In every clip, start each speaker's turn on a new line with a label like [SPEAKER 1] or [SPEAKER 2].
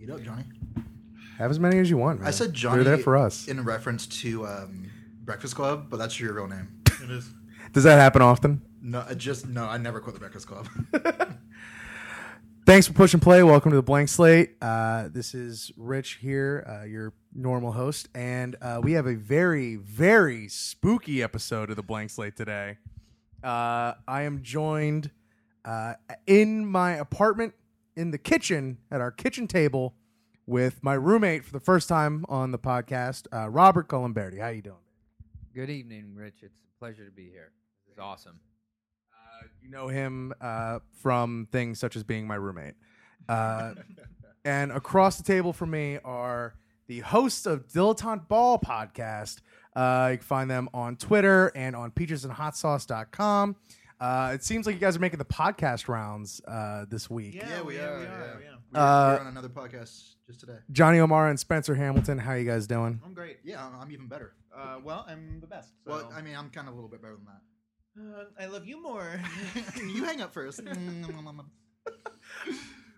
[SPEAKER 1] Eat up, Johnny.
[SPEAKER 2] Have as many as you want. Man.
[SPEAKER 1] I said Johnny.
[SPEAKER 2] They're there for us.
[SPEAKER 1] in reference to um, Breakfast Club, but that's your real name.
[SPEAKER 3] It is.
[SPEAKER 2] Does that happen often?
[SPEAKER 1] No, I just no. I never quit the Breakfast Club.
[SPEAKER 2] Thanks for pushing play. Welcome to the blank slate. Uh, this is Rich here, uh, your normal host, and uh, we have a very, very spooky episode of the blank slate today. Uh, I am joined uh, in my apartment in the kitchen at our kitchen table with my roommate for the first time on the podcast, uh, Robert Columberti. How you doing?
[SPEAKER 4] Good evening, Rich. It's a pleasure to be here. This is awesome.
[SPEAKER 2] Uh, you know him uh, from things such as being my roommate. Uh, and across the table from me are the hosts of Dilettante Ball podcast. Uh, you can find them on Twitter and on peachesandhotsauce.com. Uh, it seems like you guys are making the podcast rounds uh, this week.
[SPEAKER 1] Yeah, we are,
[SPEAKER 3] We
[SPEAKER 1] yeah.
[SPEAKER 3] are. yeah.
[SPEAKER 1] We were,
[SPEAKER 2] Uh,
[SPEAKER 1] we were on another podcast just today.
[SPEAKER 2] Johnny O'Mara and Spencer Hamilton, how you guys doing?
[SPEAKER 3] I'm great.
[SPEAKER 1] Yeah, I'm, I'm even better.
[SPEAKER 3] Uh, well, I'm the best. So.
[SPEAKER 1] Well, I mean, I'm kind of a little bit better than that.
[SPEAKER 3] uh, I love you more.
[SPEAKER 1] you hang up first.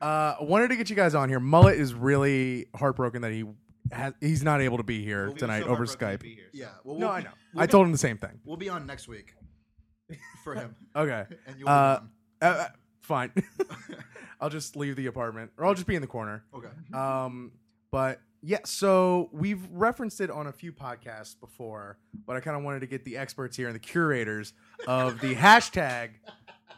[SPEAKER 2] Uh, wanted to get you guys on here. Mullet is really heartbroken that he has, he's not able to be here
[SPEAKER 3] Well, we were
[SPEAKER 2] tonight
[SPEAKER 3] so
[SPEAKER 2] over
[SPEAKER 3] heartbroken to
[SPEAKER 2] Skype.
[SPEAKER 3] be here, so.
[SPEAKER 1] yeah. Well, we'll
[SPEAKER 2] No, I
[SPEAKER 1] be-
[SPEAKER 2] know. I told him the same thing.
[SPEAKER 1] We'll be on next week for him,
[SPEAKER 2] Okay.
[SPEAKER 1] and you'll be
[SPEAKER 2] Uh,
[SPEAKER 1] on.
[SPEAKER 2] Uh, uh, fine. I'll just leave the apartment, or I'll just be in the corner.
[SPEAKER 1] Okay.
[SPEAKER 2] Um, but yeah, so we've referenced it on a few podcasts before, but I kind of wanted to get the experts here and the curators of the hashtag.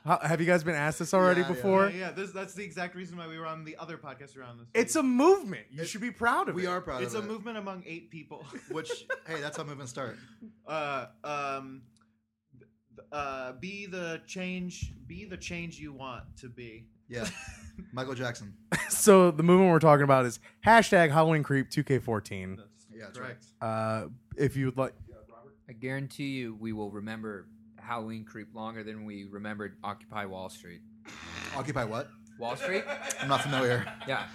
[SPEAKER 2] How, have you guys been asked this already
[SPEAKER 1] Yeah, yeah,
[SPEAKER 2] before?
[SPEAKER 3] yeah, yeah this, that's the exact reason why we were on the other podcast around this.
[SPEAKER 2] It's a movement. You should be proud of
[SPEAKER 1] We
[SPEAKER 2] it.
[SPEAKER 1] are proud
[SPEAKER 3] it's a
[SPEAKER 1] of it.
[SPEAKER 3] movement among eight people.
[SPEAKER 1] Which hey, that's how movements start.
[SPEAKER 3] uh, um, th- uh, be the change. Be the change you want to be.
[SPEAKER 1] Yeah, Michael Jackson.
[SPEAKER 2] so the movement we're talking about is hashtag Halloween Creep 2K14.
[SPEAKER 3] That's
[SPEAKER 1] Mm. Yeah, that's
[SPEAKER 3] correct.
[SPEAKER 2] Uh, if you would like,
[SPEAKER 4] I guarantee you we will remember Halloween creep longer than we remembered Occupy Wall Street.
[SPEAKER 1] Occupy what?
[SPEAKER 4] Wall Street?
[SPEAKER 1] I'm not familiar.
[SPEAKER 4] Yeah.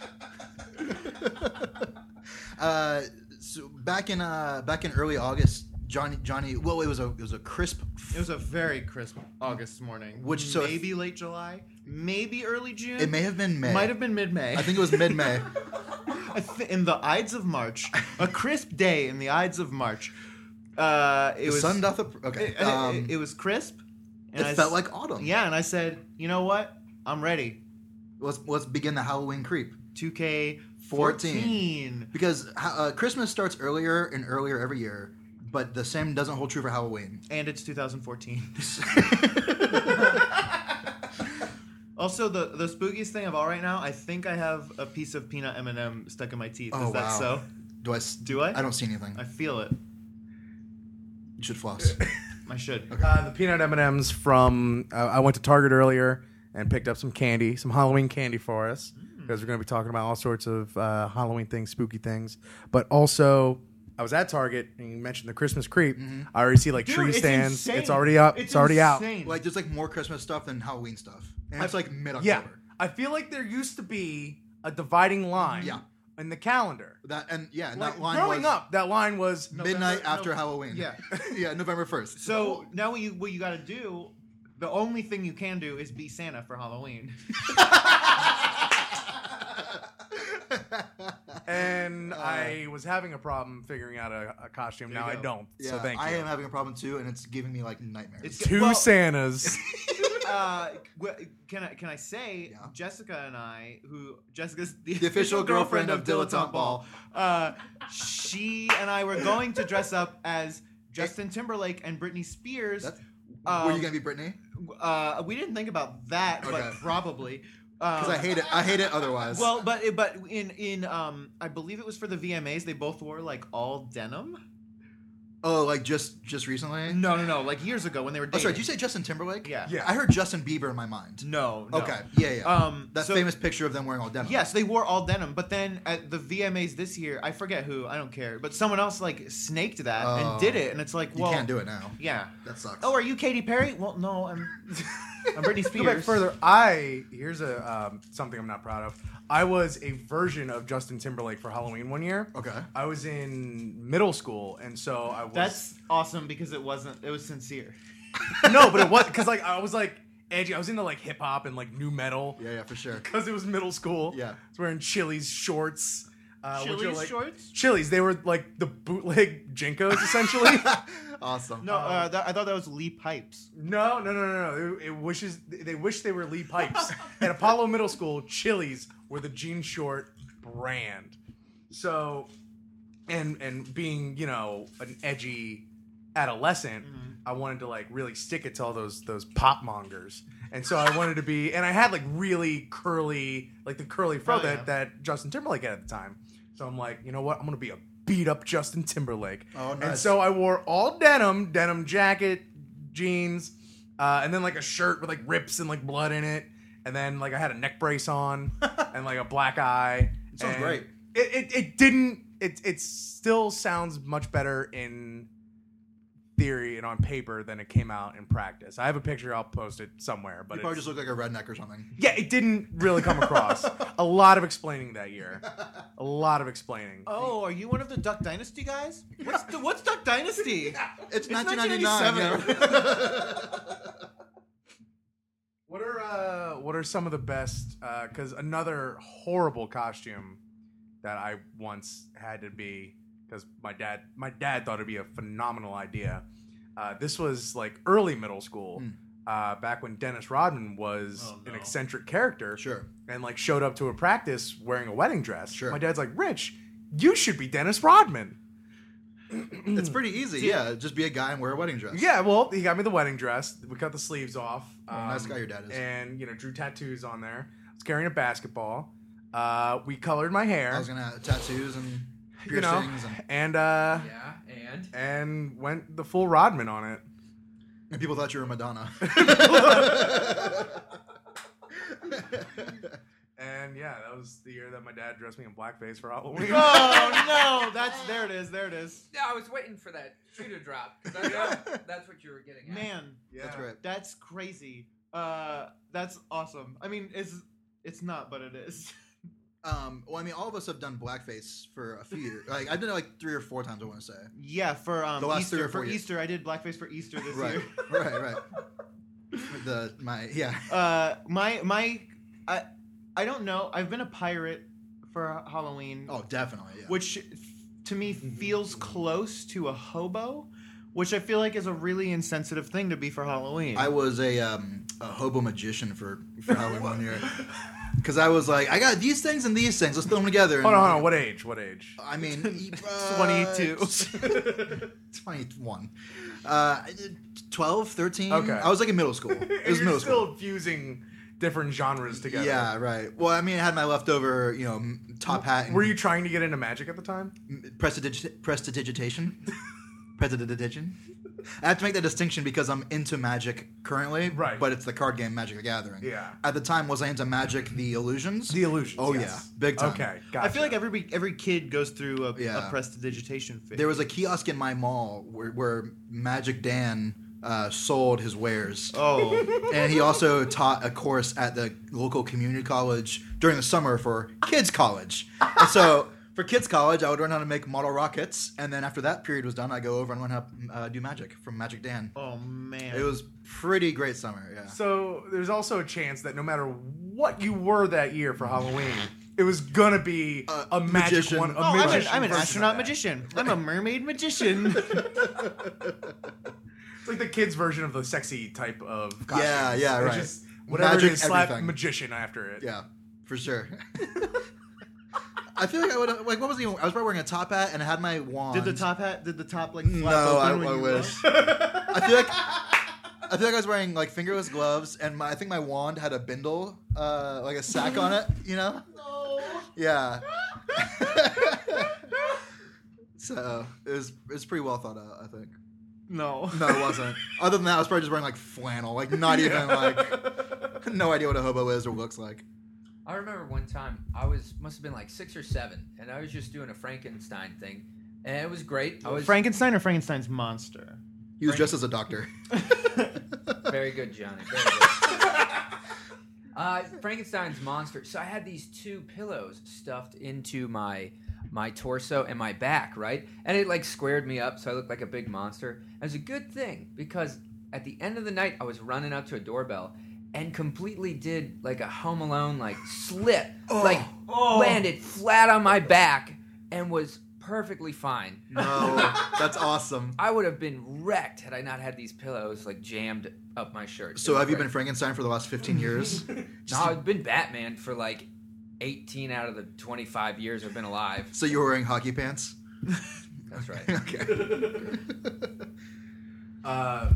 [SPEAKER 1] uh, so back in uh, back in early August, Johnny Johnny. Well, it was a it was a crisp.
[SPEAKER 3] It was a very crisp August morning.
[SPEAKER 1] Which- so if-
[SPEAKER 3] maybe late July, maybe early June.
[SPEAKER 1] It may have been May.
[SPEAKER 3] Might have been mid-May.
[SPEAKER 1] I think it was mid May.
[SPEAKER 3] I thi- in the Ides of March, a crisp day in the Ides of March. Uh, it
[SPEAKER 1] The
[SPEAKER 3] was
[SPEAKER 1] sun doth. App- okay.
[SPEAKER 3] it, it-
[SPEAKER 1] Um,
[SPEAKER 3] it,
[SPEAKER 1] it,
[SPEAKER 3] was crisp. and I
[SPEAKER 1] felt
[SPEAKER 3] s-
[SPEAKER 1] like autumn.
[SPEAKER 3] yeah, and I said, you know what? I'm ready.
[SPEAKER 1] Let's let's begin the Halloween creep
[SPEAKER 3] 2K14.
[SPEAKER 1] because ha- uh, Christmas starts earlier and earlier every year, but the same doesn't hold true for Halloween.
[SPEAKER 3] And it's 2014. also, the the spookiest thing of all right now, I think I have a piece of peanut M&M stuck in my teeth.
[SPEAKER 1] Oh,
[SPEAKER 3] Is that
[SPEAKER 1] wow.
[SPEAKER 3] so?
[SPEAKER 1] Do I? s-
[SPEAKER 3] Do I?
[SPEAKER 1] I don't see anything.
[SPEAKER 3] I feel it.
[SPEAKER 1] You should floss.
[SPEAKER 3] I should.
[SPEAKER 2] Uh, the peanut M and M's from uh, I went to Target earlier and picked up some candy, some Halloween candy for us because we're going to be talking about all sorts of uh, Halloween things, spooky things. But also, I was at Target and you mentioned the Christmas creep. I already see like
[SPEAKER 3] Dude,
[SPEAKER 2] tree
[SPEAKER 3] it's
[SPEAKER 2] stands.
[SPEAKER 3] insane.
[SPEAKER 2] It's already up. It's, already out.
[SPEAKER 3] insane.
[SPEAKER 1] like there's like more Christmas stuff than Halloween stuff, and it's like mid October.
[SPEAKER 2] Yeah, I feel like there used to be a dividing line
[SPEAKER 1] Yeah.
[SPEAKER 2] in the calendar.
[SPEAKER 1] That and yeah, and
[SPEAKER 2] Like,
[SPEAKER 1] that line
[SPEAKER 2] growing
[SPEAKER 1] was
[SPEAKER 2] up, that line was
[SPEAKER 1] midnight
[SPEAKER 3] November-
[SPEAKER 1] after
[SPEAKER 3] no-
[SPEAKER 1] Halloween.
[SPEAKER 3] yeah.
[SPEAKER 1] yeah, November first.
[SPEAKER 3] So now what you what you got to do? The only thing you can do is be Santa for Halloween.
[SPEAKER 2] and I was having a problem figuring out a, a costume.
[SPEAKER 3] There
[SPEAKER 2] Now
[SPEAKER 3] you
[SPEAKER 2] I
[SPEAKER 3] go.
[SPEAKER 2] don't.
[SPEAKER 1] yeah,
[SPEAKER 2] so thank you.
[SPEAKER 1] I am having a problem too, and it's giving me like nightmares.
[SPEAKER 3] It's-
[SPEAKER 2] Two
[SPEAKER 3] Well-
[SPEAKER 2] Santas.
[SPEAKER 3] uh, wh- can I can I say
[SPEAKER 1] Yeah.
[SPEAKER 3] Jessica and I, who Jessica's the,
[SPEAKER 1] official girlfriend of Dilettante
[SPEAKER 3] uh, she and I were going to dress up as Justin Timberlake and Britney Spears.
[SPEAKER 1] That's-
[SPEAKER 3] Um,
[SPEAKER 1] Were you gonna be Brittany?
[SPEAKER 3] uh, we didn't think about that, but
[SPEAKER 1] Okay.
[SPEAKER 3] probably
[SPEAKER 1] Because
[SPEAKER 3] Um,
[SPEAKER 1] I hate it. I hate it otherwise.
[SPEAKER 3] Well, but eh, but in in um, I believe it was for the VMAs. They both wore like all denim.
[SPEAKER 1] oh, like just just recently.
[SPEAKER 3] No, no, no. Like years ago when they were
[SPEAKER 1] Oh,
[SPEAKER 3] dating.
[SPEAKER 1] sorry. Did you say Justin Timberlake?
[SPEAKER 3] Yeah.
[SPEAKER 2] Yeah.
[SPEAKER 1] I heard Justin Bieber in my mind.
[SPEAKER 3] No. no.
[SPEAKER 1] Okay. Yeah. Yeah.
[SPEAKER 3] Um.
[SPEAKER 1] that
[SPEAKER 3] so-
[SPEAKER 1] famous picture of them wearing all denim.
[SPEAKER 3] Yes, they wore all denim, but then at the VMAs this year, I forget who, I don't care, but someone else like snaked that
[SPEAKER 1] Oh.
[SPEAKER 3] and did it, and it's like,
[SPEAKER 1] You
[SPEAKER 3] well,
[SPEAKER 1] can't do it now.
[SPEAKER 3] Yeah.
[SPEAKER 1] That sucks.
[SPEAKER 3] Oh, are you Katy Perry? Well, no, I'm. I'm Britney
[SPEAKER 2] Go
[SPEAKER 3] Spears.
[SPEAKER 2] back further. I here's a um, something I'm not proud of. I was a version of Justin Timberlake for Halloween one year.
[SPEAKER 1] Okay.
[SPEAKER 2] I was in middle school, and so I was.
[SPEAKER 3] That's awesome because it wasn't. It was sincere.
[SPEAKER 2] no, but it was because like I was like edgy. I was into like hip hop and like new metal
[SPEAKER 1] Yeah, yeah, for sure.
[SPEAKER 2] because it was middle school.
[SPEAKER 1] Yeah.
[SPEAKER 2] I was wearing Chili's shorts. Uh, which are,
[SPEAKER 3] Chili's
[SPEAKER 2] like-
[SPEAKER 3] shorts?
[SPEAKER 2] Chili's. They were like the bootleg Jinkos, essentially.
[SPEAKER 1] awesome.
[SPEAKER 3] No, uh, that, I thought that was Lee Pipes.
[SPEAKER 2] no, no, no, no, no. It, it wishes they wish they were Lee Pipes. At Apollo Middle School, Chili's were the jean short brand. So, and and being you know an edgy adolescent,
[SPEAKER 3] Mm-hmm.
[SPEAKER 2] I wanted to like really stick it to all those those pop mongers. And so I wanted to be, and I had like really curly, like the curly fro
[SPEAKER 3] Oh,
[SPEAKER 2] that
[SPEAKER 3] yeah.
[SPEAKER 2] that Justin Timberlake had at the time. So I'm like, you know what? I'm gonna be a beat up Justin Timberlake.
[SPEAKER 1] Oh,
[SPEAKER 2] And
[SPEAKER 1] nice.
[SPEAKER 2] so I wore all denim, denim jacket, jeans, uh, and then like a shirt with like rips and like blood in it. And then like I had a neck brace on and like a black eye.
[SPEAKER 1] Sounds
[SPEAKER 2] And
[SPEAKER 1] great.
[SPEAKER 2] It, it it didn't. It it still sounds much better in theory and on paper than it came out in practice. I have a picture. I'll post it somewhere. But
[SPEAKER 1] you probably
[SPEAKER 2] it's,
[SPEAKER 1] just look like a redneck or something.
[SPEAKER 2] yeah, it didn't really come across. a lot of explaining that year. A lot of explaining.
[SPEAKER 3] Oh, are you one of the Duck Dynasty guys? What's the, what's Duck Dynasty?
[SPEAKER 1] It's,
[SPEAKER 3] It's
[SPEAKER 1] 1997.
[SPEAKER 2] What are uh, what are some of the best? Because another horrible costume that I once had to be because my dad my dad thought it'd be a phenomenal idea. Uh, this was like early middle school,
[SPEAKER 1] Hmm.
[SPEAKER 2] uh, back when Dennis Rodman was
[SPEAKER 3] Oh, no.
[SPEAKER 2] an eccentric character,
[SPEAKER 1] Sure.
[SPEAKER 2] and like showed up to a practice wearing a wedding dress.
[SPEAKER 1] Sure.
[SPEAKER 2] My dad's like, Rich, you should be Dennis Rodman.
[SPEAKER 1] It's pretty easy. Yeah, just be a guy and wear a wedding dress.
[SPEAKER 2] Yeah, well, he got me the wedding dress. We cut the sleeves off.
[SPEAKER 1] Well, nice guy your dad is.
[SPEAKER 2] Um, And you know, drew tattoos on there. I was carrying a basketball. Uh, we colored my hair.
[SPEAKER 1] I was gonna tattoos and
[SPEAKER 2] you
[SPEAKER 1] piercings
[SPEAKER 2] know,
[SPEAKER 1] and,
[SPEAKER 2] and uh,
[SPEAKER 4] Yeah, and
[SPEAKER 2] and went the full Rodman on it.
[SPEAKER 1] and people thought you were Madonna.
[SPEAKER 2] And yeah, that was the year that my dad dressed me in blackface for Halloween.
[SPEAKER 1] Ah!
[SPEAKER 3] oh no, that's there it is, there it is.
[SPEAKER 4] yeah, I was waiting for that shoe to drop. 'cause I know that's what you were getting at.
[SPEAKER 3] Man,
[SPEAKER 2] yeah.
[SPEAKER 1] That's great.
[SPEAKER 3] that's crazy. Uh, that's awesome. I mean, it's it's not, but it is.
[SPEAKER 1] Um, well, I mean, all of us have done blackface for a few years. Like I've done it like three or four times. I want to say.
[SPEAKER 3] Yeah, for um
[SPEAKER 1] The last
[SPEAKER 3] Easter,
[SPEAKER 1] three or
[SPEAKER 3] for
[SPEAKER 1] four years.
[SPEAKER 3] Easter, I did blackface for Easter this
[SPEAKER 1] Right,
[SPEAKER 3] year.
[SPEAKER 1] right, right. The my yeah.
[SPEAKER 3] Uh, my my, I I don't know. I've been a pirate for Halloween,
[SPEAKER 1] Oh, definitely. Yeah.
[SPEAKER 3] which f- to me feels close to a hobo, which I feel like is a really insensitive thing to be for Halloween.
[SPEAKER 1] I was a um, a hobo magician for for Halloween one year because I was like, I got these things and these things. Let's throw them together. And,
[SPEAKER 2] Hold on, hold on. What age? What age?
[SPEAKER 1] I mean, e- uh,
[SPEAKER 3] 22.
[SPEAKER 1] 21. Uh, I did 12, 13.
[SPEAKER 2] Okay.
[SPEAKER 1] I was like in middle school. It was
[SPEAKER 2] You're
[SPEAKER 1] middle
[SPEAKER 2] still
[SPEAKER 1] school.
[SPEAKER 2] fusing different genres together.
[SPEAKER 1] Yeah, right. Well, I mean, I had my leftover, you know, m- top hat. And
[SPEAKER 2] Were you trying to get into magic at the time?
[SPEAKER 1] m- prestidig- prestidigitation? prestidigitation? I have to make that distinction because I'm into magic currently.
[SPEAKER 2] Right.
[SPEAKER 1] But it's the card game Magic the Gathering.
[SPEAKER 2] Yeah.
[SPEAKER 1] At the time, was I into Magic the Illusions?
[SPEAKER 2] The illusions.
[SPEAKER 1] Oh,
[SPEAKER 2] yes.
[SPEAKER 1] yeah. Big time.
[SPEAKER 2] Okay. Gotcha.
[SPEAKER 3] I feel like every every kid goes through a,
[SPEAKER 1] Yeah.
[SPEAKER 3] a prestidigitation phase.
[SPEAKER 1] There was a kiosk in my mall where, where Magic Dan uh, sold his wares.
[SPEAKER 3] oh
[SPEAKER 1] And he also taught a course at the local community college during the summer for kids' college. And so for kids' college, I would learn how to make model rockets. And then after that period was done, I go over and learn how to uh, do magic from Magic Dan.
[SPEAKER 3] oh man,
[SPEAKER 1] It was pretty great summer, yeah.
[SPEAKER 2] So there's also a chance that no matter what you were that year for Halloween, it was gonna be
[SPEAKER 1] Uh,
[SPEAKER 2] a magic
[SPEAKER 1] magician.
[SPEAKER 2] one. A
[SPEAKER 3] Oh, I'm an,
[SPEAKER 2] magician
[SPEAKER 3] I'm an
[SPEAKER 2] version of
[SPEAKER 3] astronaut
[SPEAKER 2] that.
[SPEAKER 3] magician. I'm a mermaid magician.
[SPEAKER 2] It's like the kids' version of the sexy type of costume.
[SPEAKER 1] Yeah, yeah,
[SPEAKER 2] It's
[SPEAKER 1] right.
[SPEAKER 2] just whatever
[SPEAKER 1] Magic
[SPEAKER 2] it is, slap
[SPEAKER 1] everything.
[SPEAKER 2] magician after it.
[SPEAKER 1] Yeah, for sure. I feel like I would like what was he? I was probably wearing a top hat and I had my wand.
[SPEAKER 3] Did the top hat? Did the top like? Flap
[SPEAKER 1] No, I,
[SPEAKER 3] open when
[SPEAKER 1] I
[SPEAKER 3] you
[SPEAKER 1] wish.
[SPEAKER 3] looked?
[SPEAKER 1] I feel like I feel like I was wearing like fingerless gloves, and my I think my wand had a bindle, uh, like a sack on it. You know? Yeah. so it was it was pretty well thought out. I think.
[SPEAKER 3] No.
[SPEAKER 1] No, it wasn't. Other than that, I was probably just wearing like flannel, like not even like no idea what a hobo is or looks like.
[SPEAKER 4] I remember one time I was must have been like six or seven, and I was just doing a Frankenstein thing, and it was great. I was
[SPEAKER 3] Frankenstein or Frankenstein's monster?
[SPEAKER 1] He was dressed as a doctor.
[SPEAKER 4] very good, Johnny. Very good. uh, Frankenstein's monster. So I had these two pillows stuffed into my my torso and my back, right, and it like squared me up, so I looked like a big monster. And it was a good thing because at the end of the night, I was running up to a doorbell. and completely did like a Home Alone like slip, like landed flat on my back and was perfectly fine.
[SPEAKER 1] No, that's awesome.
[SPEAKER 4] I would have been wrecked had I not had these pillows like jammed up my shirt.
[SPEAKER 1] So have you been Frankenstein for the last 15 years?
[SPEAKER 4] No, I've been Batman for like 18 out of the 25 years I've been alive.
[SPEAKER 1] so you were wearing hockey pants?
[SPEAKER 4] That's right.
[SPEAKER 1] okay.
[SPEAKER 2] Uh,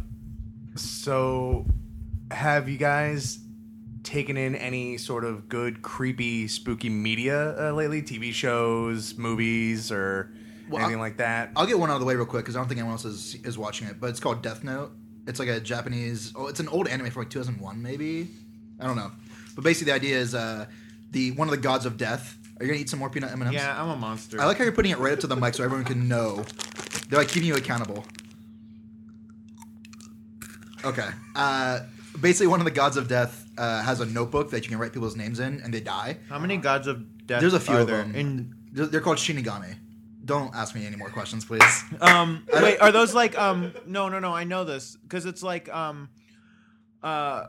[SPEAKER 2] So, have you guys taken in any sort of good, creepy, spooky media uh, lately? TV shows, movies, or
[SPEAKER 1] Well,
[SPEAKER 2] anything
[SPEAKER 1] I-
[SPEAKER 2] like that?
[SPEAKER 1] I'll get one out of the way real quick because I don't think anyone else is is watching it. But it's called Death Note. It's like a Japanese. Oh, it's an old anime from like 2001, maybe. I don't know. But basically, the idea is uh, the one of the gods of death. Are you gonna eat some more peanut M and M's?
[SPEAKER 3] Yeah, I'm a monster.
[SPEAKER 1] I like how you're putting it right up to the mic so everyone can know. They're like keeping you accountable. Okay. Uh, basically, one of the gods of death uh, has a notebook that you can write people's names in, and they die.
[SPEAKER 3] How many gods of death?
[SPEAKER 1] There's a few
[SPEAKER 3] Uh, are
[SPEAKER 1] of
[SPEAKER 3] there?
[SPEAKER 1] them.
[SPEAKER 3] In,
[SPEAKER 1] They're they're called Shinigami. Don't ask me any more questions, please.
[SPEAKER 3] um, wait, are those like um? No, no, no. I know this because it's like um, uh,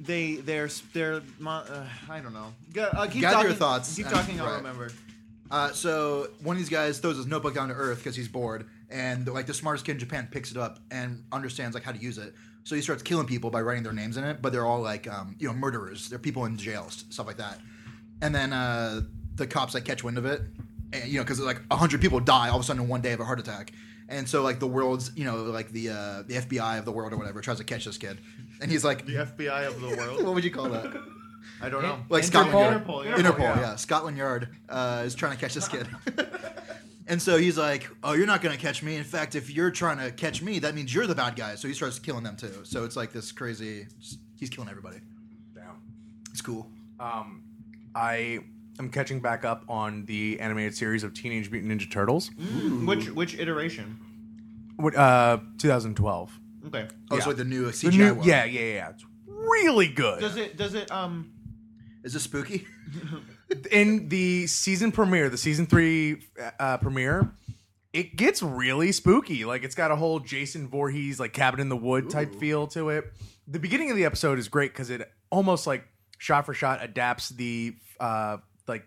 [SPEAKER 3] they they're they're mon- uh, I don't know. Go, uh,
[SPEAKER 1] Gather
[SPEAKER 3] keep
[SPEAKER 1] your
[SPEAKER 3] talking,
[SPEAKER 1] thoughts
[SPEAKER 3] Keep
[SPEAKER 1] and-
[SPEAKER 3] talking. I'll
[SPEAKER 1] right.
[SPEAKER 3] remember.
[SPEAKER 1] Uh, so one of these guys throws his notebook down to earth because he's bored, and like the smartest kid in Japan picks it up and understands like how to use it. So he starts killing people by writing their names in it, but they're all like um, you know murderers. They're people in jail, s- stuff like that. And then uh, the cops like catch wind of it, and, you know, because like hundred people die all of a sudden in one day of a heart attack. And so like the world's you know like the uh, the FBI of the world or whatever tries to catch this kid, and he's like,
[SPEAKER 3] The FBI of the world.
[SPEAKER 1] what would you call that?
[SPEAKER 3] I don't know.
[SPEAKER 1] like Scotland Yard.
[SPEAKER 3] Interpol.
[SPEAKER 1] Interpol,
[SPEAKER 3] Interpol,
[SPEAKER 1] yeah. Scotland Yard uh, is trying to catch this kid. and so he's like, "Oh, you're not going to catch me. In fact, if you're trying to catch me, that means you're the bad guy." So he starts killing them too. So it's like this crazy. just- he's killing everybody. It's cool.
[SPEAKER 2] Um, I am catching back up on the animated series of Teenage Mutant Ninja Turtles,
[SPEAKER 3] Which which iteration?
[SPEAKER 2] What, uh, 2012.
[SPEAKER 3] Okay.
[SPEAKER 1] Oh,
[SPEAKER 2] Yeah.
[SPEAKER 1] so like the new
[SPEAKER 2] The
[SPEAKER 1] CGI
[SPEAKER 2] new-
[SPEAKER 1] one.
[SPEAKER 2] yeah, yeah, yeah. It's really good.
[SPEAKER 3] Does it does it um?
[SPEAKER 1] Is this spooky?
[SPEAKER 2] in the season premiere, the season three uh, premiere, it gets really spooky. Like it's got a whole Jason Voorhees like cabin in the wood type feel to it. The beginning of the episode is great because it almost like shot for shot adapts the uh, like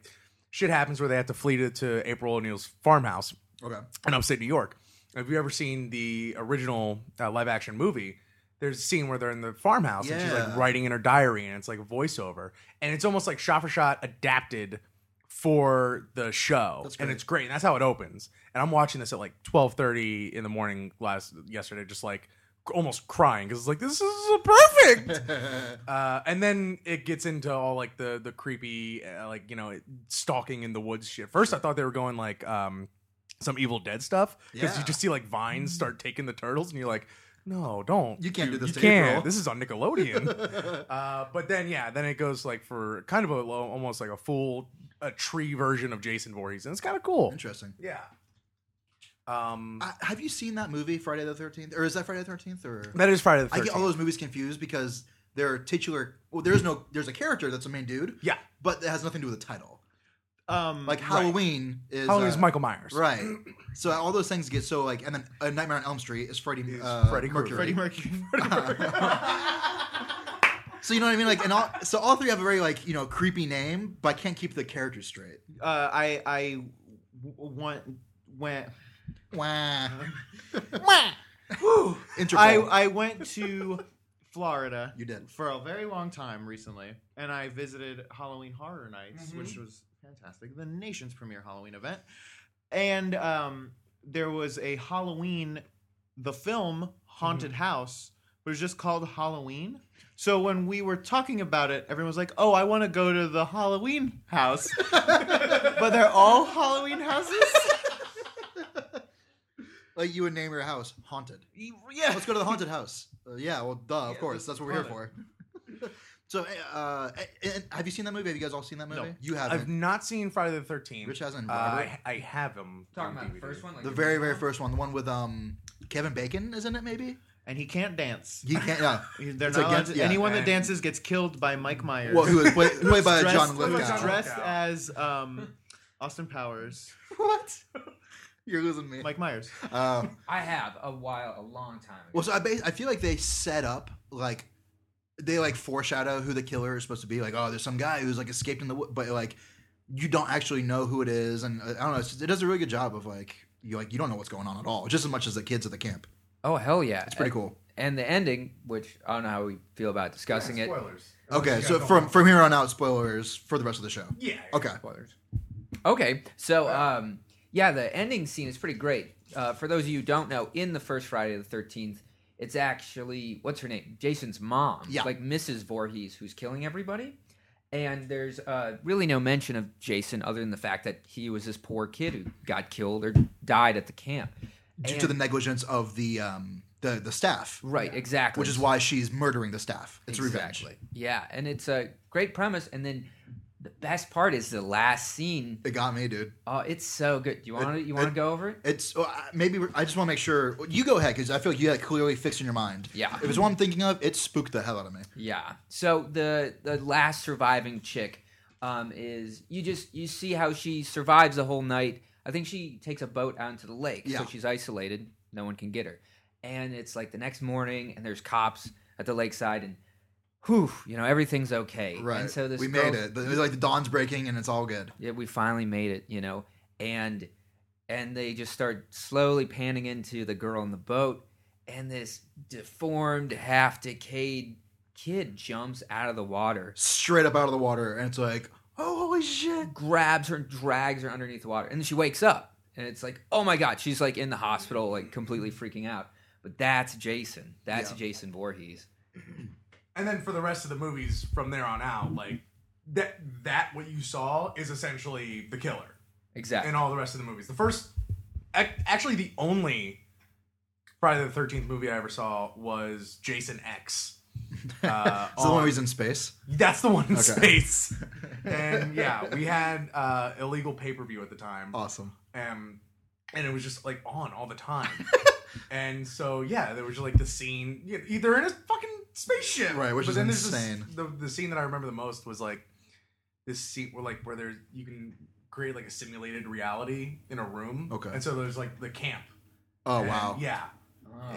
[SPEAKER 2] shit happens where they have to flee to, to April O'Neil's farmhouse
[SPEAKER 1] Okay.
[SPEAKER 2] in upstate New York. Have you ever seen the original uh, live action movie? There's a scene where they're in the farmhouse and she's like
[SPEAKER 1] Yeah.
[SPEAKER 2] writing in her diary and it's like a voiceover. And it's almost like shot for shot adapted for the show. And
[SPEAKER 1] great.
[SPEAKER 2] it's great. And that's how it opens. And I'm watching this at like 12:30 in the morning last yesterday just like almost crying cuz it's like this is so perfect. Uh, and then it gets into all like the the creepy uh, like you know it, stalking in the woods shit. First, I thought they were going like um some Evil Dead stuff because
[SPEAKER 1] Yeah.
[SPEAKER 2] you just see like vines start taking the turtles, and you're like, no, don't.
[SPEAKER 1] You can't do this
[SPEAKER 2] You
[SPEAKER 1] to
[SPEAKER 2] can't.
[SPEAKER 1] April."
[SPEAKER 2] This is on Nickelodeon. uh, but then yeah, then it goes like for kind of a low, almost like a full a tree version of Jason Voorhees, and it's kind of cool.
[SPEAKER 1] Interesting.
[SPEAKER 2] Yeah. Um,
[SPEAKER 1] I, have you seen that movie Friday the Thirteenth, or is that Friday the Thirteenth? Or
[SPEAKER 2] that is Friday the
[SPEAKER 1] I get all
[SPEAKER 2] Thirteenth.
[SPEAKER 1] those movies confused because they're titular. Well, there's no. There's a character that's the main dude.
[SPEAKER 2] Yeah.
[SPEAKER 1] But it has nothing to do with the title.
[SPEAKER 3] Um,
[SPEAKER 1] Like Halloween is.
[SPEAKER 2] Halloween is
[SPEAKER 1] uh,
[SPEAKER 2] Michael Myers.
[SPEAKER 1] Right. So all those things get so like, and then a Nightmare on Elm Street is Freddie
[SPEAKER 2] Is
[SPEAKER 1] uh,
[SPEAKER 2] Freddie Krueger.
[SPEAKER 1] Mercury.
[SPEAKER 3] Freddie Mercury.
[SPEAKER 1] So you know what I mean? Like, and all so all three have a very like you know creepy name, but I can't keep the characters straight.
[SPEAKER 3] uh, I I w- want went.
[SPEAKER 1] Wah.
[SPEAKER 3] Uh-huh. Whew.
[SPEAKER 1] Interpol.
[SPEAKER 3] I I went to Florida.
[SPEAKER 1] You did.
[SPEAKER 3] for a very long time recently, and I visited Halloween Horror Nights,
[SPEAKER 1] Mm-hmm.
[SPEAKER 3] which was fantastic. The nation's premier Halloween event, and um, there was a Halloween, the film Haunted
[SPEAKER 1] Mm-hmm.
[SPEAKER 3] House was just called Halloween. So when we were talking about it, everyone was like, "Oh, I want to go to the Halloween house," but they're all Halloween houses.
[SPEAKER 1] like you would name your house haunted.
[SPEAKER 3] yeah,
[SPEAKER 1] Let's go to the haunted house. Uh, yeah, well, duh, of course, that's what we're here for. so, uh, and- and have you seen that movie? Have you guys all seen that movie?
[SPEAKER 3] No.
[SPEAKER 1] You haven't.
[SPEAKER 2] I've not seen Friday the Thirteenth.
[SPEAKER 1] Rich hasn't.
[SPEAKER 2] Uh,
[SPEAKER 1] Robert?
[SPEAKER 2] I, I have them. on
[SPEAKER 4] Talking about the
[SPEAKER 2] DVD.
[SPEAKER 4] first one, like
[SPEAKER 1] the very, very first one, the one with um Kevin Bacon, isn't it? Maybe
[SPEAKER 3] and he can't dance.
[SPEAKER 1] he can't. Yeah.
[SPEAKER 3] They're
[SPEAKER 1] It's
[SPEAKER 3] not allowed
[SPEAKER 1] against-
[SPEAKER 3] to-
[SPEAKER 1] yeah.
[SPEAKER 3] anyone that
[SPEAKER 2] And-
[SPEAKER 3] dances gets killed by Mike Myers.
[SPEAKER 1] Well, who was play, played by
[SPEAKER 3] dressed,
[SPEAKER 1] John
[SPEAKER 3] who was
[SPEAKER 1] Lithgow.
[SPEAKER 3] dressed
[SPEAKER 2] Lithgow.
[SPEAKER 3] as um, Austin Powers,
[SPEAKER 1] What? You're losing me.
[SPEAKER 3] Mike Myers.
[SPEAKER 1] Uh,
[SPEAKER 4] I have a while, a long time ago.
[SPEAKER 1] well, so I, bas- I feel like they set up like they like foreshadow who the killer is supposed to be. Like, oh, there's some guy who's like escaped in the wood, but like you don't actually know who it is, and uh, I don't know. It's, it does a really good job of like you like you don't know what's going on at all, just as much as the kids at the camp.
[SPEAKER 4] Oh hell yeah!
[SPEAKER 1] It's pretty cool.
[SPEAKER 4] And the ending, which I don't know how we feel about discussing it.
[SPEAKER 2] Spoilers.
[SPEAKER 1] Okay, so from from here on out, spoilers for the rest of the show.
[SPEAKER 2] yeah.
[SPEAKER 1] Okay,
[SPEAKER 4] Spoilers. Okay, so um, yeah, the ending scene is pretty great. Uh, for those of you who don't know, in the first Friday the Thirteenth, it's actually what's her name, Jason's mom,
[SPEAKER 1] Yeah.
[SPEAKER 4] like Mrs. Voorhees, who's killing everybody. And there's uh, really no mention of Jason other than the fact that he was this poor kid who got killed or died at the camp.
[SPEAKER 1] due to
[SPEAKER 4] And-
[SPEAKER 1] the negligence of the um the the staff,
[SPEAKER 4] right, exactly,
[SPEAKER 1] which is why she's murdering the staff. It's revenge.
[SPEAKER 4] Yeah, and it's a great premise. And then the best part is the last scene.
[SPEAKER 1] It got me, dude.
[SPEAKER 4] Oh, it's so good. You want to you want to
[SPEAKER 1] it-
[SPEAKER 4] go over it?
[SPEAKER 1] It's well, I- maybe we're- I just want to make sure you go ahead because I feel like you had it clearly fixed in your mind.
[SPEAKER 4] Yeah.
[SPEAKER 1] if it's what I'm thinking of, it spooked the hell out of me.
[SPEAKER 4] Yeah. So the the last surviving chick um, is you just you see how she survives the whole night. I think she takes a boat out into the lake,
[SPEAKER 1] Yeah.
[SPEAKER 4] so she's isolated. No one can get her. And it's like the next morning, and there's cops at the lakeside, and whew, you know everything's okay.
[SPEAKER 1] Right.
[SPEAKER 4] And so this
[SPEAKER 1] we
[SPEAKER 4] girl-
[SPEAKER 1] made it. It's like the dawn's breaking and it's all good.
[SPEAKER 4] yeah, we finally made it, you know, and and they just start slowly panning into the girl in the boat, and this deformed, half decayed kid jumps out of the water,
[SPEAKER 1] Straight up out of the water, and it's like, oh holy shit!
[SPEAKER 4] grabs her and drags her underneath the water, and then she wakes up, and it's like, oh my god, she's like in the hospital, like completely freaking out. But that's Jason. That's
[SPEAKER 1] Yeah.
[SPEAKER 4] Jason Voorhees.
[SPEAKER 2] And then for the rest of the movies from there on out, like that that what you saw is essentially the killer
[SPEAKER 4] Exactly.
[SPEAKER 2] in all the rest of the movies. The first, ac- actually, the only Friday the Thirteenth movie I ever saw was Jason X. Uh,
[SPEAKER 1] It's the one
[SPEAKER 2] on-
[SPEAKER 1] where he's in space.
[SPEAKER 2] That's the one in
[SPEAKER 1] Okay.
[SPEAKER 2] space. and yeah, we had uh, illegal pay per view at the time,
[SPEAKER 1] Awesome.
[SPEAKER 2] um, and it was just like on all the time. and so yeah, there was just like the scene. You know, they're in a fucking spaceship,
[SPEAKER 1] Right, which is
[SPEAKER 2] there's this-
[SPEAKER 1] insane.
[SPEAKER 2] the, the scene that I remember the most was like this scene where like where there's you can create like a simulated reality in a room.
[SPEAKER 1] Okay.
[SPEAKER 2] and so there's like the camp.
[SPEAKER 1] Oh
[SPEAKER 2] And,
[SPEAKER 1] wow.
[SPEAKER 2] Yeah,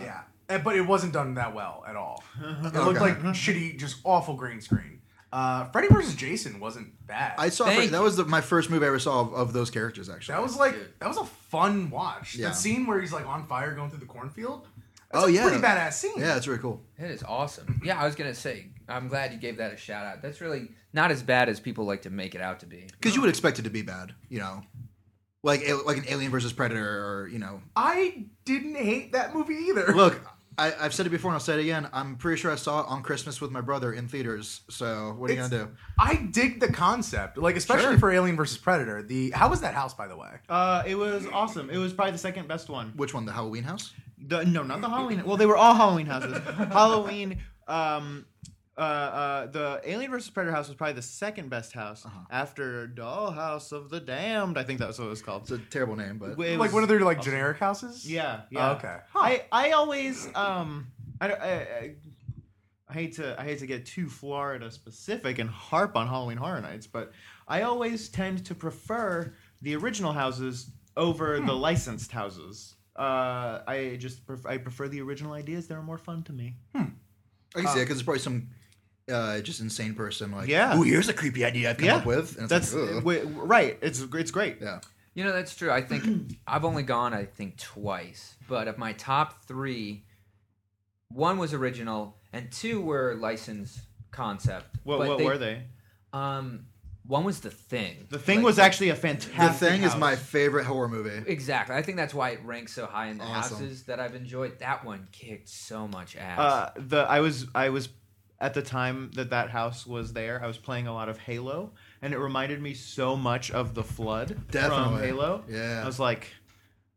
[SPEAKER 2] yeah. And- But it wasn't done that well at all. It looked
[SPEAKER 1] Okay.
[SPEAKER 2] like shitty, just awful green screen. Uh, Freddy versus Jason wasn't bad.
[SPEAKER 1] I saw
[SPEAKER 4] Thank
[SPEAKER 1] that was the, my first movie I ever saw of, of those characters. Actually,
[SPEAKER 2] that was like that was a fun watch.
[SPEAKER 1] Yeah.
[SPEAKER 2] That scene where he's like on fire going through the cornfield. That's
[SPEAKER 1] Oh,
[SPEAKER 2] a
[SPEAKER 1] yeah.
[SPEAKER 2] pretty badass scene.
[SPEAKER 1] yeah, it's really cool.
[SPEAKER 4] That is awesome. Yeah, I was gonna say. I'm glad you gave that a shout out. That's really not as bad as people like to make it out to be.
[SPEAKER 1] Because you would expect it to be bad, you know, like a- like an Alien versus Predator, or you know.
[SPEAKER 2] I didn't hate that movie either.
[SPEAKER 1] Look, I, I've said it before and I'll say it again. I'm pretty sure I saw it on Christmas with my brother in theaters. So what are you
[SPEAKER 2] It's-
[SPEAKER 1] gonna do?
[SPEAKER 2] I dig the concept, like especially
[SPEAKER 1] Sure.
[SPEAKER 2] for Alien versus Predator. The how was that house, by the way?
[SPEAKER 3] Uh, it was awesome. It was probably the second best one.
[SPEAKER 1] Which one? The Halloween house?
[SPEAKER 3] The, no, not the Halloween. Well, they were all Halloween houses. Halloween. Um, uh, uh, the Alien versus Predator house was probably the second best house after Dollhouse of the Damned. I think that was what it was called.
[SPEAKER 1] It's a terrible name, but
[SPEAKER 3] It
[SPEAKER 2] like
[SPEAKER 3] was-
[SPEAKER 2] one of their like generic houses.
[SPEAKER 3] Yeah.
[SPEAKER 2] Oh,
[SPEAKER 3] Yeah.
[SPEAKER 2] okay.
[SPEAKER 3] I I always um I, I, I I hate to I hate to get too Florida specific and harp on Halloween Horror Nights, but I always tend to prefer the original houses
[SPEAKER 1] Hmm.
[SPEAKER 3] over the licensed houses. Uh, I just pref- I prefer the original ideas. They're more fun to me.
[SPEAKER 1] I can see it because it's probably some uh, just insane person like,
[SPEAKER 3] Yeah.
[SPEAKER 1] ooh, here's a creepy idea I've come up with. And it's
[SPEAKER 3] that's
[SPEAKER 1] like, "Ugh."
[SPEAKER 3] wi- right. It's it's great.
[SPEAKER 1] yeah.
[SPEAKER 4] You know, that's true. I think I've only gone, I think, twice. But of my top three, one was original and two were licensed concept.
[SPEAKER 3] What,
[SPEAKER 4] But
[SPEAKER 3] what were they?
[SPEAKER 4] Um, one was The Thing.
[SPEAKER 3] The thing
[SPEAKER 4] Like,
[SPEAKER 3] was actually a
[SPEAKER 1] The
[SPEAKER 3] fantastic.
[SPEAKER 1] thing is
[SPEAKER 3] house.
[SPEAKER 1] my favorite horror movie.
[SPEAKER 4] Exactly. I think that's why it ranks so high in the
[SPEAKER 1] Awesome.
[SPEAKER 4] houses that I've enjoyed. That one kicked so much ass.
[SPEAKER 3] Uh, the I was I was at the time that that house was there. I was playing a lot of Halo, and it reminded me so much of the flood from
[SPEAKER 1] Definitely.
[SPEAKER 3] Halo.
[SPEAKER 1] Yeah.
[SPEAKER 3] I was like,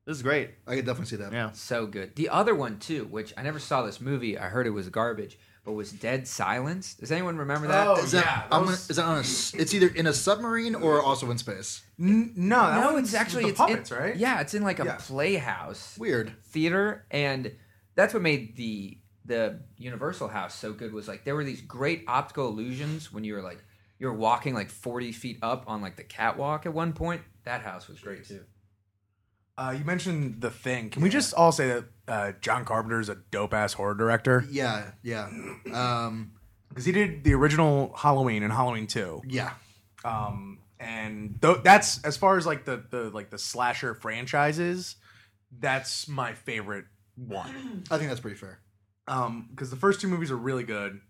[SPEAKER 3] this is great.
[SPEAKER 1] I could definitely see that.
[SPEAKER 3] Yeah,
[SPEAKER 4] so good. The other one, too, which I never saw this movie. I heard it was garbage, but was Dead Silence. Does anyone remember that?
[SPEAKER 2] Oh,
[SPEAKER 1] Is that,
[SPEAKER 2] Yeah, that
[SPEAKER 1] I'm gonna,
[SPEAKER 2] was-
[SPEAKER 1] is that on a? s- It's either in a submarine or also in space.
[SPEAKER 2] N- no, that
[SPEAKER 4] No,
[SPEAKER 2] one's
[SPEAKER 4] it's actually
[SPEAKER 2] the
[SPEAKER 4] it's
[SPEAKER 2] puppets,
[SPEAKER 4] in,
[SPEAKER 2] right?
[SPEAKER 4] Yeah, it's in like a
[SPEAKER 2] Yeah.
[SPEAKER 4] playhouse
[SPEAKER 1] Weird.
[SPEAKER 4] theater, and that's what made the the Universal House so good. Was like there were these great optical illusions when you were like you were walking like forty feet up on like the catwalk at one point. That house was great too.
[SPEAKER 2] Uh, you mentioned the thing. Can we just all say that uh, John Carpenter is a dope ass horror director?
[SPEAKER 1] Yeah, yeah. Um,
[SPEAKER 2] because he did the original Halloween and Halloween Two.
[SPEAKER 1] Yeah.
[SPEAKER 2] Um, and th- that's as far as like the the like the slasher franchises. That's my favorite one.
[SPEAKER 1] I think that's pretty fair.
[SPEAKER 2] Um, because the first two movies are really good.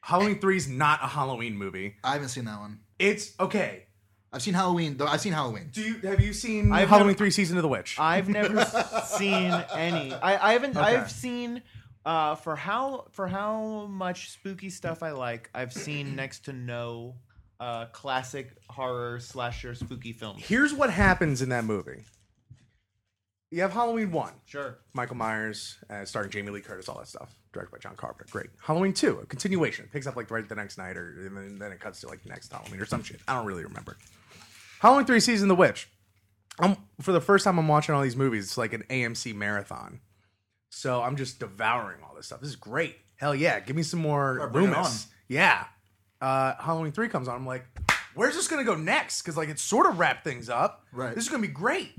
[SPEAKER 2] Halloween Three is not a Halloween movie.
[SPEAKER 1] I haven't seen that one.
[SPEAKER 2] It's okay.
[SPEAKER 1] I've seen Halloween. Though I've seen Halloween.
[SPEAKER 2] Do you have Uh, you seen
[SPEAKER 3] I've
[SPEAKER 2] Halloween
[SPEAKER 3] never-
[SPEAKER 2] Three: Season of the Witch?
[SPEAKER 3] I've never seen any. I, I haven't.
[SPEAKER 2] Okay.
[SPEAKER 3] I've seen uh, for how for how much spooky stuff I like. I've seen next to no uh, classic horror slasher spooky films.
[SPEAKER 2] Here's what happens in that movie. You have Halloween One.
[SPEAKER 3] Sure.
[SPEAKER 2] Michael Myers, uh, starring Jamie Lee Curtis, all that stuff, directed by John Carpenter. Great. Halloween two, a continuation. It picks up like right the next night, or and then, then it cuts to like next Halloween or some shit. I don't really remember. Halloween three, season of the witch. I'm for the first time I'm watching all these movies. It's like an AMC marathon, so I'm just devouring all this stuff. This is great. Hell yeah, give me some more
[SPEAKER 1] Or bring it
[SPEAKER 2] Loomis.
[SPEAKER 1] on.
[SPEAKER 2] Yeah. Uh, Halloween three comes on. I'm like, where's this gonna go next? Because like it sort of wrapped things up.
[SPEAKER 1] Right.
[SPEAKER 2] This is gonna be great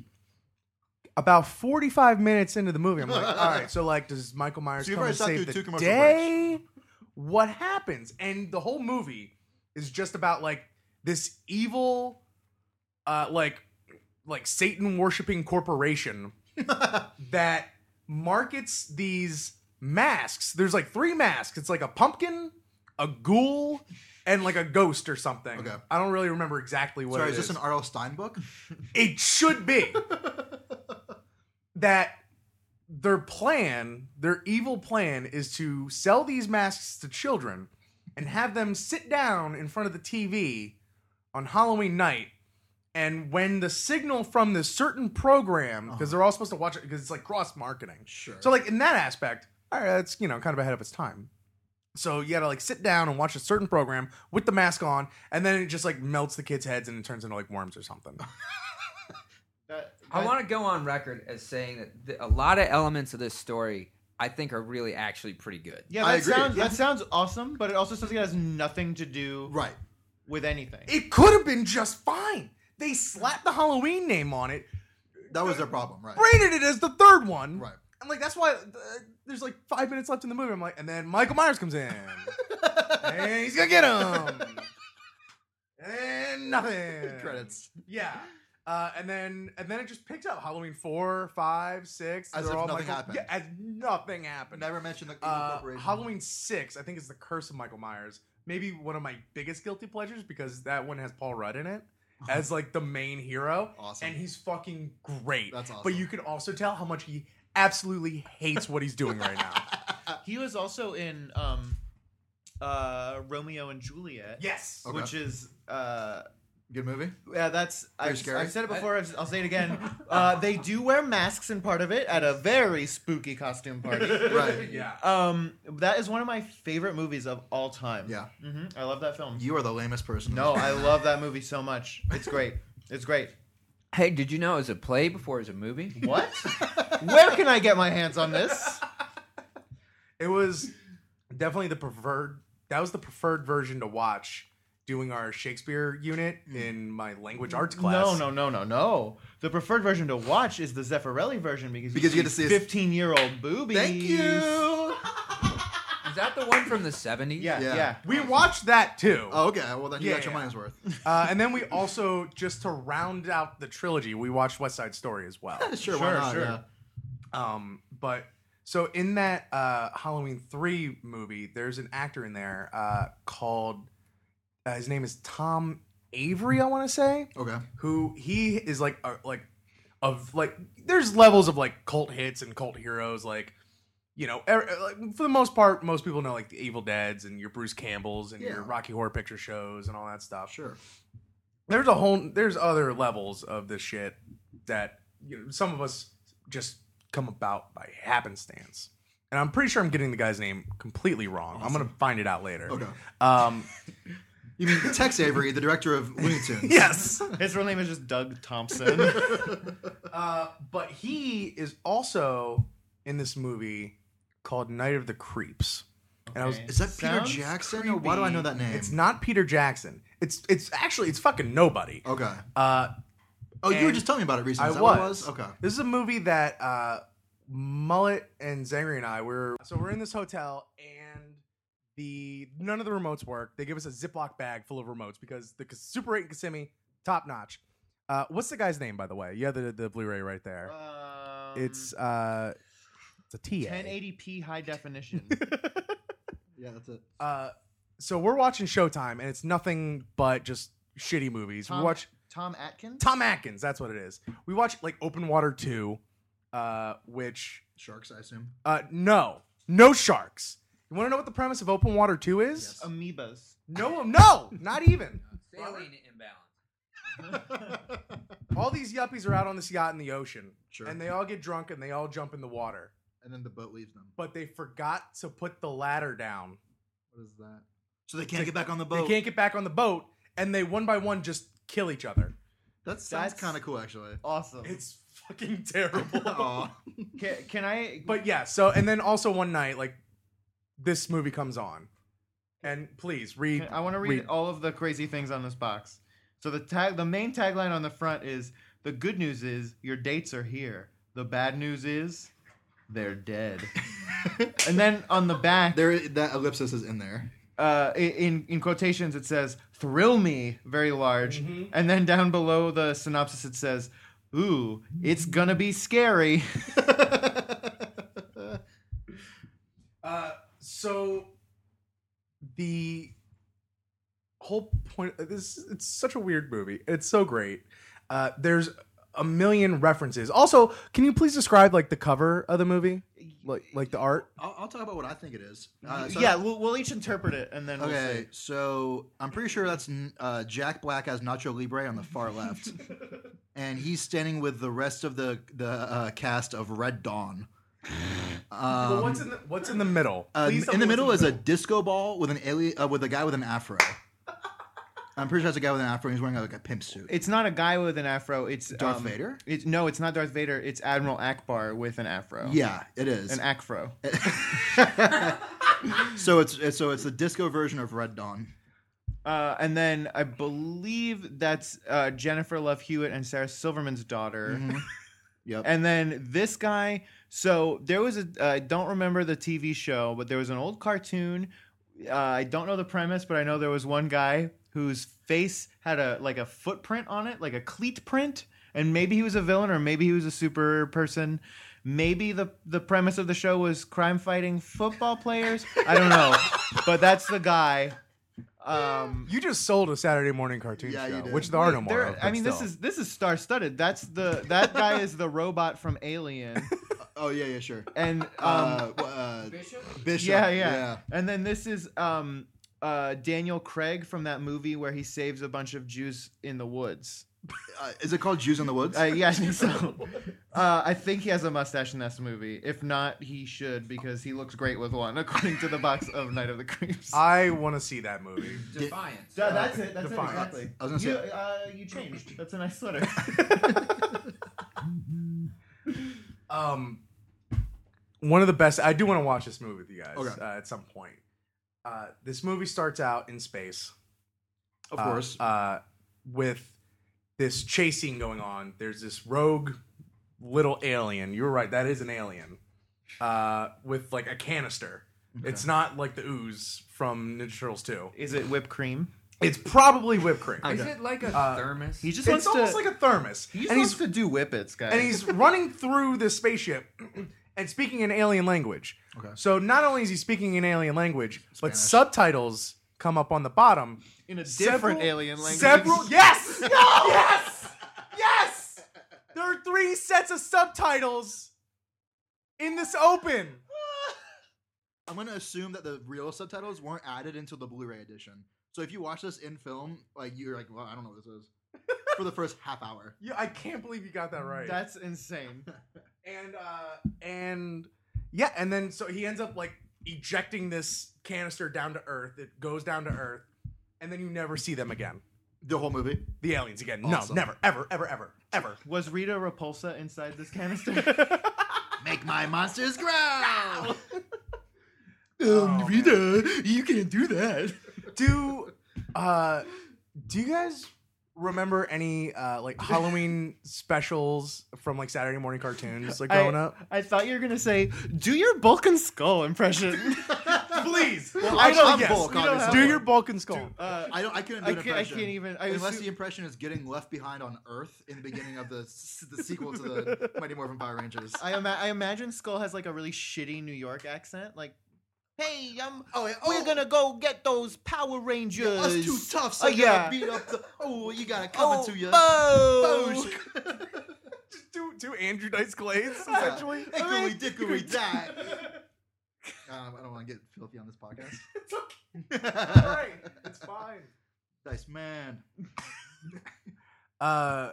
[SPEAKER 2] about 45 minutes into the movie, I'm like, all right, so like, does Michael Myers
[SPEAKER 1] So you've
[SPEAKER 2] come and
[SPEAKER 1] already sat through
[SPEAKER 2] save the
[SPEAKER 1] two commercial
[SPEAKER 2] day? What happens? And the whole movie is just about like this evil, uh, like, like Satan worshiping corporation that markets these masks. There's like three masks. It's like a pumpkin, a ghoul, and like a ghost or something.
[SPEAKER 1] Okay.
[SPEAKER 2] I don't really remember exactly what.
[SPEAKER 1] Sorry,
[SPEAKER 2] it
[SPEAKER 1] is this an R.L. Stein book?
[SPEAKER 2] it should be that their plan, their evil plan, is to sell these masks to children and have them sit down in front of the TV on Halloween night. And when the signal from this certain program, because they're all supposed to watch it, because it's like cross marketing.
[SPEAKER 1] Sure.
[SPEAKER 2] So, like in that aspect, all right, that's you know kind of ahead of its time. So you gotta like sit down and watch a certain program with the mask on, and then it just like melts the kids' heads and it turns into like worms or something.
[SPEAKER 3] That-
[SPEAKER 4] I
[SPEAKER 3] that-
[SPEAKER 4] want to go on record as saying that th- a lot of elements of this story I think are really actually pretty good.
[SPEAKER 3] Yeah,
[SPEAKER 1] I
[SPEAKER 3] that
[SPEAKER 1] agree.
[SPEAKER 3] sounds that sounds awesome, but it also sounds like it has nothing to do
[SPEAKER 1] right.
[SPEAKER 3] with anything.
[SPEAKER 2] It could have been just fine. They slapped the Halloween name on it,
[SPEAKER 1] That was their problem. Right.
[SPEAKER 2] rated it as the third one.
[SPEAKER 1] Right.
[SPEAKER 2] And like that's why uh, there's like five minutes left in the movie. I'm like, and then Michael Myers comes in, and he's gonna get him, and nothing.
[SPEAKER 1] Credits.
[SPEAKER 2] Yeah. Uh, and then and then it just picked up Halloween four, five, six.
[SPEAKER 1] As
[SPEAKER 2] they're
[SPEAKER 1] if
[SPEAKER 2] all
[SPEAKER 1] nothing
[SPEAKER 2] Michael-
[SPEAKER 1] happened.
[SPEAKER 2] Yeah, as nothing happened.
[SPEAKER 1] Never mentioned the evil
[SPEAKER 2] Uh,
[SPEAKER 1] corporation.
[SPEAKER 2] Halloween six, I think, is the curse of Michael Myers. Maybe one of my biggest guilty pleasures because that one has Paul Rudd in it as like the main hero,
[SPEAKER 1] Awesome.
[SPEAKER 2] and he's fucking great.
[SPEAKER 1] That's awesome.
[SPEAKER 2] But you can also tell how much he absolutely hates what he's doing right now.
[SPEAKER 3] He was also in um, uh, Romeo and Juliet,
[SPEAKER 2] yes.
[SPEAKER 1] Okay.
[SPEAKER 3] which is uh,
[SPEAKER 1] Good movie.
[SPEAKER 3] yeah, that's I've,
[SPEAKER 1] scary.
[SPEAKER 3] I've said it before. I've, I'll say it again. Uh, they do wear masks in part of it at a very spooky costume party.
[SPEAKER 1] Right.
[SPEAKER 2] Yeah.
[SPEAKER 3] um, that is one of my favorite movies of all time.
[SPEAKER 1] Yeah.
[SPEAKER 3] hmm I love that film.
[SPEAKER 1] You are the lamest person.
[SPEAKER 3] no, I love that movie so much. It's great. It's great.
[SPEAKER 4] Hey, did you know it was a play before it was a movie?
[SPEAKER 3] What? Where can I get my hands on this?
[SPEAKER 2] It was definitely the preferred. That was the preferred version to watch doing our Shakespeare unit
[SPEAKER 1] Mm.
[SPEAKER 2] in my language arts class.
[SPEAKER 3] No, no, no, no, no. The preferred version to watch is the Zeffirelli version because you,
[SPEAKER 1] Because you get to see his-
[SPEAKER 3] fifteen-year-old boobies.
[SPEAKER 1] Thank you.
[SPEAKER 4] Is that the one from the 70s?
[SPEAKER 3] Yeah,
[SPEAKER 1] Yeah.
[SPEAKER 3] yeah.
[SPEAKER 2] We watched that too.
[SPEAKER 1] Oh, okay. Well, then you
[SPEAKER 2] Yeah,
[SPEAKER 1] got your
[SPEAKER 2] yeah.
[SPEAKER 1] money's worth.
[SPEAKER 2] Uh, and then we also, just to round out the trilogy, we watched West Side Story as well.
[SPEAKER 1] sure, why
[SPEAKER 3] Sure,
[SPEAKER 1] not?
[SPEAKER 3] sure.
[SPEAKER 1] Yeah.
[SPEAKER 2] Um, but so in that uh, Halloween 3 movie, there's an actor in there uh, called, uh, his name is Tom Avery, I want to say,
[SPEAKER 1] Okay.
[SPEAKER 2] who he is like, a, like, of like, there's levels of like cult hits and cult heroes, like, you know, er, like, for the most part, most people know like the Evil Deads and your Bruce Campbells and
[SPEAKER 1] Yeah.
[SPEAKER 2] your Rocky Horror Picture Shows and all that stuff
[SPEAKER 1] Sure.
[SPEAKER 2] there's a whole there's other levels of this shit that you know some of us just come about by happenstance and i'm pretty sure i'm getting the guy's name completely wrong i'm gonna find it out later
[SPEAKER 1] Okay.
[SPEAKER 2] um
[SPEAKER 1] You mean Tex Avery, the director of Looney Tunes?
[SPEAKER 2] yes
[SPEAKER 3] His real name is just Doug Thompson.
[SPEAKER 2] uh but he is also in this movie called night of the creeps and i was
[SPEAKER 3] Okay.
[SPEAKER 1] Is that Peter
[SPEAKER 3] Sounds
[SPEAKER 1] Jackson? Or why do I know that
[SPEAKER 3] creepy.
[SPEAKER 1] name?
[SPEAKER 2] it's not peter jackson it's it's actually it's fucking nobody
[SPEAKER 1] Okay.
[SPEAKER 2] uh
[SPEAKER 1] Oh, you were
[SPEAKER 2] And
[SPEAKER 1] just telling me about it recently.
[SPEAKER 2] I
[SPEAKER 1] Is that
[SPEAKER 2] was.
[SPEAKER 1] what it was. Okay.
[SPEAKER 2] This is a movie that uh, Mullet and Zangri and I were. So we're in this hotel, and The none of the remotes work. They give us a Ziploc bag full of remotes because the K- Super 8 in Kissimmee, top notch. Uh, what's the guy's name, by the way? You have the, the Blu-ray right there.
[SPEAKER 3] Um,
[SPEAKER 2] it's uh, it's a TA.
[SPEAKER 3] 1080p high definition.
[SPEAKER 1] Yeah, that's it.
[SPEAKER 2] Uh, so we're watching Showtime, and it's nothing but just shitty movies.
[SPEAKER 3] Tom,
[SPEAKER 2] we watch
[SPEAKER 3] Tom Atkins.
[SPEAKER 2] Tom Atkins. That's what it is. We watch like Open Water Two, uh, which
[SPEAKER 1] Sharks, I assume.
[SPEAKER 2] uh, no, no sharks. You want to know what the premise of Open Water Two is? Uh,
[SPEAKER 3] Amoebas.
[SPEAKER 2] No, um, no, not even.
[SPEAKER 4] Saline imbalance.
[SPEAKER 2] All these yuppies are out on this yacht in the ocean,
[SPEAKER 1] Sure.
[SPEAKER 2] and they all get drunk and they all jump in the water.
[SPEAKER 1] And then the boat leaves them.
[SPEAKER 2] But they forgot to put the ladder down.
[SPEAKER 1] What is that? So they can't get back on the boat.
[SPEAKER 2] They can't get back on the boat, and they one by one just kill each other.
[SPEAKER 1] That sounds
[SPEAKER 3] That's-
[SPEAKER 1] kind of cool, actually.
[SPEAKER 3] Awesome.
[SPEAKER 2] It's fucking terrible.
[SPEAKER 1] Aw.
[SPEAKER 3] Can, can I?
[SPEAKER 2] but yeah, so and then also one night, like this movie comes on, and please read.
[SPEAKER 3] Can- I want to read
[SPEAKER 2] read-
[SPEAKER 3] all of the crazy things on this box. So the tag, the main tagline on the front is: "The good news is your dates are here. The bad news is they're dead." and then on the back,
[SPEAKER 1] there, that ellipsis is in there.
[SPEAKER 3] uh, i- in in quotations, it says "thrill me" very large, and then down below the synopsis, it says, "Ooh, it's gonna be scary."
[SPEAKER 2] Uh, so the whole point this it's such a weird movie. It's so great. Uh, there's a million references. Also, can you please describe like the cover of the movie, like like the art?
[SPEAKER 1] I'll, I'll talk about what I think it is. Uh, so-
[SPEAKER 3] yeah, we'll, we'll each interpret it, and then we'll
[SPEAKER 1] Okay,
[SPEAKER 3] see.
[SPEAKER 1] so I'm pretty sure that's n- uh, Jack Black as Nacho Libre on the far left, and he's standing with the rest of the the uh, cast of Red Dawn.
[SPEAKER 2] But
[SPEAKER 1] Um,
[SPEAKER 2] what's in the what's in the middle?
[SPEAKER 1] uh,
[SPEAKER 2] Please tell
[SPEAKER 1] in
[SPEAKER 2] me
[SPEAKER 1] the
[SPEAKER 2] what's
[SPEAKER 1] middle is a disco ball with an alien uh, with a guy with an afro. I'm pretty sure that's a guy with an afro. and He's wearing like a pimp suit.
[SPEAKER 3] It's not a guy with an afro. It's
[SPEAKER 1] Darth
[SPEAKER 3] um,
[SPEAKER 1] Vader?
[SPEAKER 3] It's no, it's not Darth Vader. It's Admiral Akbar with an afro.
[SPEAKER 1] yeah, Uh, it is.
[SPEAKER 3] an afro.
[SPEAKER 1] so it's it's- so it's the disco version of Red Dawn.
[SPEAKER 3] Uh, and then I believe that's uh, Jennifer Love Hewitt and Sarah Silverman's daughter.
[SPEAKER 1] Mm-hmm. Yep.
[SPEAKER 3] And then this guy. So there was a. I don't remember the TV show, but there was an old cartoon. Uh, I don't know the premise, but I know there was one guy whose face had a like a footprint on it, like a cleat print. And maybe he was a villain, or maybe he was a super person. Maybe the the premise of the show was crime fighting football players. I don't know, but that's the guy. Um,
[SPEAKER 2] You just sold a Saturday morning cartoon
[SPEAKER 1] Yeah, you
[SPEAKER 2] show,
[SPEAKER 1] did.
[SPEAKER 2] which there are no
[SPEAKER 3] Wait,
[SPEAKER 2] more.
[SPEAKER 3] there-
[SPEAKER 2] of,
[SPEAKER 3] I
[SPEAKER 2] but
[SPEAKER 3] mean, this
[SPEAKER 2] still.
[SPEAKER 3] is this is star studded. That's the that guy is the robot from Alien,
[SPEAKER 1] oh yeah, yeah, sure.
[SPEAKER 3] and um,
[SPEAKER 1] Uh, wha- uh,
[SPEAKER 4] Bishop?
[SPEAKER 1] Bishop.
[SPEAKER 3] yeah, yeah, and then this is um, uh, Daniel Craig from that movie where he saves a bunch of Jews in the woods.
[SPEAKER 1] Uh, is it called Jews in the Woods?
[SPEAKER 3] Uh, yeah, I think so. Uh, I think he has a mustache in this movie. If not, he should because he looks great with one, according to the box of Night of the Creeps.
[SPEAKER 2] I want to see that movie.
[SPEAKER 4] Defiance.
[SPEAKER 3] That- that's it. That's
[SPEAKER 2] Defiance.
[SPEAKER 3] it. Exactly.
[SPEAKER 1] I was gonna
[SPEAKER 3] you,
[SPEAKER 1] say-
[SPEAKER 3] uh, you changed. That's a nice sweater.
[SPEAKER 2] Um, one of the best. I do want to watch this movie with you guys
[SPEAKER 1] Okay.
[SPEAKER 2] uh, at some point. Uh, this movie starts out in space,
[SPEAKER 1] of
[SPEAKER 2] uh,
[SPEAKER 1] course.
[SPEAKER 2] uh, with this chase scene going on. There's this rogue little alien. You're right. That is an alien. Uh, with like a canister. It's not like the ooze from Ninja Turtles 2.
[SPEAKER 3] Is it whipped cream?
[SPEAKER 2] It's probably whipped cream. Uh,
[SPEAKER 4] Is it like a thermos?
[SPEAKER 3] He just
[SPEAKER 2] it's
[SPEAKER 3] wants
[SPEAKER 2] almost
[SPEAKER 3] to.
[SPEAKER 2] like a thermos.
[SPEAKER 3] He just
[SPEAKER 2] and
[SPEAKER 3] wants
[SPEAKER 2] he's
[SPEAKER 3] to do whippets, guys.
[SPEAKER 2] and he's running through this spaceship and speaking an alien language.
[SPEAKER 1] Okay.
[SPEAKER 2] So not only is he speaking an alien language, but
[SPEAKER 1] Spanish.
[SPEAKER 2] subtitles come up on the bottom.
[SPEAKER 3] in a
[SPEAKER 2] Several-
[SPEAKER 3] different alien language.
[SPEAKER 2] Several Yes! Yes! Yes! There are three sets of subtitles in this open.
[SPEAKER 1] I'm gonna assume that the real subtitles weren't added into the Blu-ray edition. So if you watch this in film, like you're like, well, I don't know what this is for the first half hour.
[SPEAKER 2] Yeah, I can't believe you got that right.
[SPEAKER 3] That's insane.
[SPEAKER 2] and uh and yeah and then so he ends up like ejecting this canister down to earth it goes down to earth and then you never see them again
[SPEAKER 1] The whole movie.
[SPEAKER 2] the aliens again
[SPEAKER 1] Awesome.
[SPEAKER 2] no never ever ever ever ever
[SPEAKER 3] Was Rita Repulsa inside this canister?
[SPEAKER 1] Um, Make my monsters growl.
[SPEAKER 2] Oh,
[SPEAKER 1] you can't do that.
[SPEAKER 2] do uh do you guys remember any uh like halloween specials from like saturday morning cartoons like growing
[SPEAKER 3] I,
[SPEAKER 2] up
[SPEAKER 3] I thought you were gonna say, "Do your Bulk and Skull impression."
[SPEAKER 2] please.
[SPEAKER 1] Well,
[SPEAKER 2] I
[SPEAKER 1] I
[SPEAKER 2] know.
[SPEAKER 1] am
[SPEAKER 2] Yes.
[SPEAKER 1] bulk,
[SPEAKER 2] We don't
[SPEAKER 1] obviously.
[SPEAKER 2] do your Balkan skull.
[SPEAKER 3] Uh,
[SPEAKER 1] I don't. I couldn't do
[SPEAKER 3] I
[SPEAKER 1] an
[SPEAKER 3] can't, I
[SPEAKER 1] impression.
[SPEAKER 3] can't even. I
[SPEAKER 1] Unless
[SPEAKER 3] assume-
[SPEAKER 1] the impression is getting left behind on Earth in the beginning of the s- the sequel to the Mighty Morphin Power Rangers.
[SPEAKER 3] I, ima- I imagine Skull has like a really shitty New York accent. Like, hey, I'm,
[SPEAKER 1] oh, yeah,
[SPEAKER 3] we're gonna go get those Power Rangers.
[SPEAKER 1] us two toughs. So
[SPEAKER 2] uh,
[SPEAKER 3] Oh,
[SPEAKER 1] yeah,
[SPEAKER 3] yeah.
[SPEAKER 1] beat up the. Oh, you gotta come Oh,
[SPEAKER 3] oh,
[SPEAKER 1] to you.
[SPEAKER 2] oh,
[SPEAKER 3] bo!
[SPEAKER 1] Boosh.
[SPEAKER 2] Two, two Andrew Dice Clays,
[SPEAKER 1] Yeah.
[SPEAKER 2] essentially.
[SPEAKER 1] Hickory dickory die. Um, I don't want to get filthy on this podcast.
[SPEAKER 2] It's okay. It's fine.
[SPEAKER 1] Dice man.
[SPEAKER 2] Uh,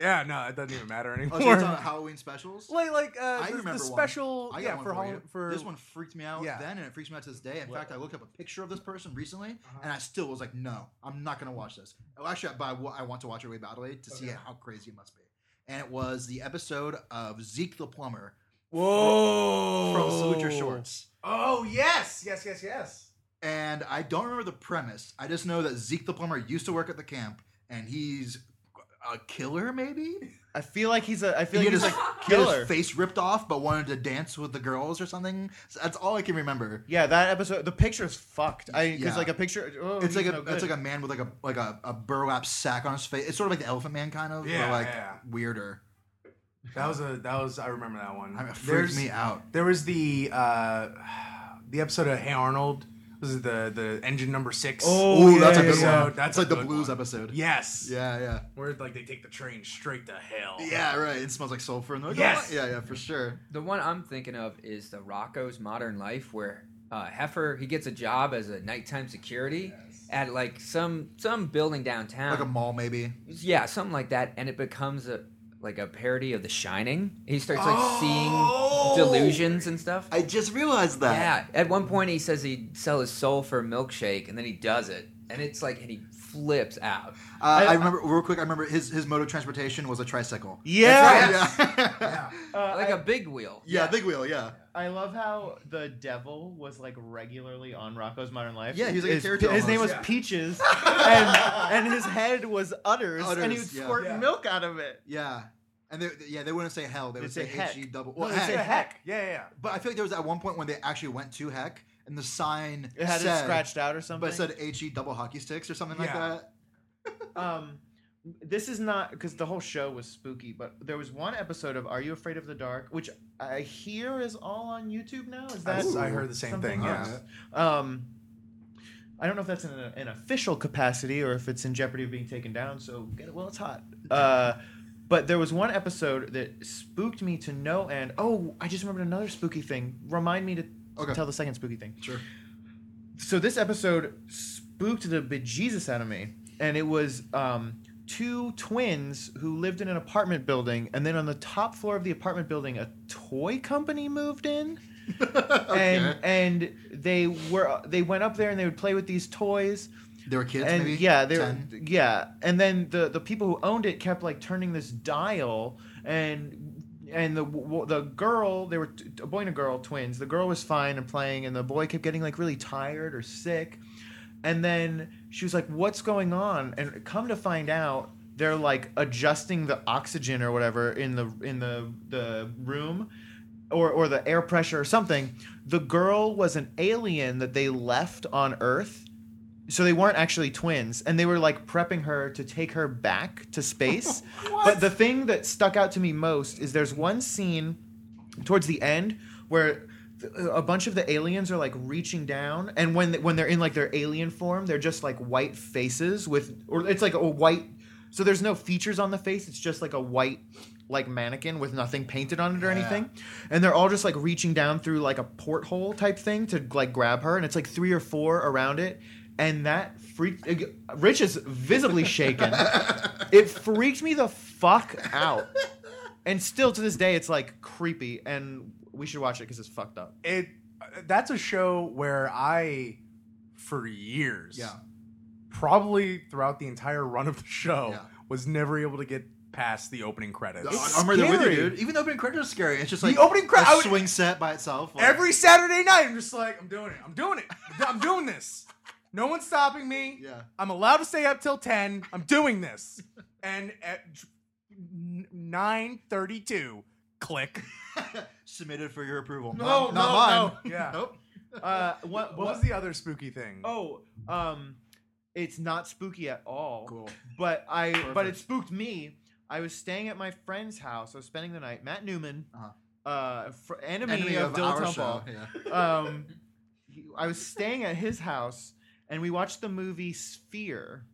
[SPEAKER 2] yeah, no, it doesn't even matter
[SPEAKER 1] Oh, so
[SPEAKER 2] anymore.
[SPEAKER 1] it's on Halloween specials.
[SPEAKER 2] like, like uh,
[SPEAKER 1] I
[SPEAKER 2] the- the,
[SPEAKER 1] remember one.
[SPEAKER 2] special,
[SPEAKER 1] I got
[SPEAKER 2] yeah,
[SPEAKER 1] one
[SPEAKER 2] for,
[SPEAKER 1] for,
[SPEAKER 2] Hall-
[SPEAKER 1] you.
[SPEAKER 2] for
[SPEAKER 1] this one freaked me out
[SPEAKER 2] Yeah.
[SPEAKER 1] then, and it freaks me out to this day. In
[SPEAKER 2] What?
[SPEAKER 1] fact, I looked up a picture of this person recently,
[SPEAKER 2] Uh-huh.
[SPEAKER 1] and I still was like, "No, I'm not gonna watch this." Oh, actually, I, but I, wa- I want to watch Away Battle Aid to see how crazy it must be. And it was the episode of Zeke the Plumber
[SPEAKER 2] Whoa!
[SPEAKER 3] Oh.
[SPEAKER 1] from Salute Your Shorts.
[SPEAKER 2] Oh yes, yes, yes, yes.
[SPEAKER 1] and I don't remember the premise. I just know that Zeke the plumber used to work at the camp, and he's a killer, maybe.
[SPEAKER 3] I feel like he's a. I feel
[SPEAKER 1] he
[SPEAKER 3] like
[SPEAKER 1] had
[SPEAKER 3] he's
[SPEAKER 1] his,
[SPEAKER 3] like
[SPEAKER 1] like, he had
[SPEAKER 3] killer.
[SPEAKER 1] his face ripped off, but wanted to dance with the girls or something. So that's all I can remember.
[SPEAKER 3] Yeah, that episode. The picture's fucked. I because
[SPEAKER 1] Yeah.
[SPEAKER 3] like a picture. Oh,
[SPEAKER 1] It's like
[SPEAKER 3] he's
[SPEAKER 1] a
[SPEAKER 3] no
[SPEAKER 1] it's
[SPEAKER 3] good.
[SPEAKER 1] like a man with like a like a, a burlap sack on his face. It's sort of like the Elephant Man kind of,
[SPEAKER 2] Yeah,
[SPEAKER 1] but like
[SPEAKER 2] yeah.
[SPEAKER 1] weirder.
[SPEAKER 2] That was a that was I remember that one.
[SPEAKER 1] I mean, it freaked
[SPEAKER 2] There's-
[SPEAKER 1] me out.
[SPEAKER 2] There was the uh, the episode of Hey Arnold. Was it the the engine number six?
[SPEAKER 1] Oh, that's
[SPEAKER 2] yeah,
[SPEAKER 1] a good
[SPEAKER 2] yeah,
[SPEAKER 1] one.
[SPEAKER 2] yeah. That's
[SPEAKER 1] That's like
[SPEAKER 2] a
[SPEAKER 1] the
[SPEAKER 2] good
[SPEAKER 1] blues
[SPEAKER 2] one.
[SPEAKER 1] episode.
[SPEAKER 2] Yes.
[SPEAKER 1] yeah, yeah,
[SPEAKER 2] Where like they take the train straight to hell.
[SPEAKER 1] yeah. Right. It smells like sulfur. And they're like,
[SPEAKER 2] Yes.
[SPEAKER 1] "Oh, Yeah, yeah, for sure.
[SPEAKER 4] The one I'm thinking of is the Rocco's Modern Life, where uh, Heifer he gets a job as a nighttime security at like some some building downtown.
[SPEAKER 1] Like a mall, maybe.
[SPEAKER 4] yeah, something like that, and it becomes a like a parody of The Shining. He starts like
[SPEAKER 2] Oh!
[SPEAKER 4] seeing delusions and stuff.
[SPEAKER 1] I just realized that.
[SPEAKER 4] yeah, at one point he says he'd sell his soul for a milkshake, and then he does it, and it's like and he flips out.
[SPEAKER 1] Uh, I, remember real quick. I remember his his mode of transportation was a tricycle.
[SPEAKER 3] yeah.
[SPEAKER 1] Yeah, yeah.
[SPEAKER 3] Uh,
[SPEAKER 4] like a big wheel.
[SPEAKER 1] yeah big wheel. Yeah,
[SPEAKER 3] I love how the devil was like regularly on Rocco's Modern Life.
[SPEAKER 1] Yeah, he was like a
[SPEAKER 3] his,
[SPEAKER 1] character
[SPEAKER 3] His name was
[SPEAKER 1] almost, yeah.
[SPEAKER 3] Peaches, and and his head was udders, and he
[SPEAKER 1] Udders,
[SPEAKER 3] would
[SPEAKER 1] yeah.
[SPEAKER 3] squirt
[SPEAKER 2] Yeah.
[SPEAKER 3] milk out of it.
[SPEAKER 1] yeah. And they, yeah, they wouldn't say hell. They would say
[SPEAKER 3] They'd say
[SPEAKER 1] H E
[SPEAKER 3] heck.
[SPEAKER 1] double.
[SPEAKER 3] No,
[SPEAKER 1] Well,
[SPEAKER 3] they'd say
[SPEAKER 1] heck.
[SPEAKER 2] Heck. Yeah, yeah. yeah.
[SPEAKER 1] But I feel like there was at one point when they actually went to heck, and the sign
[SPEAKER 3] It had
[SPEAKER 1] said,
[SPEAKER 3] it scratched out or something.
[SPEAKER 1] but it said H E double hockey sticks or something like
[SPEAKER 2] Yeah.
[SPEAKER 1] that.
[SPEAKER 3] um, this is not because the whole show was spooky, but there was one episode of Are You Afraid of the Dark, which I hear is all on YouTube now. Is that
[SPEAKER 2] I heard the same
[SPEAKER 3] something
[SPEAKER 2] thing. Yeah.
[SPEAKER 1] else.
[SPEAKER 3] Um, I don't know if that's in a, an official capacity or if it's in jeopardy of being taken down. So get it while it's hot. Uh, but there was one episode that spooked me to no end. Oh, I just remembered another spooky thing. Remind me to
[SPEAKER 1] Okay.
[SPEAKER 3] tell the second spooky thing.
[SPEAKER 1] Sure.
[SPEAKER 3] So this episode spooked the bejesus out of me, and it was um, two twins who lived in an apartment building, and then on the top floor of the apartment building, a toy company moved in
[SPEAKER 1] Okay.
[SPEAKER 3] and and they were they went up there and they would play with these toys
[SPEAKER 1] There were kids,
[SPEAKER 3] and
[SPEAKER 1] maybe.
[SPEAKER 3] yeah they were,
[SPEAKER 1] 10.
[SPEAKER 3] yeah and then the the people who owned it kept like turning this dial and and the w- the girl they were t- a boy and a girl twins the girl was fine and playing and the boy kept getting like really tired or sick and then she was like what's going on and come to find out they're like adjusting the oxygen or whatever in the in the the room or, or the air pressure or something the girl was an alien that they left on earth so they weren't actually twins and they were like prepping her to take her back to space but the thing that stuck out to me most is there's one scene towards the end where th- a bunch of the aliens are like reaching down and when th- when they're in like their alien form they're just like white faces with or it's like a white so there's no features on the face it's just like a white like mannequin with nothing painted on it or anything and they're all just like reaching down through like a porthole type thing to like grab her and it's like three or four around it and that freaked rich is visibly shaken it freaked me the fuck out and still to this day, it's like creepy, and we should watch it because it's fucked up.
[SPEAKER 2] It that's a show where I for years
[SPEAKER 1] Yeah.
[SPEAKER 2] probably throughout the entire run of the show
[SPEAKER 1] Yeah.
[SPEAKER 2] was never able to get past the opening credits.
[SPEAKER 1] I'm right there with you,
[SPEAKER 2] scary.
[SPEAKER 1] dude. Even the opening credits are scary. It's just
[SPEAKER 2] The
[SPEAKER 1] like
[SPEAKER 2] opening cre- I
[SPEAKER 1] a
[SPEAKER 2] would-
[SPEAKER 1] swing set by itself. like-
[SPEAKER 2] Every Saturday night, I'm just like, I'm doing it. I'm doing it. I'm doing this. No one's stopping me.
[SPEAKER 1] Yeah.
[SPEAKER 2] I'm allowed to stay up till 10. I'm doing this. And at 9:32, click.
[SPEAKER 1] submitted for your approval.
[SPEAKER 2] No,
[SPEAKER 1] not,
[SPEAKER 2] no,
[SPEAKER 1] not mine.
[SPEAKER 2] no. Yeah.
[SPEAKER 1] Oh, Nope.
[SPEAKER 3] Uh, what,
[SPEAKER 2] What was the other spooky thing?
[SPEAKER 3] Oh, um, it's not spooky at all.
[SPEAKER 1] Cool.
[SPEAKER 3] But I, but it
[SPEAKER 1] Perfect.
[SPEAKER 3] spooked me. I was staying at my friend's house. I was spending the night. Matt Newman,
[SPEAKER 1] Uh-huh.
[SPEAKER 3] uh, fr- enemy,
[SPEAKER 1] Enemy
[SPEAKER 3] of,
[SPEAKER 1] of
[SPEAKER 3] Dill
[SPEAKER 1] our
[SPEAKER 3] Temple.
[SPEAKER 1] show. Yeah.
[SPEAKER 3] Um, he- I was staying at his house, and we watched the movie Sphere,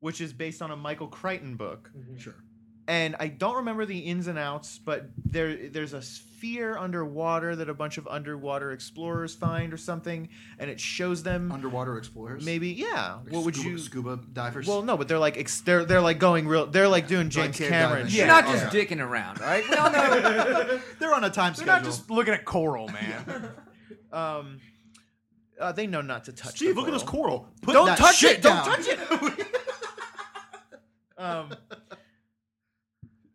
[SPEAKER 3] which is based on a Michael Crichton book.
[SPEAKER 1] Sure.
[SPEAKER 3] And I don't remember the ins and outs, but there there's a sphere underwater that a bunch of underwater explorers find or something, and it shows them
[SPEAKER 1] Underwater explorers.
[SPEAKER 3] Maybe, yeah.
[SPEAKER 1] Like
[SPEAKER 3] what would
[SPEAKER 1] scuba,
[SPEAKER 3] you?
[SPEAKER 1] scuba divers?
[SPEAKER 3] Well, no, but they're like ex- they're they're like going real. They're like doing James
[SPEAKER 1] cave
[SPEAKER 3] Cameron.
[SPEAKER 1] diving.
[SPEAKER 3] shit.
[SPEAKER 4] You're
[SPEAKER 1] Yeah.
[SPEAKER 4] not
[SPEAKER 1] Oh,
[SPEAKER 4] just
[SPEAKER 1] yeah.
[SPEAKER 4] dicking around, all right? We all know.
[SPEAKER 1] they're on a time
[SPEAKER 2] They're
[SPEAKER 1] schedule.
[SPEAKER 2] not just looking at coral, man.
[SPEAKER 3] Um, uh, they know not to touch.
[SPEAKER 1] Steve,
[SPEAKER 3] the
[SPEAKER 1] look at this
[SPEAKER 3] coral.
[SPEAKER 1] coral. Put
[SPEAKER 3] Don't
[SPEAKER 1] that
[SPEAKER 3] touch
[SPEAKER 1] shit
[SPEAKER 3] it!
[SPEAKER 1] Down.
[SPEAKER 3] Don't
[SPEAKER 1] touch it.
[SPEAKER 3] um,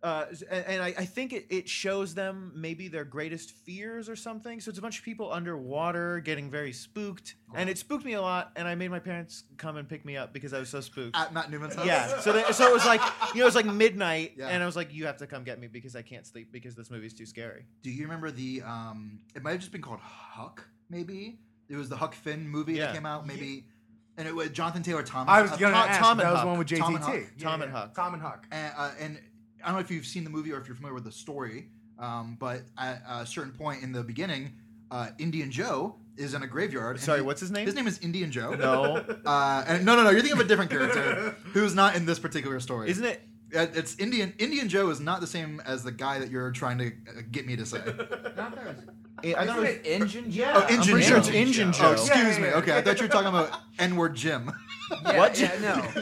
[SPEAKER 3] uh, and, and I, I think it, it shows them maybe their greatest fears or something. So it's a bunch of people underwater getting very spooked, and it spooked me a lot. And I made my parents come and pick me up because I was so spooked.
[SPEAKER 1] At Matt Newman's house.
[SPEAKER 3] yeah, so they, so it was like you know it was like midnight,
[SPEAKER 1] Yeah.
[SPEAKER 3] and I was like, you have to come get me because I can't sleep because this movie's too scary.
[SPEAKER 1] Do you remember the? Um, it might have just been called Huck. Maybe it was the Huck Finn movie
[SPEAKER 3] Yeah.
[SPEAKER 1] that came out. Maybe, and it was Jonathan Taylor Thomas.
[SPEAKER 2] I was
[SPEAKER 1] uh,
[SPEAKER 2] gonna
[SPEAKER 3] Tom-
[SPEAKER 2] ask.
[SPEAKER 3] Tom
[SPEAKER 2] but
[SPEAKER 3] and
[SPEAKER 2] that was
[SPEAKER 3] Huck.
[SPEAKER 2] one with JTT.
[SPEAKER 1] Tom and Huck.
[SPEAKER 3] Tom
[SPEAKER 2] Tom
[SPEAKER 3] and Huck.
[SPEAKER 2] and Huck.
[SPEAKER 1] and, uh, and I don't know if you've seen the movie or if you're familiar with the story, um, but at a certain point in the beginning, uh, Indian Joe is in a graveyard. and
[SPEAKER 3] Sorry,
[SPEAKER 1] he-
[SPEAKER 3] what's his name?
[SPEAKER 1] His name is Indian Joe.
[SPEAKER 3] No,
[SPEAKER 1] Uh, and no, no, no. You're thinking of a different character who's not in this particular story.
[SPEAKER 3] isn't it?
[SPEAKER 1] Uh, It's Indian. Indian Joe is not the same as the guy that you're trying to uh, get me to say.
[SPEAKER 3] I thought it
[SPEAKER 4] Isn't
[SPEAKER 3] was
[SPEAKER 4] it engine Joe?
[SPEAKER 2] Yeah.
[SPEAKER 1] Oh,
[SPEAKER 4] I'm
[SPEAKER 1] Injun
[SPEAKER 4] pretty
[SPEAKER 1] Joe.
[SPEAKER 4] sure it's
[SPEAKER 3] Injun
[SPEAKER 1] Oh,
[SPEAKER 3] Joe.
[SPEAKER 1] excuse
[SPEAKER 2] Yeah, yeah,
[SPEAKER 1] me.
[SPEAKER 2] yeah.
[SPEAKER 1] Okay, I thought you were talking about N-word Jim.
[SPEAKER 4] Yeah,
[SPEAKER 3] What?
[SPEAKER 4] Yeah, no.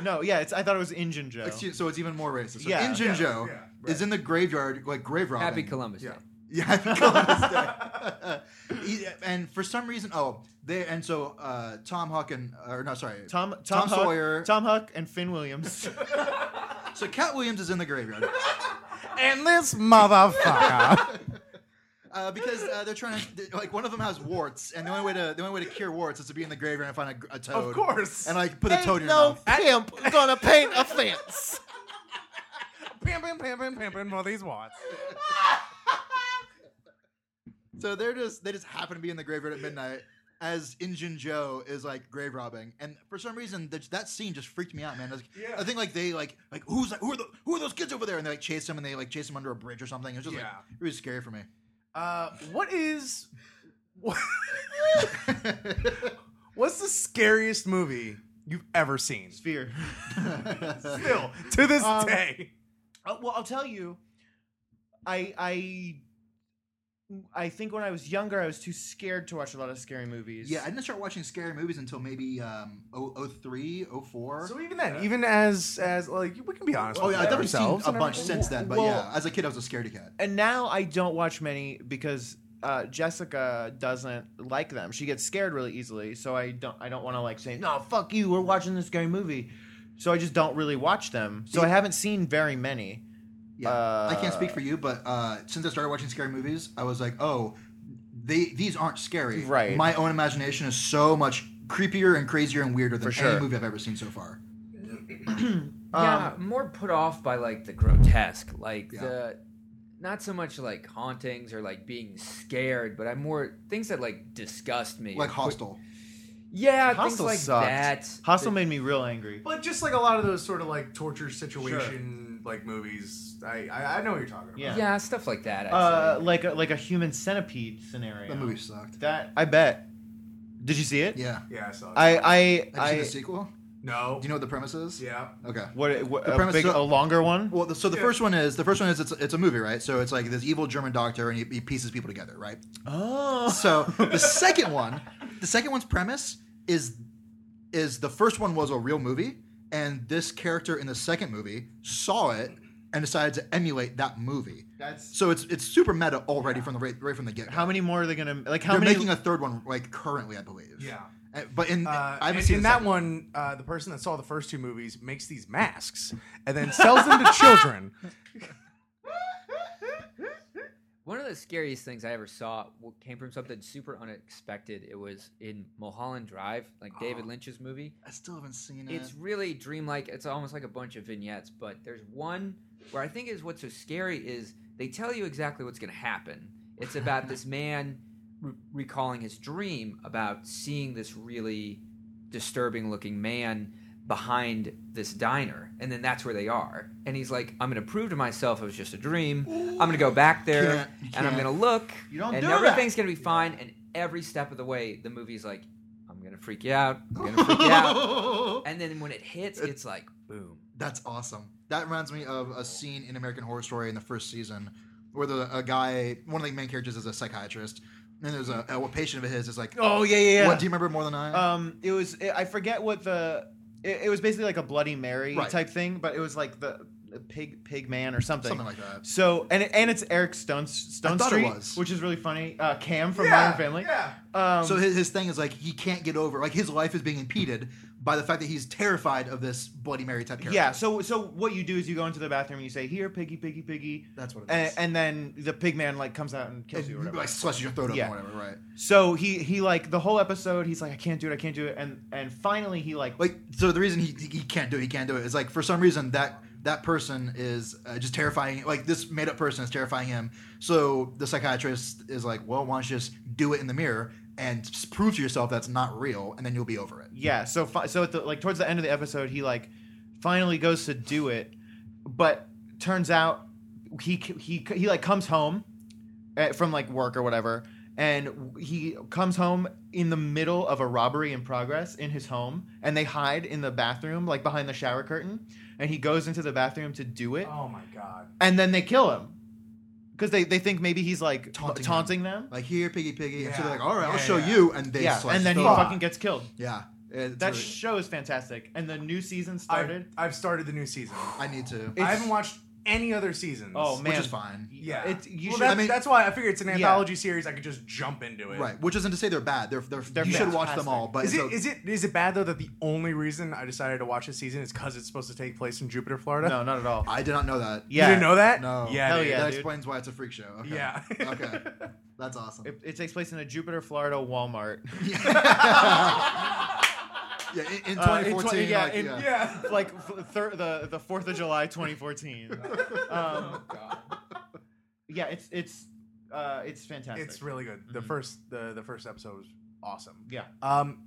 [SPEAKER 3] No, yeah, it's I thought it was Injun Joe.
[SPEAKER 1] Excuse, so it's even more racist. So
[SPEAKER 3] Yeah.
[SPEAKER 1] Injun
[SPEAKER 2] Yeah,
[SPEAKER 1] Joe
[SPEAKER 2] yeah,
[SPEAKER 1] is in the graveyard, like grave robbing.
[SPEAKER 4] Happy Columbus Day.
[SPEAKER 2] Yeah.
[SPEAKER 1] Yeah, Happy Columbus Day. He- E, and for some reason, oh, they and so uh, Tom Huck and or no, sorry,
[SPEAKER 3] Tom Tom,
[SPEAKER 1] Tom
[SPEAKER 3] Huck,
[SPEAKER 1] Sawyer.
[SPEAKER 3] Tom Huck and Finn Williams.
[SPEAKER 1] So Cat Williams is in the graveyard
[SPEAKER 2] And this motherfucker.
[SPEAKER 1] uh, because uh, they're trying to they- like one of them has warts, and the only way to the only way to cure warts is to be in the graveyard and find a gr- a, toad.
[SPEAKER 2] of course.
[SPEAKER 1] And like put a toad in your mouth.
[SPEAKER 3] pimp gonna paint a fence.
[SPEAKER 2] pam pam pam pam pam pam for these watts.
[SPEAKER 1] So they're just they just happen to be in the graveyard at midnight as Injun Joe is like grave robbing, and for some reason that, that scene just freaked me out, man. I, was- I think like they like like who's like, who are the, who are those kids over there, and they like chase him and they like chase him under a bridge or something. It was just
[SPEAKER 2] Yeah.
[SPEAKER 1] like really scary for me.
[SPEAKER 2] Uh, what is what, what's the scariest movie you've ever seen?
[SPEAKER 3] Sphere.
[SPEAKER 2] Still to this
[SPEAKER 3] Um,
[SPEAKER 2] day.
[SPEAKER 3] Uh, well, I'll tell you, I I I think when I was younger, I was too scared to watch a lot of scary movies.
[SPEAKER 1] yeah, I didn't start watching scary movies until maybe um 03, 04.
[SPEAKER 2] So even then, even as as like we can be honest.
[SPEAKER 1] Oh
[SPEAKER 2] with
[SPEAKER 1] yeah, I've definitely seen
[SPEAKER 2] ourselves
[SPEAKER 1] a
[SPEAKER 2] and
[SPEAKER 1] bunch
[SPEAKER 2] everything.
[SPEAKER 1] since then, but
[SPEAKER 3] Well-
[SPEAKER 1] yeah, as a kid I was a scaredy cat.
[SPEAKER 3] and now I don't watch many because uh, Jessica doesn't like them. She gets scared really easily, so I don't. I don't want to like say no, fuck you. We're watching this scary movie, so I just don't really watch them. So I haven't seen very many.
[SPEAKER 1] Yeah, I can't speak for you, but uh, since I started watching scary movies, I was like, oh, they these aren't scary.
[SPEAKER 3] Right.
[SPEAKER 1] My own imagination is so much creepier and crazier and weirder than
[SPEAKER 3] For
[SPEAKER 1] any
[SPEAKER 3] sure.
[SPEAKER 1] movie I've ever seen so far.
[SPEAKER 4] Yeah, Um, more put off by like the grotesque, like
[SPEAKER 1] Yeah.
[SPEAKER 4] the not so much like hauntings or like being scared, but I'm more things that like disgust me.
[SPEAKER 1] Like Hostel.
[SPEAKER 4] yeah, things
[SPEAKER 3] Hostel
[SPEAKER 4] like
[SPEAKER 3] sucked.
[SPEAKER 4] that.
[SPEAKER 3] Hostel made me real angry.
[SPEAKER 2] But just like a lot of those sort of like torture situation like movies, I, I I know what you're talking about.
[SPEAKER 3] Yeah.
[SPEAKER 4] yeah, stuff like that. Actually.
[SPEAKER 3] Uh, like a, like a human centipede scenario.
[SPEAKER 1] That movie sucked.
[SPEAKER 3] That I bet. Did you see it?
[SPEAKER 1] Yeah.
[SPEAKER 2] yeah, I saw. That.
[SPEAKER 3] I I
[SPEAKER 1] Have you seen
[SPEAKER 3] I.
[SPEAKER 1] the sequel?
[SPEAKER 2] no.
[SPEAKER 1] Do you know what the premise is?
[SPEAKER 2] yeah.
[SPEAKER 1] Okay.
[SPEAKER 3] What, what
[SPEAKER 1] The
[SPEAKER 3] a,
[SPEAKER 1] premise
[SPEAKER 3] big,
[SPEAKER 1] of-
[SPEAKER 3] a longer one?
[SPEAKER 1] Well, the, so the first one is the first one is it's, it's a movie, right? So it's like this evil German doctor, and he, he pieces people together, right?
[SPEAKER 3] Oh,
[SPEAKER 1] So the second one, the second one's premise is is the first one was a real movie, and this character in the second movie saw it and decided to emulate that movie.
[SPEAKER 3] that's
[SPEAKER 1] So it's it's super meta already from the right, right from the get.
[SPEAKER 3] how many more are they gonna like? How
[SPEAKER 1] They're
[SPEAKER 3] many?
[SPEAKER 1] making a third one like currently, I believe.
[SPEAKER 2] Yeah.
[SPEAKER 1] Uh, but in
[SPEAKER 2] Uh,
[SPEAKER 1] I haven't
[SPEAKER 2] and,
[SPEAKER 1] seen
[SPEAKER 2] in
[SPEAKER 1] the
[SPEAKER 2] that
[SPEAKER 1] second
[SPEAKER 2] one, uh, the person that saw the first two movies makes these masks and then sells them to children.
[SPEAKER 4] One of the scariest things I ever saw w- came from something super unexpected. It was in Mulholland Drive, like David Lynch's movie.
[SPEAKER 1] I still haven't seen it.
[SPEAKER 4] It's really dreamlike. It's almost like a bunch of vignettes, but there's one where I think is what's so scary is they tell you exactly what's going to happen. It's about this man re- recalling his dream about seeing this really disturbing looking man behind this diner and then that's where they are and he's like i'm gonna prove to myself it was just a dream i'm gonna go back there
[SPEAKER 1] Can't- you
[SPEAKER 4] and i'm
[SPEAKER 1] can't.
[SPEAKER 4] gonna look
[SPEAKER 3] You don't
[SPEAKER 4] and
[SPEAKER 3] do that.
[SPEAKER 4] everything's gonna be fine and every step of the way the movie's like i'm gonna freak you out i'm gonna freak you out
[SPEAKER 3] Oh,
[SPEAKER 4] and then when it hits it's like boom
[SPEAKER 1] That's awesome. That reminds me of a scene in American Horror Story in the first season where the, a guy, one of the main characters is a psychiatrist, and there's a, a patient of his is like,
[SPEAKER 3] oh yeah, yeah. yeah.
[SPEAKER 1] What do you remember more than I?
[SPEAKER 3] um it was i forget what the it, it was basically like a bloody mary
[SPEAKER 1] Right.
[SPEAKER 3] type thing but it was like the the pig pig man or something
[SPEAKER 1] Something like that.
[SPEAKER 3] so and it, and it's eric stone
[SPEAKER 1] I
[SPEAKER 3] stone
[SPEAKER 1] thought it
[SPEAKER 3] street
[SPEAKER 1] was.
[SPEAKER 3] which is really funny uh cam from
[SPEAKER 2] Yeah,
[SPEAKER 3] modern family
[SPEAKER 2] Yeah.
[SPEAKER 3] um
[SPEAKER 1] so his, his thing is like he can't get over like his life is being impeded by the fact that he's terrified of this Bloody Mary type character.
[SPEAKER 3] yeah so so what you do is you go into the bathroom and you say here piggy piggy piggy
[SPEAKER 1] that's what it
[SPEAKER 3] and,
[SPEAKER 1] is.
[SPEAKER 3] and then the pig man like comes out and kills
[SPEAKER 1] It,
[SPEAKER 3] you or whatever
[SPEAKER 1] like slashes your throat
[SPEAKER 3] Yeah.
[SPEAKER 1] up or whatever, right?
[SPEAKER 3] so he he like the whole episode he's like i can't do it i can't do it and and finally he like
[SPEAKER 1] Like so the reason he he can't do it, he can't do it is like for some reason that that person is uh, just terrifying. Like this made up person is terrifying him. So the psychiatrist is like, well, why don't you just do it in the mirror and s- prove to yourself that's not real, and then you'll be over it.
[SPEAKER 3] yeah so fi- so at the, like towards the end of the episode he like finally goes to do it but turns out he c- he c- he like comes home uh, from like work or whatever and he comes home in the middle of a robbery in progress in his home and they hide in the bathroom like behind the shower curtain and he goes into the bathroom to do it
[SPEAKER 2] Oh my god.
[SPEAKER 3] and then they kill him because they, they think maybe he's like
[SPEAKER 1] Taunting
[SPEAKER 3] taunting,
[SPEAKER 1] him.
[SPEAKER 3] them
[SPEAKER 1] Like here, piggy, piggy, and so they're
[SPEAKER 2] Yeah.
[SPEAKER 1] like, all right, I'll
[SPEAKER 2] Yeah,
[SPEAKER 1] show
[SPEAKER 2] yeah.
[SPEAKER 1] you, and they
[SPEAKER 3] yeah
[SPEAKER 1] slash
[SPEAKER 3] and then he
[SPEAKER 1] his throat.
[SPEAKER 3] fucking gets killed
[SPEAKER 1] yeah. It's
[SPEAKER 3] that
[SPEAKER 1] really-
[SPEAKER 3] show is fantastic and the new season
[SPEAKER 2] I,
[SPEAKER 3] started
[SPEAKER 2] I've started the new season.
[SPEAKER 1] I need to.
[SPEAKER 2] I haven't watched any other seasons.
[SPEAKER 3] Oh man,
[SPEAKER 1] Which is fine.
[SPEAKER 2] Yeah.
[SPEAKER 3] It's you
[SPEAKER 2] well,
[SPEAKER 3] should.
[SPEAKER 2] that's,
[SPEAKER 1] I mean-
[SPEAKER 2] that's why I figured it's an
[SPEAKER 3] Yeah.
[SPEAKER 2] anthology series. I could just jump into it.
[SPEAKER 1] Right, which isn't to say they're bad. They're, they're,
[SPEAKER 3] They're
[SPEAKER 1] you should watch them
[SPEAKER 3] fantastic.
[SPEAKER 1] all. But
[SPEAKER 2] Is it,
[SPEAKER 1] so-
[SPEAKER 2] is it is it bad though that the only reason I decided to watch this season is because it's supposed to take place in Jupiter, Florida?
[SPEAKER 3] no, not at all.
[SPEAKER 1] I did not know that.
[SPEAKER 2] You
[SPEAKER 3] Yeah,
[SPEAKER 2] didn't know that?
[SPEAKER 1] No.
[SPEAKER 2] Yeah.
[SPEAKER 3] Hell
[SPEAKER 2] dude.
[SPEAKER 3] yeah,
[SPEAKER 1] that
[SPEAKER 3] dude.
[SPEAKER 1] explains why it's a freak show. Okay.
[SPEAKER 2] Yeah.
[SPEAKER 1] okay, that's awesome.
[SPEAKER 3] It, it takes place in a Jupiter, Florida Walmart.
[SPEAKER 1] yeah, in, in 2014.
[SPEAKER 3] Uh, in twenty- yeah,
[SPEAKER 1] like,
[SPEAKER 3] in-
[SPEAKER 1] yeah.
[SPEAKER 2] yeah.
[SPEAKER 3] like f- thir- the the Fourth of July, 2014.
[SPEAKER 2] Oh,
[SPEAKER 3] Um, yeah, it's it's uh, it's fantastic.
[SPEAKER 2] It's really good. The
[SPEAKER 3] Mhm.
[SPEAKER 2] first the, the first episode was awesome.
[SPEAKER 3] yeah.
[SPEAKER 2] Um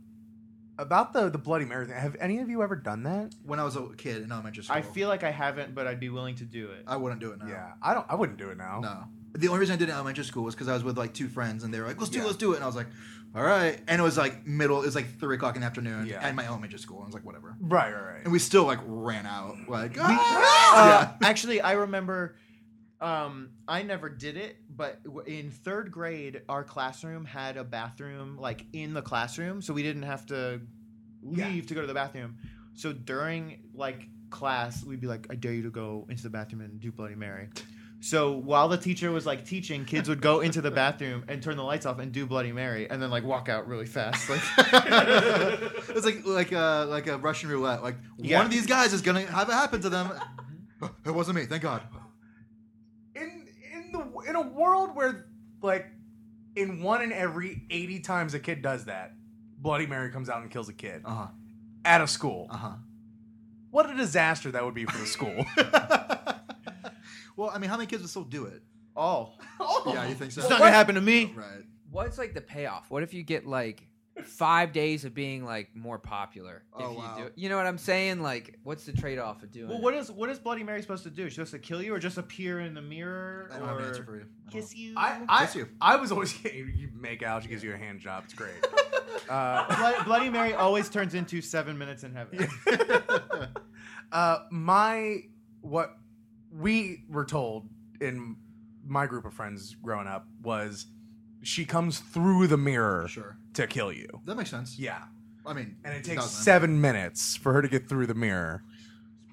[SPEAKER 2] about the the Bloody Mary thing, have any of you ever done that?
[SPEAKER 1] When I was a kid in elementary school,
[SPEAKER 3] I feel like I haven't, but I'd be willing to do it.
[SPEAKER 1] I wouldn't do it now.
[SPEAKER 2] Yeah. I don't I wouldn't do it now.
[SPEAKER 1] No. The only reason I did it in elementary school was because I was with like two friends and they were like, let's do it,
[SPEAKER 2] Yeah.
[SPEAKER 1] let's do it. And I was like, all right. And it was like middle, it was like three o'clock in the afternoon
[SPEAKER 2] Yeah.
[SPEAKER 1] at my elementary school. And I was like, whatever.
[SPEAKER 2] Right, right,
[SPEAKER 1] And
[SPEAKER 2] right.
[SPEAKER 1] we still like ran out. Like,
[SPEAKER 3] Uh,
[SPEAKER 1] ah!
[SPEAKER 3] Actually, I remember. Um, I never did it, but w- in third grade, our classroom had a bathroom like in the classroom, so we didn't have to leave
[SPEAKER 2] Yeah.
[SPEAKER 3] to go to the bathroom. So during like class, we'd be like, "I dare you to go into the bathroom and do Bloody Mary." So while the teacher was like teaching, kids would go into the bathroom and turn the lights off and do Bloody Mary, and then like walk out really fast. Like,
[SPEAKER 1] yeah. it's like like uh like a Russian roulette. Like
[SPEAKER 3] Yeah.
[SPEAKER 1] one of these guys is gonna have it happen to them. it wasn't me, thank God.
[SPEAKER 2] In in the in a world where like in one in every 80 times a kid does that, Bloody Mary comes out and kills a kid
[SPEAKER 1] Uh huh.
[SPEAKER 2] at a school.
[SPEAKER 1] Uh huh.
[SPEAKER 2] What a disaster that would be for the school.
[SPEAKER 1] well, I mean, how many kids would still do it?
[SPEAKER 3] oh,
[SPEAKER 1] Yeah, you think so?
[SPEAKER 3] it's not gonna happen to me.
[SPEAKER 1] Right.
[SPEAKER 4] What's like the payoff? What if you get like five days of being like more popular? If
[SPEAKER 1] Oh,
[SPEAKER 4] you
[SPEAKER 1] wow.
[SPEAKER 4] do You know what I'm saying? Like, what's the trade off of doing?
[SPEAKER 3] Well,
[SPEAKER 4] it?
[SPEAKER 3] what is what is Bloody Mary supposed to do? She's supposed to kill you, or just appear in the mirror,
[SPEAKER 1] I don't have an answer for
[SPEAKER 3] or
[SPEAKER 1] you. I don't
[SPEAKER 3] kiss you?
[SPEAKER 2] I, I,
[SPEAKER 1] Bless you.
[SPEAKER 2] I was always you make out, she gives you a hand job. It's great. uh,
[SPEAKER 3] Bloody, Bloody Mary always turns into seven minutes in heaven.
[SPEAKER 2] uh, my what we were told in my group of friends growing up was she comes through the mirror
[SPEAKER 1] know. Sure.
[SPEAKER 2] to kill you.
[SPEAKER 1] That makes sense.
[SPEAKER 2] Yeah,
[SPEAKER 1] I mean,
[SPEAKER 2] and it takes
[SPEAKER 1] doesn't.
[SPEAKER 2] seven minutes for her to get through the mirror.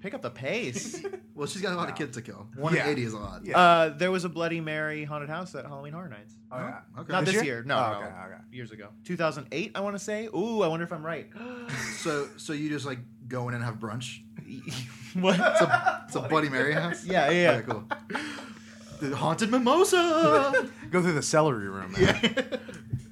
[SPEAKER 3] Pick up the pace.
[SPEAKER 1] Well, she's got a lot of
[SPEAKER 2] Yeah.
[SPEAKER 1] kids to kill. One in
[SPEAKER 2] Yeah.
[SPEAKER 1] eighty is a lot.
[SPEAKER 2] Yeah.
[SPEAKER 3] uh, there was a Bloody Mary haunted house at Halloween Horror Nights.
[SPEAKER 2] Oh, yeah.
[SPEAKER 1] Okay.
[SPEAKER 3] Not
[SPEAKER 2] This
[SPEAKER 3] this,
[SPEAKER 2] year?
[SPEAKER 3] year? No,
[SPEAKER 2] Oh,
[SPEAKER 3] no.
[SPEAKER 2] okay, okay.
[SPEAKER 3] Years ago. 2008, I want to say. Ooh, I wonder if I'm right.
[SPEAKER 1] So, so you just like go in and have brunch.
[SPEAKER 3] what?
[SPEAKER 1] It's a, it's a Bloody Mary house.
[SPEAKER 3] Yeah, yeah, yeah.
[SPEAKER 1] Okay, cool. The haunted mimosa.
[SPEAKER 2] Go through the celery room.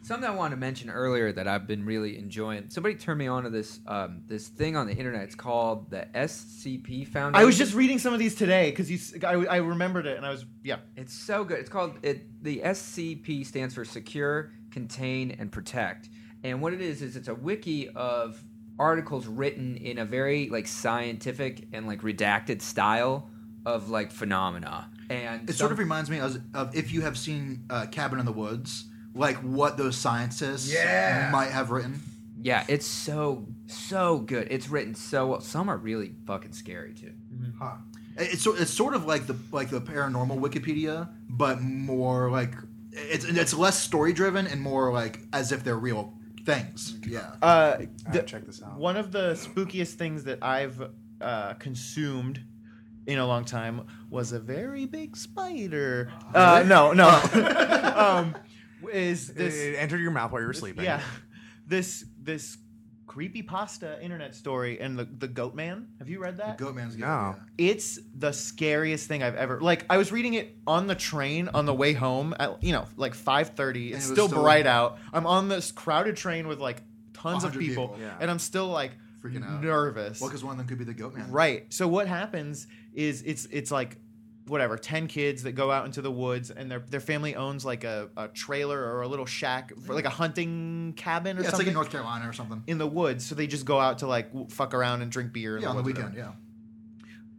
[SPEAKER 4] Something I wanted to mention earlier that I've been really enjoying. Somebody turned me on to this um, this thing on the internet. It's called the SCP Foundation.
[SPEAKER 3] I was just reading some of these today because you. s- I, I remembered it, and I was yeah.
[SPEAKER 4] It's so good. It's called it. The SCP stands for Secure contain, and protect. And what it is is it's a wiki of articles written in a very like scientific and like redacted style of like phenomena. And
[SPEAKER 1] It sort of reminds me of, of if you have seen uh, Cabin in the Woods, like what those scientists
[SPEAKER 2] Yeah.
[SPEAKER 1] might have written.
[SPEAKER 4] yeah, it's so so good. It's written so well. Some are really fucking scary too.
[SPEAKER 1] It- It's sort it's sort of like the like the paranormal Wikipedia, but more like it's it's less story driven and more like as if they're real things. Yeah.
[SPEAKER 3] Uh,
[SPEAKER 5] Alright, check this out.
[SPEAKER 3] One of the spookiest things that I've uh, consumed in a long time was a very big spider. Uh, no, no. um, is
[SPEAKER 2] it
[SPEAKER 3] this?
[SPEAKER 2] entered your mouth while you were sleeping.
[SPEAKER 3] Yeah, this this creepy pasta internet story and the the goat man. Have you read that?
[SPEAKER 1] Goat Man's good,
[SPEAKER 2] No.
[SPEAKER 1] yeah.
[SPEAKER 3] it's the scariest thing I've ever like. I was reading it on the train on the way home at you know like five thirty. It's
[SPEAKER 1] it was
[SPEAKER 3] still,
[SPEAKER 1] still-
[SPEAKER 3] bright out. I'm on this crowded train with like tons of
[SPEAKER 1] 100
[SPEAKER 3] people,
[SPEAKER 1] people. Yeah.
[SPEAKER 3] and I'm still like
[SPEAKER 1] Freaking out.
[SPEAKER 3] nervous.
[SPEAKER 1] Well, because one of them could be the Goat Man.
[SPEAKER 3] Right. So what happens is it's it's like whatever 10 kids that go out into the woods and their their family owns like a, a trailer or a little shack for like a hunting cabin or
[SPEAKER 1] Yeah, it's like
[SPEAKER 3] something
[SPEAKER 1] in North Carolina or something.
[SPEAKER 3] in the woods so they just go out to like w- fuck around and drink beer in
[SPEAKER 1] Yeah, on the
[SPEAKER 3] woods or
[SPEAKER 1] weekend. Yeah.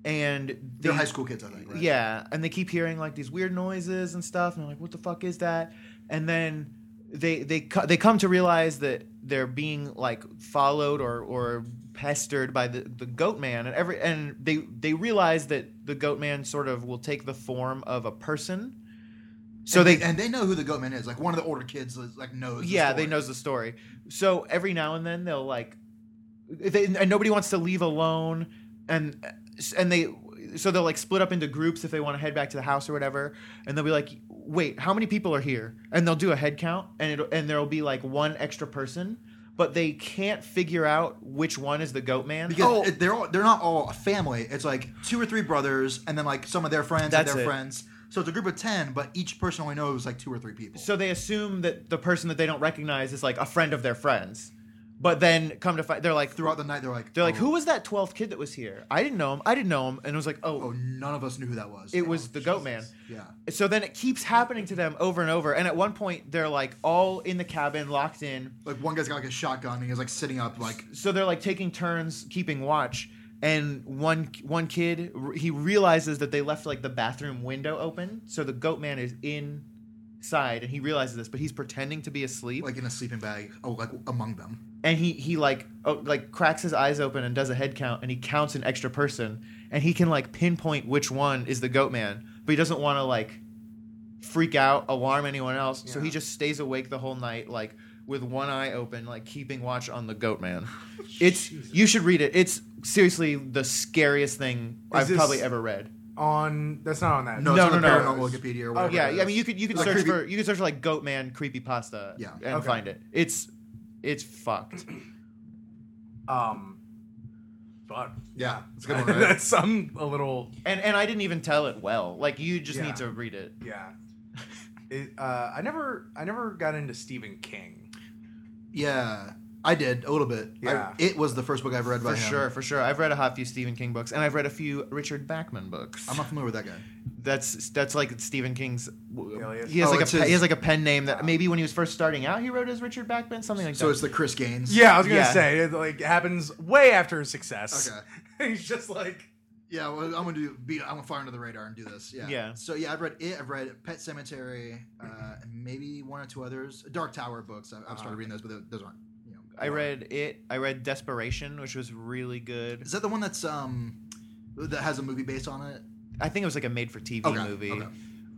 [SPEAKER 3] whatever. and
[SPEAKER 1] They're
[SPEAKER 3] they-
[SPEAKER 1] high school kids, I think. Right?
[SPEAKER 3] yeah, and they keep hearing like these weird noises and stuff, and they're like, "What the fuck is that?" And then they they co- they come to realize that they're being like followed or or pestered by the the goat man, and every and they they realize that the goat man sort of will take the form of a person. So
[SPEAKER 1] and
[SPEAKER 3] they,
[SPEAKER 1] and they know who the goat man is. Like one of the older kids, is, like knows. the
[SPEAKER 3] yeah,
[SPEAKER 1] story.
[SPEAKER 3] they knows the story. So every now and then they'll like, they, and nobody wants to leave alone, and and they so they'll like split up into groups if they want to head back to the house or whatever, and they'll be like, wait, how many people are here? And they'll do a head count, and it and there'll be like one extra person, but they can't figure out which one is the goat man.
[SPEAKER 1] because it, they're all, they're not all a family. It's like two or three brothers, and then like some of their friends
[SPEAKER 3] That's
[SPEAKER 1] and their
[SPEAKER 3] it.
[SPEAKER 1] friends. So it's a group of ten, but each person only knows like two or three people.
[SPEAKER 3] So they assume that the person that they don't recognize is like a friend of their friends, but then come to find they're like
[SPEAKER 1] throughout the night, they're like
[SPEAKER 3] They're like,
[SPEAKER 1] "Oh,
[SPEAKER 3] who was that 12th kid that was here? I didn't know him. I didn't know him. And it was like,
[SPEAKER 1] Oh,
[SPEAKER 3] oh,
[SPEAKER 1] none of us knew who that was.
[SPEAKER 3] it was the goat man.
[SPEAKER 1] Yeah.
[SPEAKER 3] So then it keeps happening to them over and over. And at one point, they're like all in the cabin, locked in.
[SPEAKER 1] Like one guy's got like a shotgun and he's like sitting up, like
[SPEAKER 3] So they're like taking turns keeping watch. And one one kid, r- he realizes that they left like the bathroom window open. So the goat man is inside, and he realizes this, but he's pretending to be asleep.
[SPEAKER 1] like in a sleeping bag. Oh, like among them.
[SPEAKER 3] and he he like oh, like cracks his eyes open and does a head count and he counts an extra person and he can like pinpoint which one is the goat man but he doesn't want to like freak out alarm anyone else so he just stays awake the whole night like with one eye open like keeping watch on the goat man it's you should read it it's seriously the scariest thing i've
[SPEAKER 2] this-
[SPEAKER 3] probably ever read
[SPEAKER 2] On that's not on that.
[SPEAKER 1] No,
[SPEAKER 3] No,
[SPEAKER 1] it's on
[SPEAKER 3] no,
[SPEAKER 1] the
[SPEAKER 3] no. Oh,
[SPEAKER 1] paranormal Wikipedia or whatever.
[SPEAKER 3] yeah,
[SPEAKER 1] it
[SPEAKER 3] yeah i
[SPEAKER 1] is.
[SPEAKER 3] mean you could you could
[SPEAKER 1] Oh, Like
[SPEAKER 3] search
[SPEAKER 1] creepy-
[SPEAKER 3] for you could search for like goat man creepy pasta
[SPEAKER 1] Yeah.
[SPEAKER 3] and
[SPEAKER 2] Okay.
[SPEAKER 3] find it it's it's fucked
[SPEAKER 2] Um. Fuck.
[SPEAKER 1] yeah, it's a good one. Right?
[SPEAKER 2] that's I'm a little
[SPEAKER 3] and and I didn't even tell it well. Like you just
[SPEAKER 2] Yeah.
[SPEAKER 3] need to read it.
[SPEAKER 2] yeah. It, uh, I never I never got into Stephen King.
[SPEAKER 1] yeah, I did a little bit. I-
[SPEAKER 2] Yeah.
[SPEAKER 1] it was the first book I've read by
[SPEAKER 3] For
[SPEAKER 1] him.
[SPEAKER 3] sure, for sure. I've read a hot few Stephen King books, and I've read a few Richard Bachman books.
[SPEAKER 1] I'm not familiar with that guy.
[SPEAKER 3] That's that's like Stephen King's.
[SPEAKER 2] Alias.
[SPEAKER 3] He has
[SPEAKER 1] Oh,
[SPEAKER 3] like a
[SPEAKER 1] it's
[SPEAKER 3] pe-
[SPEAKER 1] his-
[SPEAKER 3] he has like a pen name that maybe when he was first starting out he wrote as Richard Bachman something like
[SPEAKER 1] So
[SPEAKER 3] that.
[SPEAKER 1] it's the Chris Gaines.
[SPEAKER 2] Yeah, I was gonna
[SPEAKER 3] Yeah.
[SPEAKER 2] say it like happens way after his success.
[SPEAKER 1] Okay.
[SPEAKER 2] He's just like
[SPEAKER 1] Yeah, well, I'm gonna do beat. I'm gonna fly under the radar and do this. Yeah.
[SPEAKER 3] Yeah.
[SPEAKER 1] So yeah, I've read it. I've read Pet Cemetery, uh, and maybe one or two others. Dark Tower books. I've, I've started reading those, but tho- those aren't. You know,
[SPEAKER 3] Uh-huh. I read it. I read Desperation, which was really good.
[SPEAKER 1] Is that the one that's um that has a movie based on it?
[SPEAKER 3] I think it was like a made-for-TV
[SPEAKER 1] Okay,
[SPEAKER 3] movie.
[SPEAKER 1] okay.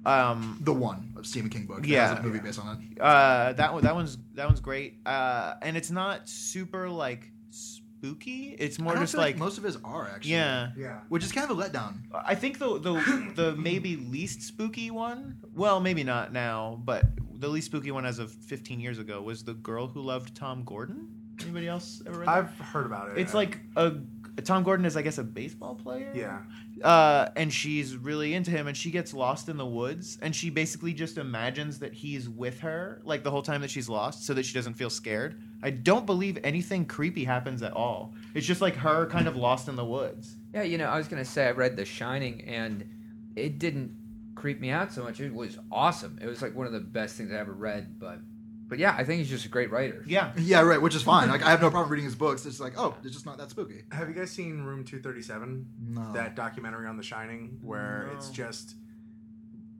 [SPEAKER 3] Um,
[SPEAKER 1] The one of Stephen King book. that
[SPEAKER 3] Yeah.
[SPEAKER 1] has a movie based on it.
[SPEAKER 3] uh, that one that one's that one's great. Uh, and it's not super like spooky. It's
[SPEAKER 1] I
[SPEAKER 3] more
[SPEAKER 1] don't
[SPEAKER 3] just
[SPEAKER 1] feel like,
[SPEAKER 3] like
[SPEAKER 1] most of his are actually.
[SPEAKER 3] yeah.
[SPEAKER 2] yeah.
[SPEAKER 1] Which is kind of a letdown.
[SPEAKER 3] I think the the the maybe least spooky one. Well, maybe not now, but the least spooky one as of 15 years ago was the girl who loved Tom Gordon. Anybody else ever read that?
[SPEAKER 2] I've heard about it.
[SPEAKER 3] It's like a Tom Gordon is, I guess, a baseball player.
[SPEAKER 2] yeah.
[SPEAKER 3] Uh, and she's really into him, and she gets lost in the woods, and she basically just imagines that he's with her, like the whole time that she's lost, so that she doesn't feel scared. I don't believe anything creepy happens at all. It's just like her kind of lost in the woods.
[SPEAKER 4] Yeah, you know, I was gonna say I read The Shining and it didn't creep me out so much. It was awesome. It was like one of the best things I ever read. But But yeah, I think he's just a great writer.
[SPEAKER 3] Yeah.
[SPEAKER 1] Yeah, right. Which is fine. Like I have no problem reading his books. It's like, oh, it's just not that spooky.
[SPEAKER 2] Have you guys seen Room 237?
[SPEAKER 1] No.
[SPEAKER 2] That documentary on The Shining where it's
[SPEAKER 3] No.
[SPEAKER 2] just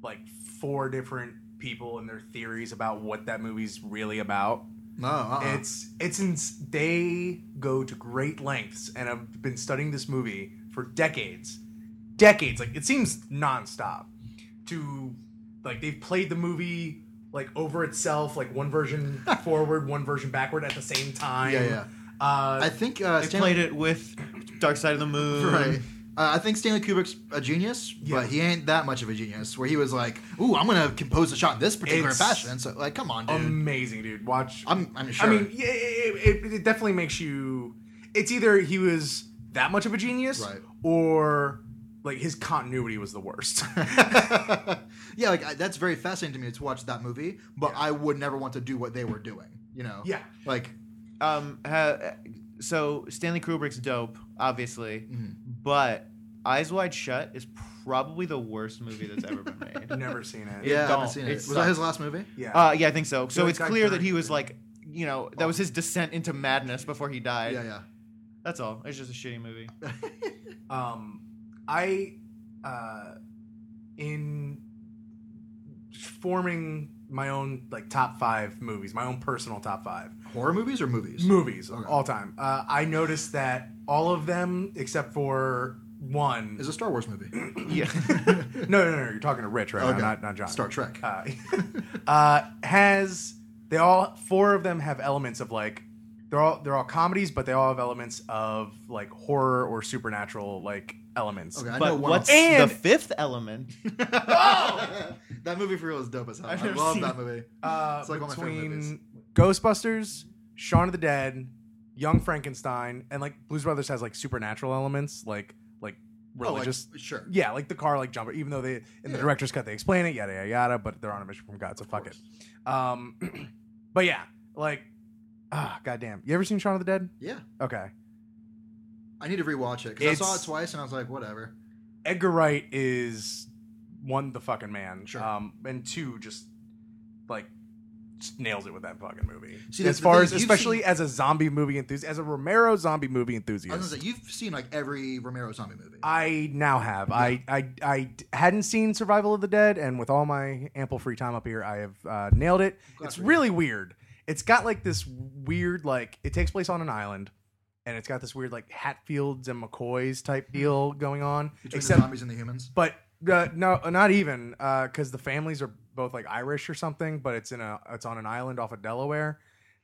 [SPEAKER 2] like four different people and their theories about what that movie's really about.
[SPEAKER 1] No, uh-uh.
[SPEAKER 2] It's it's in, they go to great lengths and I've been studying this movie for decades. Decades. Like it seems nonstop. To like they've played the movie like over itself, like one version forward, one version backward at the same time.
[SPEAKER 1] Yeah, yeah.
[SPEAKER 2] Uh,
[SPEAKER 1] I think uh,
[SPEAKER 3] They
[SPEAKER 1] Stanley,
[SPEAKER 3] played it with Dark Side of the Moon.
[SPEAKER 1] Right. Uh, I think Stanley Kubrick's a genius,
[SPEAKER 2] Yeah.
[SPEAKER 1] but he ain't that much of a genius. Where he was like, "Ooh, I'm gonna compose a shot in this particular
[SPEAKER 2] It's-
[SPEAKER 1] fashion." So, like, come on, dude.
[SPEAKER 3] um,
[SPEAKER 2] amazing, dude. Watch.
[SPEAKER 1] I'm, I'm sure.
[SPEAKER 2] I mean, yeah, it, it, it definitely makes you. It's either he was that much of a genius,
[SPEAKER 1] Right.
[SPEAKER 2] or like his continuity was the worst.
[SPEAKER 1] yeah, like I, that's very fascinating to me to watch that movie, but I would never want to do what they were doing. You know?
[SPEAKER 2] Yeah.
[SPEAKER 1] Like,
[SPEAKER 3] Um. Ha, so Stanley Kubrick's dope, obviously,
[SPEAKER 1] Mm-hmm.
[SPEAKER 3] but Eyes Wide Shut is probably the worst movie that's ever been made.
[SPEAKER 2] Never seen it.
[SPEAKER 1] yeah, I
[SPEAKER 3] don't.
[SPEAKER 1] haven't seen
[SPEAKER 3] It
[SPEAKER 1] it. was that his last
[SPEAKER 3] sucks.
[SPEAKER 1] movie?
[SPEAKER 2] Yeah.
[SPEAKER 3] Uh, yeah, I think so. So
[SPEAKER 2] Dude,
[SPEAKER 3] it's
[SPEAKER 2] that
[SPEAKER 3] clear
[SPEAKER 2] guy-
[SPEAKER 3] that he was like, you know, that was his descent into madness before he died.
[SPEAKER 1] yeah, yeah.
[SPEAKER 3] That's all. It's just a shitty movie.
[SPEAKER 1] Uh,
[SPEAKER 2] um, I uh, in forming my own like top five movies, my own personal top five.
[SPEAKER 1] Horror movies or movies?
[SPEAKER 2] movies
[SPEAKER 1] Okay.
[SPEAKER 2] all time. Uh, I noticed that all of them except for one.
[SPEAKER 1] Is a Star Wars movie.
[SPEAKER 3] Yeah.
[SPEAKER 2] no, no, no, no, You're talking to Rich, right?
[SPEAKER 1] Okay.
[SPEAKER 2] now, Not, not John.
[SPEAKER 1] Star Trek.
[SPEAKER 2] Uh, uh, has they all four of them have elements of like they're all they're all comedies, but they all have elements of like horror or supernatural like elements.
[SPEAKER 1] okay, I know
[SPEAKER 3] but
[SPEAKER 1] one.
[SPEAKER 3] what's
[SPEAKER 1] of-
[SPEAKER 2] And-
[SPEAKER 3] the fifth element?
[SPEAKER 1] that movie for real is dope as hell.
[SPEAKER 3] I've
[SPEAKER 1] I
[SPEAKER 3] never
[SPEAKER 1] love
[SPEAKER 3] seen
[SPEAKER 1] that
[SPEAKER 3] it.
[SPEAKER 1] movie.
[SPEAKER 2] Uh,
[SPEAKER 1] It's like one of my favorite movies.
[SPEAKER 2] between Ghostbusters, Shaun of the Dead, Young Frankenstein, and like Blues Brothers has like supernatural elements, like like
[SPEAKER 1] Oh, like,
[SPEAKER 2] religious.
[SPEAKER 1] sure.
[SPEAKER 2] Yeah, like the car like jumper, even though they in the
[SPEAKER 1] Yeah.
[SPEAKER 2] director's cut they explain it, yada yada yada, but they're on a mission from God, so fuck it. Um but yeah, like ah, goddamn. You ever seen Shaun of the Dead?
[SPEAKER 1] Yeah.
[SPEAKER 2] Okay.
[SPEAKER 1] I need to rewatch it because I saw it
[SPEAKER 2] It's-
[SPEAKER 1] twice and I was like, whatever.
[SPEAKER 2] Edgar Wright is one the fucking man.
[SPEAKER 1] Sure.
[SPEAKER 2] Um and two just like just nails it with that fucking movie.
[SPEAKER 1] See, that's
[SPEAKER 2] as
[SPEAKER 1] the
[SPEAKER 2] far
[SPEAKER 1] thing,
[SPEAKER 2] as
[SPEAKER 1] you've
[SPEAKER 2] especially
[SPEAKER 1] seen-
[SPEAKER 2] as a zombie movie enthusiast, as a Romero zombie movie
[SPEAKER 1] I was
[SPEAKER 2] enthusiast.
[SPEAKER 1] gonna say you've seen like every Romero zombie movie.
[SPEAKER 2] I now have. I, I I d- hadn't seen Survival of the Dead, and with all my ample free time up here, I have uh, nailed it.
[SPEAKER 1] glad
[SPEAKER 2] it's
[SPEAKER 1] for you.
[SPEAKER 2] really weird. It's got like this weird like it takes place on an island, and it's got this weird like Hatfields and McCoys type deal going on.
[SPEAKER 1] Mm-hmm. Between
[SPEAKER 2] except,
[SPEAKER 1] the zombies and the humans.
[SPEAKER 2] but uh, no, not even because the families are both like Irish or something. But it's in a it's on an island off of Delaware.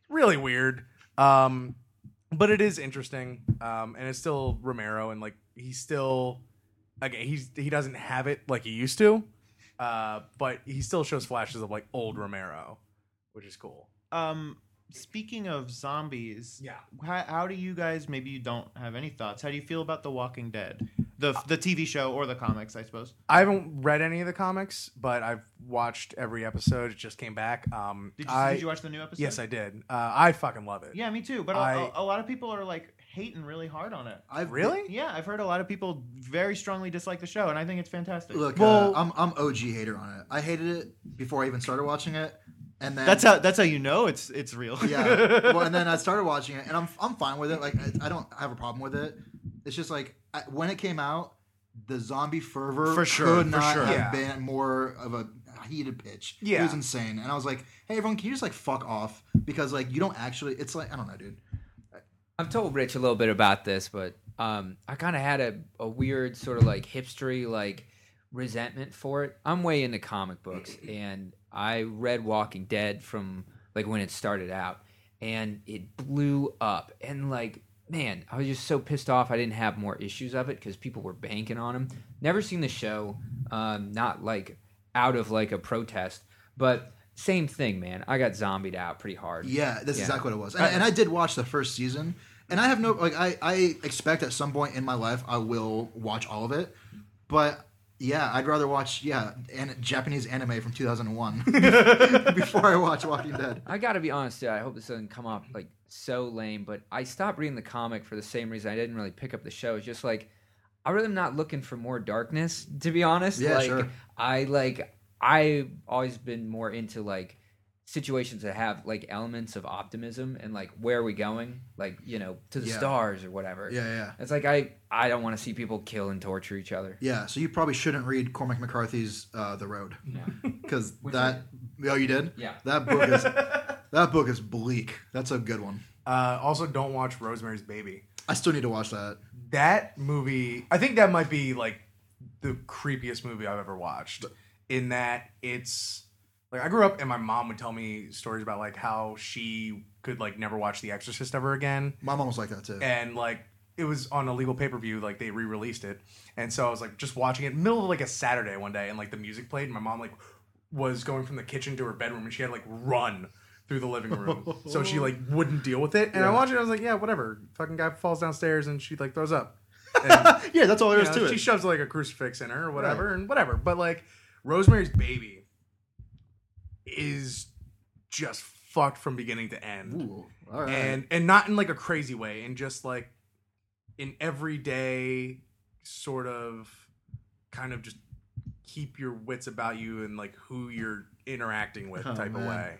[SPEAKER 2] Really weird. Um, but it is interesting, um, and it's still Romero, and like he's still okay. He's he doesn't have it like he used to, uh, but he still shows flashes of like old Romero, which is cool.
[SPEAKER 3] Um, speaking of zombies,
[SPEAKER 2] Yeah.
[SPEAKER 3] How, how do you guys? Maybe you don't have any thoughts. How do you feel about The Walking Dead, the the TV show or the comics? I suppose.
[SPEAKER 2] I haven't read any of the comics, but I've watched every episode. It just came back. Um,
[SPEAKER 3] Did you,
[SPEAKER 2] I,
[SPEAKER 3] did you watch the new episode?
[SPEAKER 2] yes, I did. Uh, I fucking love it.
[SPEAKER 3] Yeah, me too. But a-
[SPEAKER 2] I-
[SPEAKER 3] a- a lot of people are like hating really hard on it.
[SPEAKER 1] I've
[SPEAKER 2] Really?
[SPEAKER 3] Yeah, I've heard a lot of people very strongly dislike the show, and I think it's fantastic.
[SPEAKER 1] Look,
[SPEAKER 2] Well-
[SPEAKER 1] uh, I'm I'm OG hater on it. I hated it before I even started watching it, and then
[SPEAKER 3] that's how that's how you know it's it's real.
[SPEAKER 1] yeah. Well, and then I started watching it, and I'm I'm fine with it. Like I, I don't have a problem with it. It's just like I, when it came out, the zombie fervor
[SPEAKER 3] For sure,
[SPEAKER 1] could
[SPEAKER 3] for
[SPEAKER 1] not
[SPEAKER 3] sure.
[SPEAKER 1] have
[SPEAKER 2] Yeah.
[SPEAKER 1] been more of a heated pitch. it
[SPEAKER 2] Yeah.
[SPEAKER 1] was insane. And I was like, hey everyone, can you just like fuck off because like you don't actually. It's like I don't know, dude.
[SPEAKER 4] I've told Rich a little bit about this, but um, I kind of had a, a weird sort of like hipstery like resentment for it. I'm way into comic books, and I read Walking Dead from like when it started out, and it blew up. And like, man, I was just so pissed off. I didn't have more issues of it because people were banking on them. Never seen the show, um, not like out of like a protest, but same thing, man. I got zombied out pretty hard.
[SPEAKER 1] Yeah, that's
[SPEAKER 4] Yeah.
[SPEAKER 1] exactly what it was. And, and I did watch the first season, and I have no like I I expect at some point in my life I will watch all of it, but yeah, I'd rather watch yeah an, Japanese anime from 2001 before I watch Walking Dead.
[SPEAKER 4] I gotta be honest, dude. I hope this doesn't come off like so lame, but I stopped reading the comic for the same reason I didn't really pick up the show. It's just like I really am not looking for more darkness, to be honest.
[SPEAKER 1] Yeah,
[SPEAKER 4] like
[SPEAKER 1] sure.
[SPEAKER 4] I like I've always been more into like situations that have like elements of optimism and like where are we going like you know to the
[SPEAKER 1] Yeah.
[SPEAKER 4] stars or whatever
[SPEAKER 1] Yeah, yeah.
[SPEAKER 4] it's like i i don't want to see people kill and torture each other
[SPEAKER 1] Yeah, so you probably shouldn't read Cormac McCarthy's uh, The Road
[SPEAKER 4] yeah
[SPEAKER 1] because
[SPEAKER 4] Which
[SPEAKER 1] that. Oh, you did.
[SPEAKER 4] Yeah.
[SPEAKER 1] That book is that book is bleak. That's a good one.
[SPEAKER 2] Uh, also, don't watch Rosemary's Baby.
[SPEAKER 1] I still need to watch that.
[SPEAKER 2] That movie, I think that might be like the creepiest movie I've ever watched. In that it's like I grew up and my mom would tell me stories about like how she could like never watch The Exorcist ever again.
[SPEAKER 1] My mom was like that too.
[SPEAKER 2] and like it was on a legal pay per view, like they re released it, and so I was like just watching it middle of like a Saturday one day, and like the music played, and my mom like was going from the kitchen to her bedroom, and she had to, like run through the living room, so she like wouldn't deal with it, and I watched it, I was like, yeah, whatever, fucking guy falls downstairs, and she like throws up, and,
[SPEAKER 1] yeah, that's all there
[SPEAKER 2] you
[SPEAKER 1] is
[SPEAKER 2] know,
[SPEAKER 1] to
[SPEAKER 2] she
[SPEAKER 1] it.
[SPEAKER 2] shoves like a crucifix in her or whatever, and whatever, but like Rosemary's Baby is just fucked from beginning to end
[SPEAKER 1] Ooh, all right.
[SPEAKER 2] and and not in like a crazy way and just like in everyday sort of kind of just keep your wits about you and like who you're interacting with
[SPEAKER 1] Oh,
[SPEAKER 2] type
[SPEAKER 1] man.
[SPEAKER 2] of way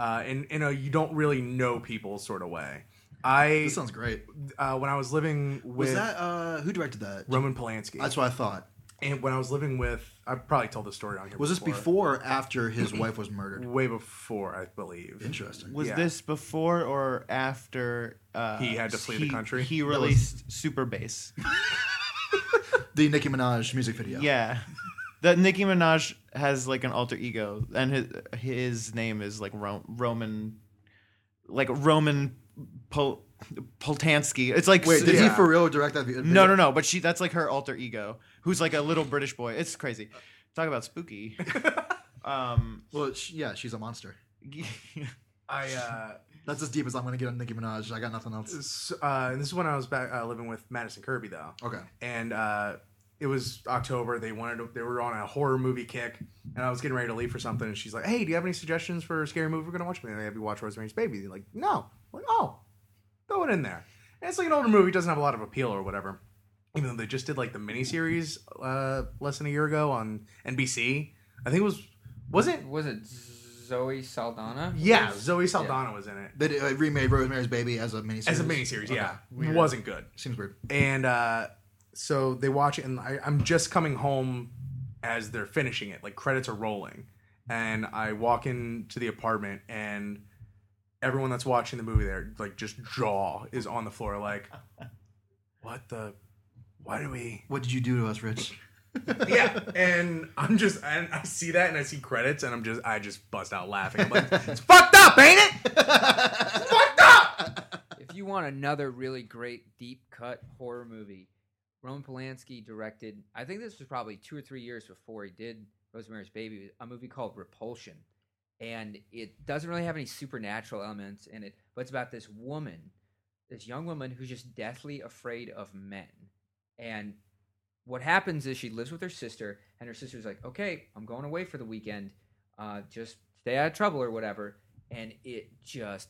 [SPEAKER 2] uh and in a you don't really know people sort of way i
[SPEAKER 1] this sounds great.
[SPEAKER 2] uh when i was living
[SPEAKER 1] Was
[SPEAKER 2] with
[SPEAKER 1] that uh, who directed that?
[SPEAKER 2] roman polanski
[SPEAKER 1] That's what I thought.
[SPEAKER 2] and when i was living with i probably told this story on here
[SPEAKER 1] Was this before or after his wife was murdered?
[SPEAKER 2] way before i believe
[SPEAKER 1] Interesting.
[SPEAKER 3] Was
[SPEAKER 2] Yeah.
[SPEAKER 3] this before or after uh,
[SPEAKER 2] He had to flee the
[SPEAKER 3] he-
[SPEAKER 2] country?
[SPEAKER 3] He
[SPEAKER 2] That was-
[SPEAKER 3] released Super Bass.
[SPEAKER 1] The Nicki Minaj music video.
[SPEAKER 3] Yeah. That Nicki Minaj has like an alter ego, and his his name is like Ro- Roman, like Roman Pol- Poltansky. It's like
[SPEAKER 1] Wait, did he
[SPEAKER 2] Yeah.
[SPEAKER 1] for real direct that video?
[SPEAKER 3] no, no, no. But she that's like her alter ego, who's like a little British boy. It's crazy. Talk about spooky. um,
[SPEAKER 1] Well, sh yeah, she's a monster.
[SPEAKER 2] i uh
[SPEAKER 1] That's as deep as I'm gonna get on Nicki Minaj. I got nothing else.
[SPEAKER 2] s- uh and this is when i was back uh, living with madison kirby though
[SPEAKER 1] Okay.
[SPEAKER 2] and uh, it was October. They wanted to, they were on a horror movie kick, and I was getting ready to leave for something. And she's like, "Hey, do you have any suggestions for a scary movie we're gonna watch?" And they have you watch Rosemary's Baby. They're like, "No." I'm like, "Oh, throw it in there." And it's like an older movie, doesn't have a lot of appeal or whatever. Even though they just did like the miniseries uh, less than a year ago on NBC. I think it was was it?
[SPEAKER 4] was it zoe saldana
[SPEAKER 2] Yeah, Zoe Saldana was in it
[SPEAKER 1] They did- uh, remade Rosemary's Baby as a miniseries.
[SPEAKER 2] as a miniseries. Yeah, wasn't good.
[SPEAKER 1] Seems weird.
[SPEAKER 2] and uh, so they watch it and I, i'm just coming home as they're finishing it like credits are rolling and i walk into the apartment and everyone that's watching the movie there like just jaw is on the floor like what the why do we
[SPEAKER 1] What did you do to us, Rich?
[SPEAKER 2] yeah and i'm just and i see that and i see credits and i'm just i just bust out laughing i'm like it's fucked up ain't it
[SPEAKER 4] if you want another really great deep cut horror movie roman polanski directed i think this was probably two or three years before he did rosemary's baby a movie called repulsion and it doesn't really have any supernatural elements in it but it's about this woman this young woman who's just deathly afraid of men and what happens is she lives with her sister and her sister's like okay i'm going away for the weekend uh, just stay out of trouble or whatever and it just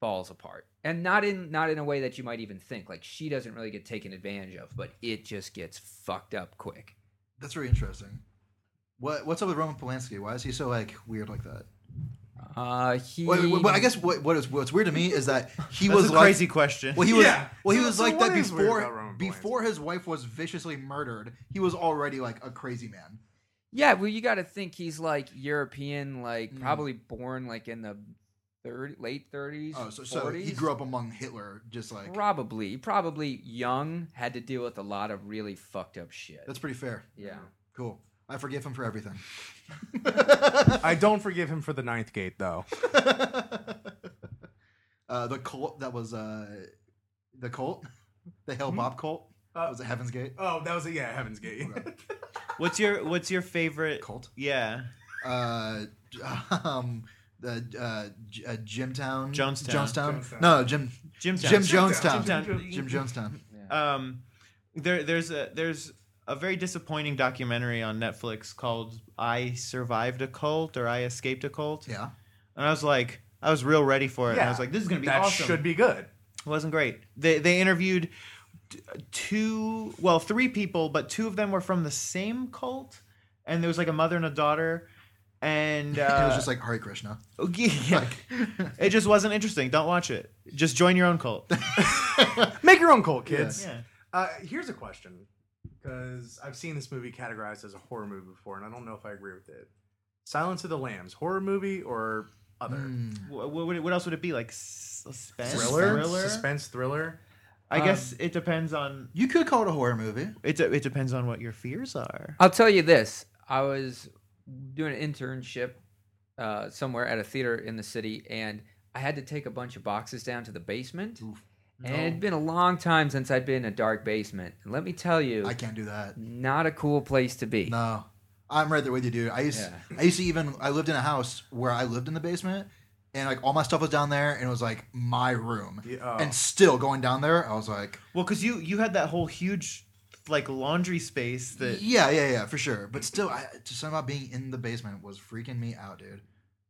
[SPEAKER 4] falls apart and not in not in a way that you might even think like she doesn't really get taken advantage of but it just gets fucked up quick
[SPEAKER 1] That's very interesting. What what's up with Roman Polanski? Why is he so like weird like that?
[SPEAKER 4] uh he
[SPEAKER 1] Well, well, well, I guess what what is what's weird to me is that he
[SPEAKER 3] that's
[SPEAKER 1] was
[SPEAKER 3] a
[SPEAKER 1] like,
[SPEAKER 3] crazy question.
[SPEAKER 1] Well, he was
[SPEAKER 2] Yeah.
[SPEAKER 1] well, he
[SPEAKER 2] So-
[SPEAKER 1] was
[SPEAKER 2] so
[SPEAKER 1] like
[SPEAKER 2] what
[SPEAKER 1] that
[SPEAKER 2] is weird about
[SPEAKER 1] before
[SPEAKER 2] Roman Polanski?
[SPEAKER 1] before his wife was viciously murdered. He was already like a crazy man.
[SPEAKER 4] yeah well you got to think he's like european like
[SPEAKER 1] Hmm.
[SPEAKER 4] probably born like in the third late 30s
[SPEAKER 1] Oh, so, so he
[SPEAKER 4] 40s.
[SPEAKER 1] grew up among Hitler, just like
[SPEAKER 4] probably probably young had to deal with a lot of really fucked up shit
[SPEAKER 1] that's pretty fair.
[SPEAKER 4] yeah
[SPEAKER 1] Cool. I forgive him for everything.
[SPEAKER 2] i don't forgive him for the ninth gate though
[SPEAKER 1] Uh, the cult that was uh, the cult, the Hell Bob cult.
[SPEAKER 2] Uh,
[SPEAKER 1] was it Heaven's Gate?
[SPEAKER 2] oh that was a yeah heaven's gate
[SPEAKER 3] what's your What's your favorite?
[SPEAKER 1] Cult.
[SPEAKER 3] Yeah,
[SPEAKER 1] uh, um, the uh, J- uh, Jimtown,
[SPEAKER 3] Jonestown.
[SPEAKER 1] Jonestown,
[SPEAKER 2] Jonestown.
[SPEAKER 1] no, Jim,
[SPEAKER 3] Jim.
[SPEAKER 1] Jim
[SPEAKER 3] Jones.
[SPEAKER 1] Jonestown,
[SPEAKER 3] Jim Jonestown.
[SPEAKER 1] Jim Jonestown.
[SPEAKER 3] um, there there's a there's a very disappointing documentary on Netflix called "I Survived a Cult" or "I Escaped a Cult,"
[SPEAKER 1] Yeah,
[SPEAKER 3] and I was like, I was real ready for it. And I was like, this is gonna be
[SPEAKER 2] that
[SPEAKER 3] awesome.
[SPEAKER 2] should be good
[SPEAKER 3] It wasn't great. They they interviewed t- two, well, three people, but two of them were from the same cult, and there was like a mother and a daughter, and uh,
[SPEAKER 1] it was just like Hare Krishna.
[SPEAKER 3] yeah, it just wasn't interesting. Don't watch it. Just join your own cult.
[SPEAKER 2] Make your own cult, kids.
[SPEAKER 3] yeah.
[SPEAKER 2] Uh, here's a question because I've seen this movie categorized as a horror movie before, and I don't know if I agree with it. Silence of the Lambs, horror movie or other?
[SPEAKER 3] Mm.
[SPEAKER 1] Hmm.
[SPEAKER 3] What, what, what else would it be like? Suspense,
[SPEAKER 2] Thriller? Suspense thriller?
[SPEAKER 3] I guess it depends on
[SPEAKER 1] You could call it a horror movie.
[SPEAKER 3] it. de- It depends on what your fears are.
[SPEAKER 4] I'll tell you this: I was doing an internship uh, somewhere at a theater in the city, and I had to take a bunch of boxes down to the basement. And it had been a long time since I'd been in a dark basement. And let me tell you,
[SPEAKER 1] I can't do that.
[SPEAKER 4] not a cool place to be.
[SPEAKER 1] No, I'm right there with you, dude. I used
[SPEAKER 4] Yeah.
[SPEAKER 1] I used to even I lived in a house where I lived in the basement, and like all my stuff was down there, and it was like my room.
[SPEAKER 2] Yeah. oh.
[SPEAKER 1] And still going down there, I was like,
[SPEAKER 3] Well, because you you had that whole huge like laundry space that
[SPEAKER 1] yeah, yeah, yeah, for sure. But still, I, just something about being in the basement was freaking me out, dude.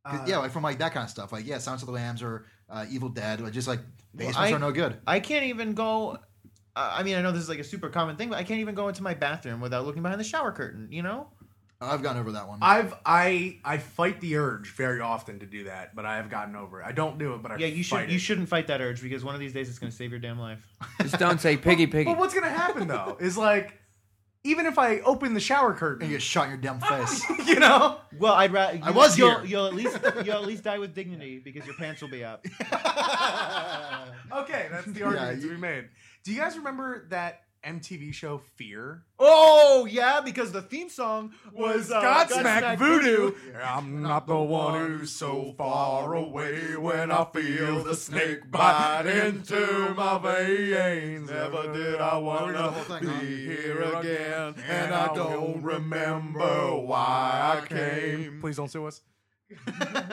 [SPEAKER 1] 'Cause, yeah, like from like that kind of stuff, like yeah, Silence of the Lambs or uh, Evil Dead, like just like basements
[SPEAKER 3] I-
[SPEAKER 1] are no good.
[SPEAKER 3] I can't even go. I I mean, I know this is like a super common thing, but I can't even go into my bathroom without looking behind the shower curtain. You know?
[SPEAKER 1] I've gone over that one.
[SPEAKER 2] I've I I fight the urge very often to do that, but I have gotten over it. I don't do it, but I
[SPEAKER 3] Yeah, you
[SPEAKER 2] fight
[SPEAKER 3] should.
[SPEAKER 2] it.
[SPEAKER 3] You shouldn't fight that urge because one of these days it's going to save your damn life.
[SPEAKER 4] Just don't say piggy, piggy.
[SPEAKER 2] But what's gonna happen though is like, even if I open the shower
[SPEAKER 1] and
[SPEAKER 2] curtain,
[SPEAKER 1] you get shot in your damn face.
[SPEAKER 2] you know,
[SPEAKER 3] Well, I'd rather.
[SPEAKER 1] I was
[SPEAKER 3] you'll,
[SPEAKER 1] here.
[SPEAKER 3] You'll at least you'll at least die with dignity because your pants will be up.
[SPEAKER 2] okay, that's the argument
[SPEAKER 1] you-
[SPEAKER 2] to be made. Do you guys remember that MTV show Fear?
[SPEAKER 3] Oh yeah, because the theme song was uh,
[SPEAKER 2] voodoo. I'm not the one who's so far away when I feel the snake bite into my veins. Never did I wanna be here again, and I don't remember why I came. Please don't sue us.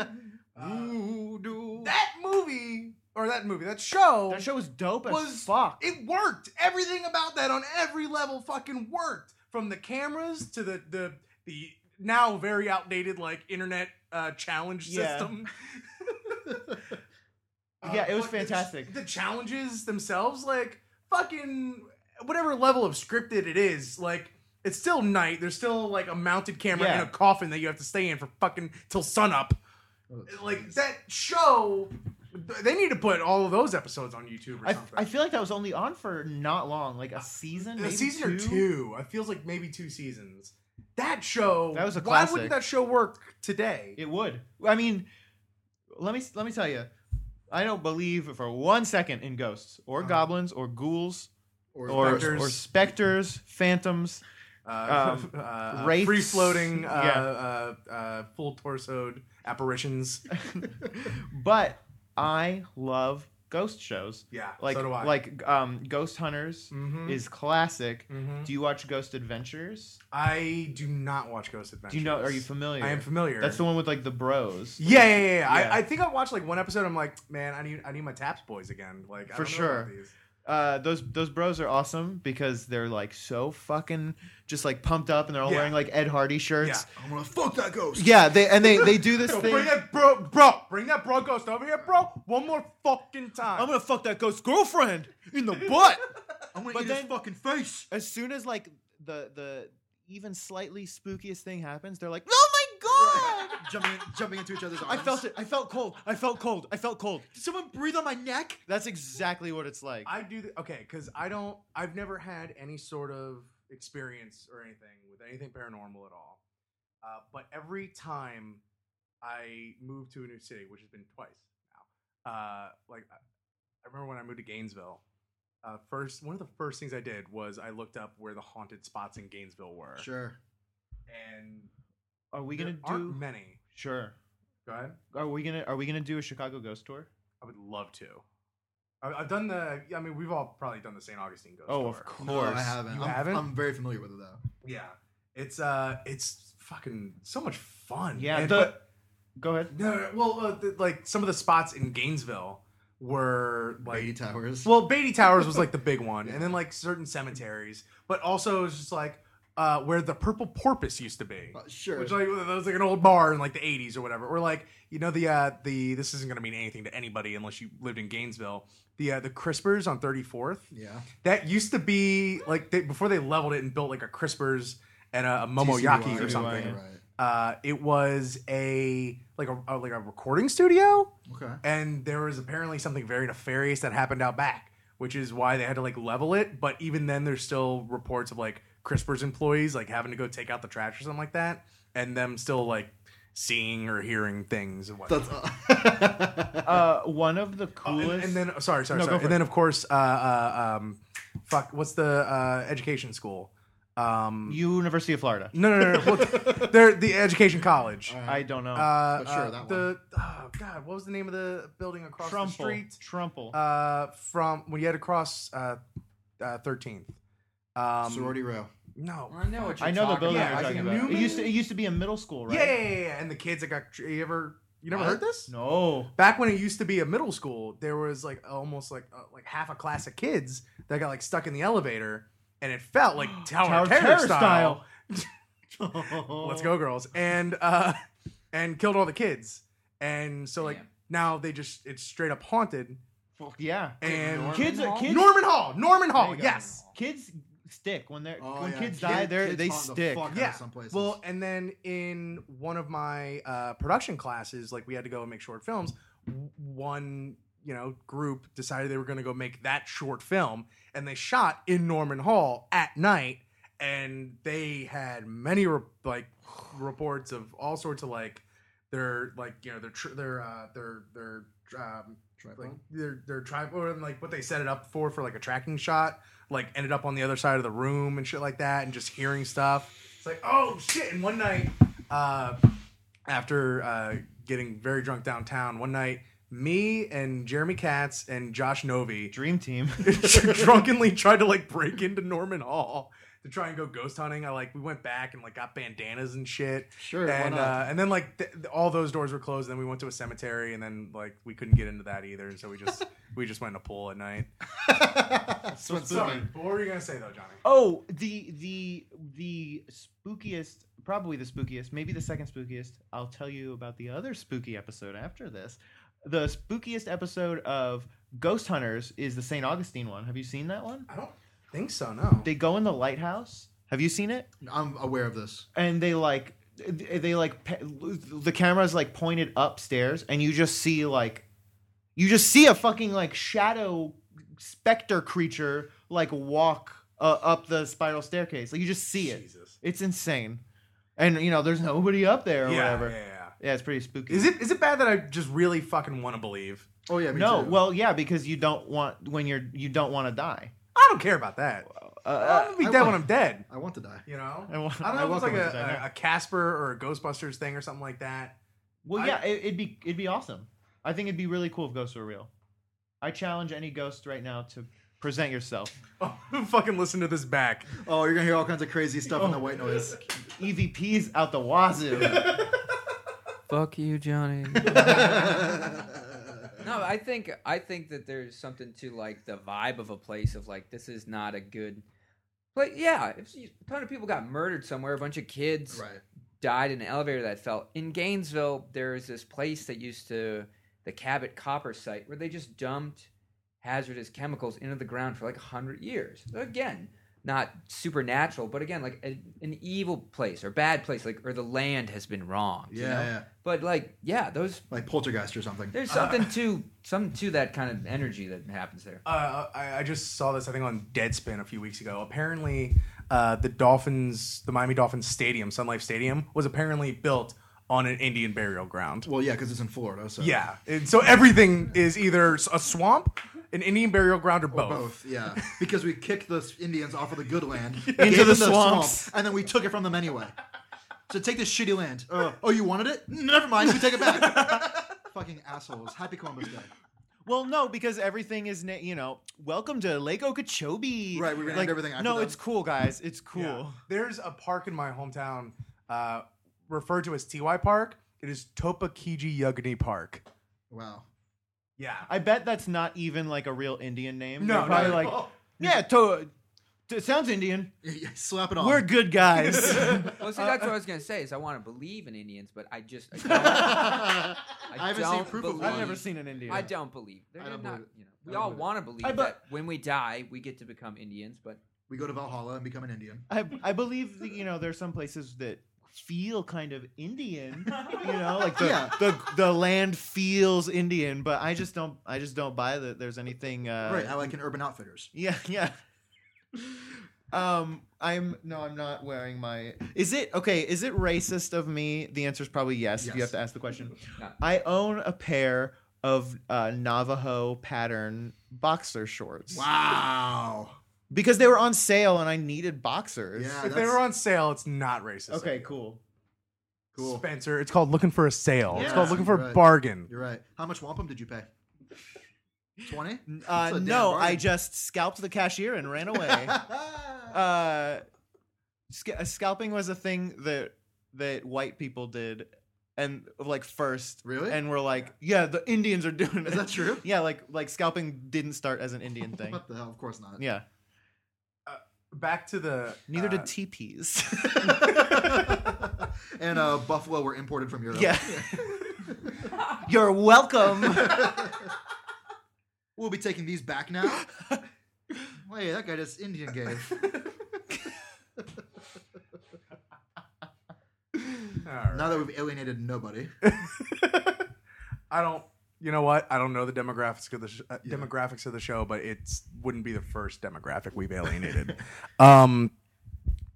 [SPEAKER 3] Voodoo.
[SPEAKER 2] That movie, or that movie, that show,
[SPEAKER 3] That show was dope as
[SPEAKER 2] was
[SPEAKER 3] fuck.
[SPEAKER 2] It worked. Everything about that on every level fucking worked. From the cameras to the the the now very outdated like internet uh, challenge
[SPEAKER 3] Yeah.
[SPEAKER 2] system.
[SPEAKER 3] Yeah, it was
[SPEAKER 2] but the-
[SPEAKER 3] fantastic.
[SPEAKER 2] The, challenges themselves, like fucking whatever level of scripted it is, like. It's still night. There's still like a mounted camera
[SPEAKER 3] Yeah.
[SPEAKER 2] in a coffin that you have to stay in for fucking till sunup.
[SPEAKER 3] Oh,
[SPEAKER 2] Like that show, they need to put all of those episodes on YouTube or
[SPEAKER 3] I,
[SPEAKER 2] something.
[SPEAKER 3] I feel like that was only on for not long, like a season,
[SPEAKER 2] A
[SPEAKER 3] maybe
[SPEAKER 2] season or two. It feels like maybe two seasons. That show.
[SPEAKER 3] That was a
[SPEAKER 2] Why
[SPEAKER 3] classic.
[SPEAKER 2] wouldn't that show work today?
[SPEAKER 3] It would. I mean, let me let me tell you, I don't believe for one second in ghosts or goblins or ghouls
[SPEAKER 1] Or,
[SPEAKER 3] or
[SPEAKER 2] Uh-huh. specters.
[SPEAKER 3] or specters, phantoms.
[SPEAKER 2] uh,
[SPEAKER 3] um,
[SPEAKER 2] uh, uh,
[SPEAKER 3] wraiths.
[SPEAKER 2] free floating, uh,
[SPEAKER 3] Yeah.
[SPEAKER 2] uh, uh, full torsoed apparitions.
[SPEAKER 3] But I love ghost shows.
[SPEAKER 2] Yeah,
[SPEAKER 3] like
[SPEAKER 2] so do I.
[SPEAKER 3] like um, Ghost Hunters
[SPEAKER 2] Mhm.
[SPEAKER 3] is classic.
[SPEAKER 2] Mhm.
[SPEAKER 3] Do you watch Ghost Adventures?
[SPEAKER 2] I do not watch Ghost Adventures.
[SPEAKER 3] Do you know? Are you familiar?
[SPEAKER 2] I am familiar.
[SPEAKER 3] That's the one with like the bros.
[SPEAKER 2] Yeah, yeah, yeah. yeah.
[SPEAKER 3] Yeah.
[SPEAKER 2] I, I think I watched like one episode. I'm like, man, I need, I need my Taps Boys again. Like, I
[SPEAKER 3] For
[SPEAKER 2] don't know
[SPEAKER 3] sure.
[SPEAKER 2] about these.
[SPEAKER 3] Uh, those those bros are awesome because they're like so fucking just like pumped up and they're all
[SPEAKER 2] Yeah.
[SPEAKER 3] wearing like Ed Hardy
[SPEAKER 2] Yeah.
[SPEAKER 3] shirts.
[SPEAKER 1] I'm gonna fuck that ghost.
[SPEAKER 3] Yeah, they and they they do this
[SPEAKER 2] Yo,
[SPEAKER 3] thing.
[SPEAKER 2] bring that bro, bro, bring that bro ghost over here, bro. One more fucking time.
[SPEAKER 3] I'm gonna fuck that ghost girlfriend in the butt.
[SPEAKER 1] I'm gonna
[SPEAKER 3] But
[SPEAKER 1] eat
[SPEAKER 3] then-
[SPEAKER 1] his fucking face.
[SPEAKER 3] as soon as like the the even slightly spookiest thing happens, they're like, "Oh my god!"
[SPEAKER 1] Jumping, jumping into each other's arms.
[SPEAKER 3] I felt it. I felt cold. I felt cold. I felt cold.
[SPEAKER 1] Did someone breathe on my neck?
[SPEAKER 3] That's exactly what it's like.
[SPEAKER 2] I do the, okay because I don't. I've never had any sort of experience or anything with anything paranormal at all. Uh, but every time I move to a new city, which has been twice now, uh, like I I remember when I moved to Gainesville. Uh, first, one of the first things I did was I looked up where the haunted spots in Gainesville were,
[SPEAKER 1] Sure.
[SPEAKER 2] and
[SPEAKER 3] Are we
[SPEAKER 2] there
[SPEAKER 3] gonna
[SPEAKER 2] aren't
[SPEAKER 3] do?
[SPEAKER 2] many.
[SPEAKER 3] Sure.
[SPEAKER 2] Go ahead.
[SPEAKER 3] Are we gonna Are we gonna do a Chicago ghost tour?
[SPEAKER 2] I would love to. I, I've done the. I mean, we've all probably done the St. Augustine ghost.
[SPEAKER 3] Oh,
[SPEAKER 2] tour.
[SPEAKER 3] of course.
[SPEAKER 1] No, I haven't.
[SPEAKER 2] You
[SPEAKER 1] I'm,
[SPEAKER 2] haven't?
[SPEAKER 1] I'm very familiar with it though.
[SPEAKER 2] Yeah, it's uh, it's fucking so much fun.
[SPEAKER 3] Yeah.
[SPEAKER 2] And-
[SPEAKER 3] the-
[SPEAKER 2] but-
[SPEAKER 3] go ahead.
[SPEAKER 2] no, no, well, uh, the, like some of the spots in Gainesville were like.
[SPEAKER 1] Lady Towers.
[SPEAKER 2] Well, Beatty Towers was like the big one, and then like certain cemeteries, but also it was just like uh, where the Purple Porpoise used to be.
[SPEAKER 1] Uh, sure.
[SPEAKER 2] Which like that was like an old bar in like the '80s or whatever, or like you know the uh, the this isn't gonna mean anything to anybody unless you lived in Gainesville. The uh, the Crispers on 34th,
[SPEAKER 1] yeah.
[SPEAKER 2] that used to be like they, before they leveled it and built like a Crispers and a, a Momoyakis
[SPEAKER 1] TCBY,
[SPEAKER 2] or something.
[SPEAKER 1] Right.
[SPEAKER 2] Uh, it was a like a, a- like a recording studio,
[SPEAKER 1] Okay.
[SPEAKER 2] and there was apparently something very nefarious that happened out back, which is why they had to like level it. But even then, there's still reports of like CRISPR's employees like having to go take out the trash or something like that, and them still like seeing or hearing things and whatnot.
[SPEAKER 1] That's uh,
[SPEAKER 3] Uh, one of the
[SPEAKER 2] Uh,
[SPEAKER 3] coolest.
[SPEAKER 2] and, and then sorry, sorry,
[SPEAKER 3] No, go
[SPEAKER 2] sorry.
[SPEAKER 3] for it.
[SPEAKER 2] And then of course, uh, uh, um, fuck, what's the uh, education school? Um,
[SPEAKER 3] University of Florida.
[SPEAKER 2] no, no, no, no. well, they're the education college.
[SPEAKER 3] I don't know.
[SPEAKER 2] Uh, uh,
[SPEAKER 1] sure, that
[SPEAKER 2] the oh god, what was the name of the building across
[SPEAKER 3] Trumple.
[SPEAKER 2] the street?
[SPEAKER 3] Trumple.
[SPEAKER 2] Uh, from when you had to cross uh, uh, 13th. Um,
[SPEAKER 1] sorority row.
[SPEAKER 2] No.
[SPEAKER 4] I know what you're
[SPEAKER 3] I know the
[SPEAKER 4] talking
[SPEAKER 3] building
[SPEAKER 2] yeah,
[SPEAKER 3] you're
[SPEAKER 2] I
[SPEAKER 4] about.
[SPEAKER 3] talking
[SPEAKER 2] think
[SPEAKER 3] about. It
[SPEAKER 2] Newman-
[SPEAKER 3] used to. It used to be a middle school, right?
[SPEAKER 2] Yeah, yeah, yeah, yeah. And the kids that got tr- you ever you never
[SPEAKER 1] What?
[SPEAKER 2] heard this?
[SPEAKER 3] No.
[SPEAKER 2] back when it used to be a middle school, there was like almost like uh, like half a class of kids that got like stuck in the elevator, and it felt like Tower,
[SPEAKER 3] Tower
[SPEAKER 2] of Terror,
[SPEAKER 3] Terror Oh.
[SPEAKER 2] style.
[SPEAKER 3] style.
[SPEAKER 2] Let's go, girls! And uh, and killed all the kids, and so like
[SPEAKER 4] Damn.
[SPEAKER 2] now they just it's straight up haunted.
[SPEAKER 3] Fuck yeah.
[SPEAKER 2] And
[SPEAKER 4] Norman
[SPEAKER 3] Kids-
[SPEAKER 4] Hall?
[SPEAKER 3] kids-
[SPEAKER 2] Norman Hall, Norman Hall,
[SPEAKER 3] There you go.
[SPEAKER 2] yes.
[SPEAKER 3] Kids stick when they're
[SPEAKER 1] Oh,
[SPEAKER 3] when
[SPEAKER 1] yeah,
[SPEAKER 3] kids
[SPEAKER 1] kid-
[SPEAKER 3] die. They're
[SPEAKER 1] kids
[SPEAKER 3] they
[SPEAKER 1] haunt the
[SPEAKER 3] stick.
[SPEAKER 1] fuck out of
[SPEAKER 2] Yeah.
[SPEAKER 1] Some places.
[SPEAKER 2] Well, and then in one of my uh, production classes, like we had to go and make short films. w- One, you know, group decided they were going to go make that short film, and they shot in Norman Hall at night, and they had many re- like reports of all sorts of like their like you know their tr- their uh, their their um, like their their tripod and like what they set it up for for like a tracking shot like ended up on the other side of the room and shit like that and just hearing stuff it's like oh shit and one night uh after uh getting very drunk downtown one night me and jeremy katz and josh novi
[SPEAKER 3] Dream team.
[SPEAKER 2] drunkenly tried to like break into norman hall to try and go ghost hunting i like we went back and like got bandanas and shit
[SPEAKER 1] sure.
[SPEAKER 2] and
[SPEAKER 1] why not?
[SPEAKER 2] uh, and then like th- th- all those doors were closed. And then we went to a cemetery, and then like we couldn't get into that either. And so we just we just went in a pool at night. Sorry, uh, but what were you gonna say though, Johnny?
[SPEAKER 3] Oh, the the the spookiest, probably the spookiest, maybe the second spookiest. I'll tell you about the other spooky episode after this. The spookiest episode of Ghost Hunters is the St. Augustine one. Have you seen that one?
[SPEAKER 2] I don't think so. No.
[SPEAKER 3] They go in the lighthouse. Have you seen it?
[SPEAKER 1] I'm aware of this.
[SPEAKER 3] And they like they they, like pe- the camera's like pointed upstairs and you just see like you just see a fucking like shadow specter creature like walk uh, up the spiral staircase. Like you just see it.
[SPEAKER 2] Jesus.
[SPEAKER 3] It's insane. And you know, there's nobody up there or
[SPEAKER 2] yeah,
[SPEAKER 3] whatever.
[SPEAKER 2] yeah,
[SPEAKER 3] Yeah.
[SPEAKER 2] yeah.
[SPEAKER 3] it's pretty spooky.
[SPEAKER 2] Is it is it bad that I just really fucking want to believe?
[SPEAKER 1] Oh yeah. Me
[SPEAKER 3] No,
[SPEAKER 1] too.
[SPEAKER 3] well, yeah, because you don't want when you're you don't want to die.
[SPEAKER 2] I don't care about that.
[SPEAKER 3] Uh,
[SPEAKER 2] I'm
[SPEAKER 3] uh,
[SPEAKER 2] gonna be
[SPEAKER 1] I
[SPEAKER 2] dead
[SPEAKER 1] want-
[SPEAKER 2] when I'm dead.
[SPEAKER 1] I want to die.
[SPEAKER 2] You know.
[SPEAKER 3] I want-
[SPEAKER 2] I
[SPEAKER 3] I
[SPEAKER 2] don't know if it's
[SPEAKER 1] welcome
[SPEAKER 2] like
[SPEAKER 1] it,
[SPEAKER 2] a,
[SPEAKER 3] Diana.
[SPEAKER 2] a, a Casper or a Ghostbusters thing or something like that.
[SPEAKER 3] well,
[SPEAKER 2] I-
[SPEAKER 3] yeah, it, it'd be it'd be awesome. I think it'd be really cool if ghosts were real. I challenge any ghost right now to present yourself.
[SPEAKER 2] Oh, fucking listen to this back.
[SPEAKER 1] Oh, you're gonna hear all kinds of crazy stuff in the
[SPEAKER 2] Oh.
[SPEAKER 1] white noise.
[SPEAKER 3] EVPs E out the wazoo.
[SPEAKER 4] Fuck you, Johnny. no, I think I think that there's something to like the vibe of a place of like this is not a good. But yeah, if you- a ton of people got murdered somewhere, a bunch of kids
[SPEAKER 1] Right.
[SPEAKER 4] died in an elevator that fell. In Gainesville, there is this place that used to the Cabot Copper site where they just dumped hazardous chemicals into the ground for like hundred years. Again, not supernatural, but again, like a, an evil place or bad place, like or the land has been wronged.
[SPEAKER 1] Yeah,
[SPEAKER 4] you know?
[SPEAKER 1] yeah. Uh.
[SPEAKER 4] But like, yeah, those
[SPEAKER 1] Like poltergeist or something.
[SPEAKER 4] there's something to something to that kind of energy that happens there.
[SPEAKER 2] Uh, I, I just saw this, I think, on Deadspin a few weeks ago. Apparently, uh, the Dolphins, the Miami Dolphins Stadium, Sun Life Stadium, was apparently built on an Indian burial ground.
[SPEAKER 1] Well, yeah, because it's in Florida. So
[SPEAKER 2] Yeah. And so everything is either s- a swamp, an Indian burial ground, or
[SPEAKER 3] Oh.
[SPEAKER 2] both.
[SPEAKER 1] Both, yeah, because we kicked the Indians off of the good land
[SPEAKER 3] Into
[SPEAKER 1] gave
[SPEAKER 3] the
[SPEAKER 1] them
[SPEAKER 3] swamps.
[SPEAKER 1] and then we took it from them anyway. So take this shitty land. Uh, oh, you wanted it? Never mind. We take it back. Fucking assholes. Happy Columbus Day.
[SPEAKER 3] well, no, because everything is na- you know, welcome to Lake Okeechobee.
[SPEAKER 1] Right, we renamed everything after
[SPEAKER 3] No,
[SPEAKER 1] them.
[SPEAKER 3] it's cool, guys. It's cool.
[SPEAKER 2] Yeah. There's a park in my hometown uh, referred to as TY Park. It is Topakiji Yugni Park.
[SPEAKER 1] Wow.
[SPEAKER 2] Yeah.
[SPEAKER 3] I bet that's not even like a real Indian name.
[SPEAKER 2] No,
[SPEAKER 3] They're
[SPEAKER 2] not
[SPEAKER 3] probably
[SPEAKER 2] at
[SPEAKER 3] like
[SPEAKER 1] Oh.
[SPEAKER 2] all.
[SPEAKER 3] yeah, to, to- sounds Indian.
[SPEAKER 1] Slap it on.
[SPEAKER 3] We're good guys.
[SPEAKER 4] Well, see, that's what I was gonna say is I want to believe in Indians, but I just I don't, I
[SPEAKER 1] haven't seen
[SPEAKER 4] don't
[SPEAKER 1] proof of
[SPEAKER 4] believe,
[SPEAKER 1] one.
[SPEAKER 3] I've never seen an Indian.
[SPEAKER 4] I don't believe. They're
[SPEAKER 1] I don't
[SPEAKER 4] not,
[SPEAKER 1] believe it. I
[SPEAKER 4] you know, we
[SPEAKER 1] don't
[SPEAKER 4] all
[SPEAKER 1] believe it.
[SPEAKER 4] want to believe
[SPEAKER 3] I bu-
[SPEAKER 4] that when we die, we get to become Indians, but
[SPEAKER 1] we go to Valhalla and become an Indian.
[SPEAKER 3] I, I believe that, you know there's some places that feel kind of Indian, you know, like the,
[SPEAKER 1] Yeah.
[SPEAKER 3] the the land feels Indian, but I just don't I just don't buy that there's anything uh
[SPEAKER 1] right, I like an Urban Outfitters.
[SPEAKER 3] Yeah, yeah. Um, I'm no, I'm not wearing my. Is it okay? Is it racist of me? The answer is probably yes. If you
[SPEAKER 1] Yes.
[SPEAKER 3] have to ask the question,
[SPEAKER 4] No.
[SPEAKER 3] I own a pair of uh, Navajo pattern boxer shorts
[SPEAKER 1] Wow.
[SPEAKER 3] because they were on sale and I needed boxers.
[SPEAKER 1] Yeah,
[SPEAKER 2] If they
[SPEAKER 1] that's-
[SPEAKER 2] were on sale, it's not racist.
[SPEAKER 3] Ah, Okay. Cool.
[SPEAKER 1] Cool.
[SPEAKER 2] Spencer, it's called looking for a sale. it's
[SPEAKER 3] Yeah.
[SPEAKER 2] called looking for
[SPEAKER 1] Right.
[SPEAKER 2] a bargain.
[SPEAKER 1] You're right. How much wampum did you pay? Twenty.
[SPEAKER 3] Uh,
[SPEAKER 1] That's a damn
[SPEAKER 3] no, I
[SPEAKER 1] bargain.
[SPEAKER 3] just scalped the cashier and ran away. uh, sc- scalping was a thing that that white people did, and like first,
[SPEAKER 1] Really?
[SPEAKER 3] and we're like, yeah, the Indians are doing.
[SPEAKER 1] Is
[SPEAKER 3] it."
[SPEAKER 1] that true?
[SPEAKER 3] Yeah, like like scalping didn't start as an Indian thing.
[SPEAKER 1] What the hell? Of course not.
[SPEAKER 3] Yeah,
[SPEAKER 2] Back to the
[SPEAKER 3] neither
[SPEAKER 2] uh,
[SPEAKER 3] did teepees.
[SPEAKER 1] and uh, buffalo were imported from Europe.
[SPEAKER 3] yeah, you're welcome.
[SPEAKER 1] We'll be taking these back now. Wait, that guy just Indian gave.
[SPEAKER 2] Alright.
[SPEAKER 1] Now that we've alienated nobody.
[SPEAKER 2] I don't. You know what? I don't know the demographics of the sh- uh,
[SPEAKER 1] Yeah.
[SPEAKER 2] demographics of the show, but it wouldn't be the first demographic we've alienated. um,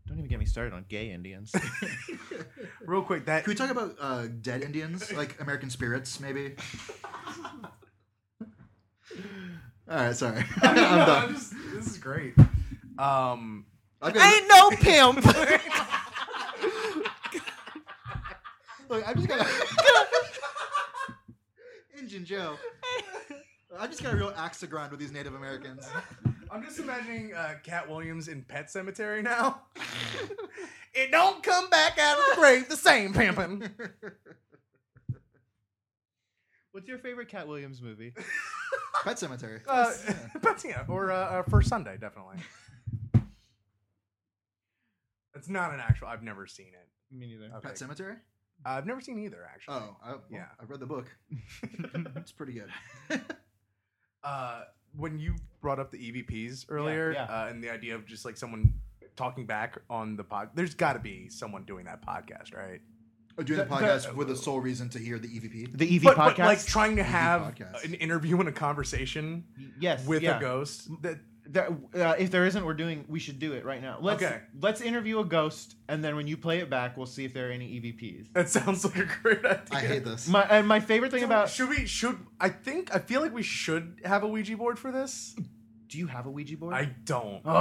[SPEAKER 3] Don't even get me started on gay Indians.
[SPEAKER 2] real quick, that
[SPEAKER 1] Can we talk about uh, dead Indians, like American spirits, maybe? All right, sorry. I'm done.
[SPEAKER 2] just, this is great. Um,
[SPEAKER 1] I've got-
[SPEAKER 3] Ain't no pimp.
[SPEAKER 1] Look, I'm just gonna. Injun Joe. I just got a real axe to grind with these Native Americans.
[SPEAKER 2] I'm just imagining uh, Cat Williams in Pet Cemetery now. it don't come back out of the grave the same, pimpin'.
[SPEAKER 3] What's your favorite Cat Williams movie?
[SPEAKER 1] Pet Cemetery.
[SPEAKER 2] Uh, but yeah, or uh, uh, for Sunday, definitely. it's not an actual. I've never seen it.
[SPEAKER 3] Me neither.
[SPEAKER 2] Okay.
[SPEAKER 1] Pet Cemetery?
[SPEAKER 2] Uh, I've never seen either actually.
[SPEAKER 1] Oh, I, well,
[SPEAKER 2] Yeah.
[SPEAKER 1] I read the book. it's pretty good.
[SPEAKER 2] uh, when you brought up the EVPs earlier
[SPEAKER 3] yeah.
[SPEAKER 2] Uh, and the idea of just like someone talking back on the pod, there's got to be someone doing that podcast, right?
[SPEAKER 1] Oh, doing the
[SPEAKER 2] The- the-
[SPEAKER 1] podcast with the sole reason to hear the E EVP.
[SPEAKER 3] The EV
[SPEAKER 2] But,
[SPEAKER 3] E podcast. E
[SPEAKER 2] but like trying to have
[SPEAKER 1] podcast.
[SPEAKER 2] an interview and a conversation
[SPEAKER 3] yes,
[SPEAKER 2] with
[SPEAKER 3] yeah.
[SPEAKER 2] a ghost. That
[SPEAKER 3] There, uh, if there isn't, we're doing. We should do it right now. Let's
[SPEAKER 2] Okay.
[SPEAKER 3] let's interview a ghost, and then when you play it back, we'll see if there are any EVPs.
[SPEAKER 2] that sounds like a great idea.
[SPEAKER 1] I hate this.
[SPEAKER 3] My and my favorite thing about.
[SPEAKER 2] should we should I think I feel like we should have a Ouija board for this.
[SPEAKER 3] Do you have a Ouija board?
[SPEAKER 2] I don't. but I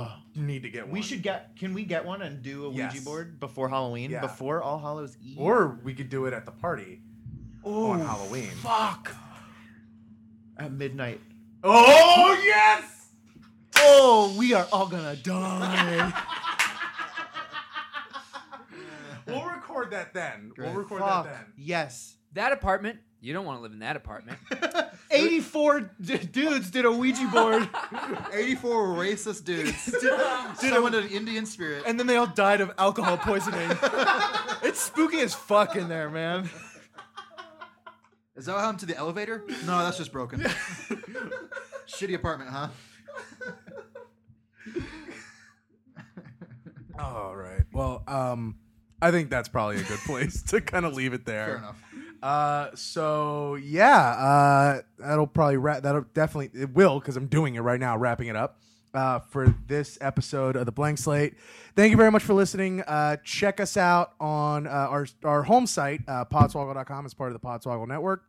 [SPEAKER 3] Oh.
[SPEAKER 2] need to get one.
[SPEAKER 3] we should get. Can we get one and do a Ouija
[SPEAKER 2] Yes.
[SPEAKER 3] board before Halloween?
[SPEAKER 2] Yeah.
[SPEAKER 3] Before All Hallows Eve.
[SPEAKER 2] or we could do it at the party on Halloween.
[SPEAKER 3] Oh, fuck. At midnight.
[SPEAKER 2] Oh yes.
[SPEAKER 3] Oh, we are all gonna die.
[SPEAKER 2] We'll record that then.
[SPEAKER 1] Great.
[SPEAKER 2] We'll record
[SPEAKER 3] fuck.
[SPEAKER 2] that then.
[SPEAKER 3] Yes.
[SPEAKER 4] That apartment, you don't want to live in that apartment.
[SPEAKER 3] 84 d- dudes did a Ouija board,
[SPEAKER 1] 84 racist dudes. Someone did an Indian spirit.
[SPEAKER 3] and then they all died of alcohol poisoning. it's spooky as fuck in there, man.
[SPEAKER 1] Is that what happened to the elevator? No, that's just broken. Shitty apartment, huh?
[SPEAKER 2] All right. Well, um, I think that's probably a good place to kind of leave it there.
[SPEAKER 1] Fair enough.
[SPEAKER 2] Uh, so yeah, uh, that'll probably wrap. That'll definitely it will because I'm doing it right now, wrapping it up. Uh, for this episode of the Blank Slate, thank you very much for listening. Uh, check us out on uh, our our home site, uh, Podswoggle.com, as part of the Podswoggle Network.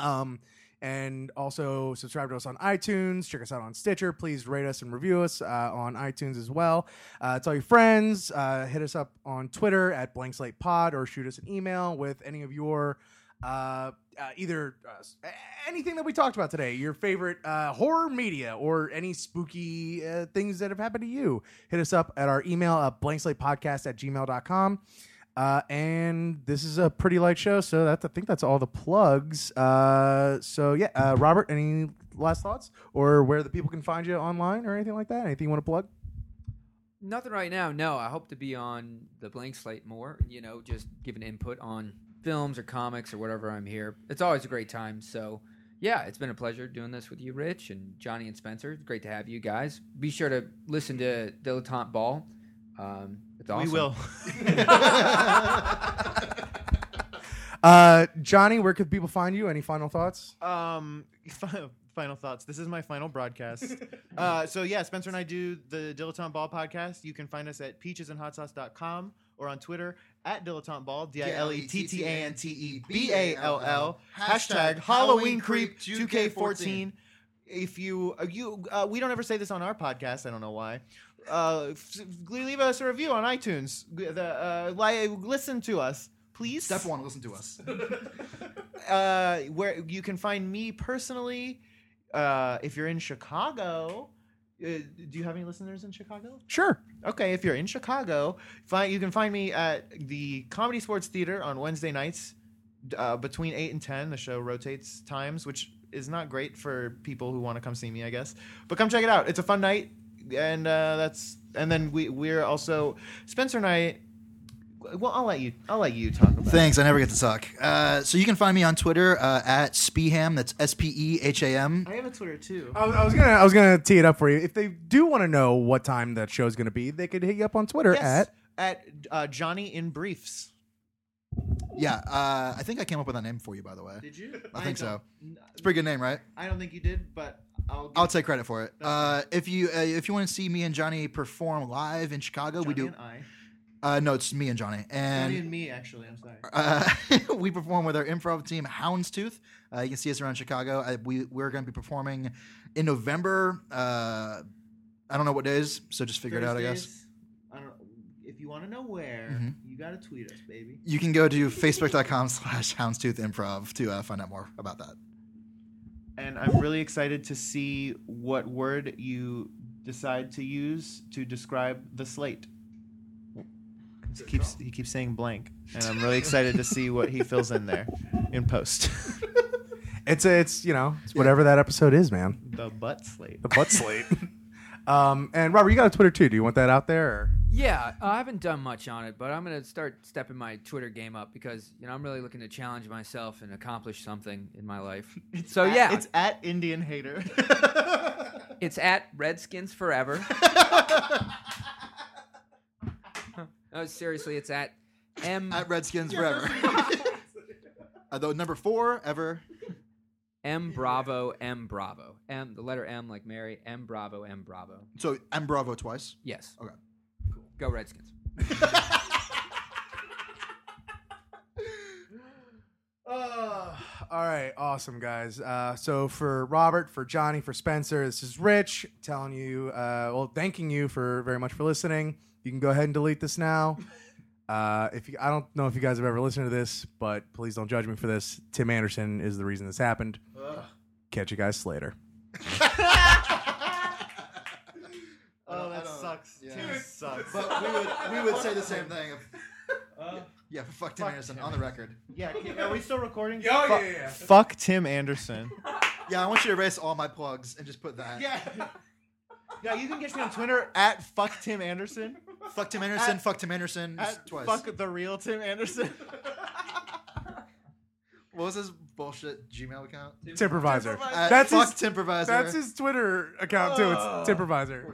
[SPEAKER 2] Um, and also subscribe to us on iTunes. Check us out on Stitcher. Please rate us and review us uh, on iTunes as well. Uh, tell your friends. Uh, hit us up on Twitter at Blank Slate Pod or shoot us an email with any of your uh, uh, either uh, s- anything that we talked about today, your favorite uh, horror media or any spooky uh, things that have happened to you. Hit us up at our email at blankslatepodcast at gmail.com. Uh, and this is a pretty light show, so that's, I think that's all the plugs. Uh, so yeah, uh, Robert, any last thoughts or where the people can find you online or anything like that? Anything you want to plug?
[SPEAKER 4] Nothing right now. No, I hope to be on the blank slate more. You know, just giving input on films or comics or whatever I'm here. It's always a great time. So, yeah, it's been a pleasure doing this with you, Rich and Johnny and Spencer. It's great to have you guys. Be sure to listen to Dilettante Ball. Um, It's awesome.
[SPEAKER 3] We will.
[SPEAKER 2] Uh, Johnny, where could people find you? Any final thoughts?
[SPEAKER 3] Um, fi- final thoughts. This is my final broadcast. uh, so yeah, Spencer and I do the Dilettante Ball podcast. You can find us at peachesandhotsauce.com or on Twitter at Dilettante Ball, D I L E T T A N T E B A L L, hashtag Halloween Creep 2K14. If you, uh, you uh, we don't ever say this on our podcast. I don't know why. Uh, f- leave us a review on iTunes. G- The, uh, li- listen to us, please
[SPEAKER 1] Step one, listen to us.
[SPEAKER 3] uh, where you can find me personally uh, if you're in Chicago. Uh, do you have any listeners in Chicago?
[SPEAKER 2] Sure.
[SPEAKER 3] Okay, if you're in Chicago, find, you can find me at the Comedy Sports Theater on Wednesday nights uh, between 8 and 10. The show rotates times, which is not great for people who want to come see me, I guess. But come check it out. It's a fun night. And uh, that's and then we we're also Spencer and I well I'll let you I'll let you talk about it.
[SPEAKER 1] Thanks. I never get to talk. Uh, so you can find me on Twitter uh, at Speham. That's S P E H A M.
[SPEAKER 3] I have a Twitter too.
[SPEAKER 2] I was, I was gonna I was gonna tee it up for you. If they do want to know what time that show's gonna be, they could hit you up on Twitter
[SPEAKER 3] Yes,
[SPEAKER 2] at
[SPEAKER 3] at uh, Johnny in Briefs.
[SPEAKER 1] Yeah, uh, I think I came up with that name for you, by the way.
[SPEAKER 3] Did you?
[SPEAKER 1] I think so.
[SPEAKER 3] don't-
[SPEAKER 1] It's a pretty good name, right?
[SPEAKER 3] I don't think you did, but I'll. Give
[SPEAKER 1] I'll take credit for it. Uh, if you uh, if you want to see me and Johnny perform live in Chicago,
[SPEAKER 3] Johnny
[SPEAKER 1] we do.
[SPEAKER 3] And I.
[SPEAKER 1] Uh, no, it's me and Johnny,
[SPEAKER 3] Johnny
[SPEAKER 1] and
[SPEAKER 3] and me, actually. I'm sorry.
[SPEAKER 1] uh, we perform with our improv team Houndstooth. Uh, you can see us around Chicago. Uh, we we're going to be performing in November. Uh, I don't know what days, so just figure it out. I guess. Mm-hmm.
[SPEAKER 3] Thursdays, I don't know. If you want to know where, you gotta tweet us, baby.
[SPEAKER 1] you can go to facebook.com slash houndstooth improv to uh, find out more about that
[SPEAKER 3] And I'm really excited to see what word you decide to use to describe the slate. He keeps, he keeps saying blank, and I'm really excited to see what he fills in there in post.
[SPEAKER 2] it's a, it's you know it's whatever that episode is, man.
[SPEAKER 3] the butt slate.
[SPEAKER 2] The butt slate. um, and Robert, you got a Twitter too. Do you want that out there? Or?
[SPEAKER 4] Yeah, I haven't done much on it, but I'm gonna start stepping my Twitter game up because you know I'm really looking to challenge myself and accomplish something in my life. so
[SPEAKER 3] At-
[SPEAKER 4] yeah,
[SPEAKER 3] it's at Indian Hater.
[SPEAKER 4] It's at Redskins Forever. no, seriously, it's at M
[SPEAKER 1] at redskins forever uh, the number four ever
[SPEAKER 4] M Bravo M Bravo M. The letter M like Mary M Bravo M Bravo.
[SPEAKER 1] so i'm bravo twice
[SPEAKER 4] Yes.
[SPEAKER 1] Okay.
[SPEAKER 4] Cool. Go Redskins.
[SPEAKER 1] Oh,
[SPEAKER 2] Uh, all right, awesome guys. Uh, so for Robert, for Johnny, for Spencer, this is Rich telling you, uh, well, thanking you for very much for listening. You can go ahead and delete this now. Uh, if you, I don't know if you guys have ever listened to this, but please don't judge me for this. Tim Anderson is the reason this happened. Catch you guys later.
[SPEAKER 3] Oh,
[SPEAKER 1] I
[SPEAKER 3] that
[SPEAKER 1] don't-
[SPEAKER 3] sucks.
[SPEAKER 1] yeah.
[SPEAKER 3] Dude, sucks.
[SPEAKER 1] but we would we would say the same thing if, yeah fuck tim anderson on the record
[SPEAKER 3] yeah, are we still recording?
[SPEAKER 5] Oh,
[SPEAKER 3] Fuck-
[SPEAKER 5] yeah, yeah.
[SPEAKER 3] Fuck Tim Anderson.
[SPEAKER 1] yeah i want you to erase all my plugs and just put that
[SPEAKER 3] yeah. Yeah, you can catch me on Twitter at fuck Tim Anderson.
[SPEAKER 1] fuck tim anderson
[SPEAKER 3] At-
[SPEAKER 1] fuck tim anderson
[SPEAKER 3] At
[SPEAKER 1] twice
[SPEAKER 3] fuck the real Tim Anderson.
[SPEAKER 1] what was his bullshit gmail account
[SPEAKER 2] Timpervisor.
[SPEAKER 1] At
[SPEAKER 2] That's
[SPEAKER 1] Uh, fuck
[SPEAKER 2] his-
[SPEAKER 1] timprovisor
[SPEAKER 2] That's his Twitter account too. It's Timpervisor.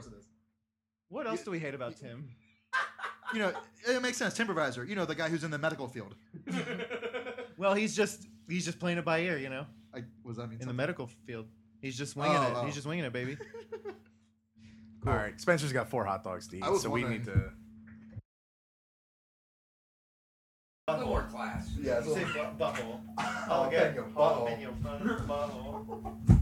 [SPEAKER 3] what else do we hate about Tim?
[SPEAKER 1] you know it makes sense timprovisor you know the guy who's in the medical field
[SPEAKER 3] Well, he's just he's just playing it by ear, you know,
[SPEAKER 1] I, was that mean
[SPEAKER 3] in the
[SPEAKER 1] something?
[SPEAKER 3] medical field. He's just winging
[SPEAKER 1] Oh,
[SPEAKER 3] it.
[SPEAKER 1] oh.
[SPEAKER 3] He's just winging it, baby.
[SPEAKER 2] All right, Spencer's got four hot dogs to eat,
[SPEAKER 1] I was
[SPEAKER 2] so we
[SPEAKER 1] wondering-
[SPEAKER 2] need to.
[SPEAKER 4] Lower class.
[SPEAKER 1] yeah it's a little-
[SPEAKER 3] Oh, butthole.
[SPEAKER 1] Jalapeno butthole.
[SPEAKER 3] butthole.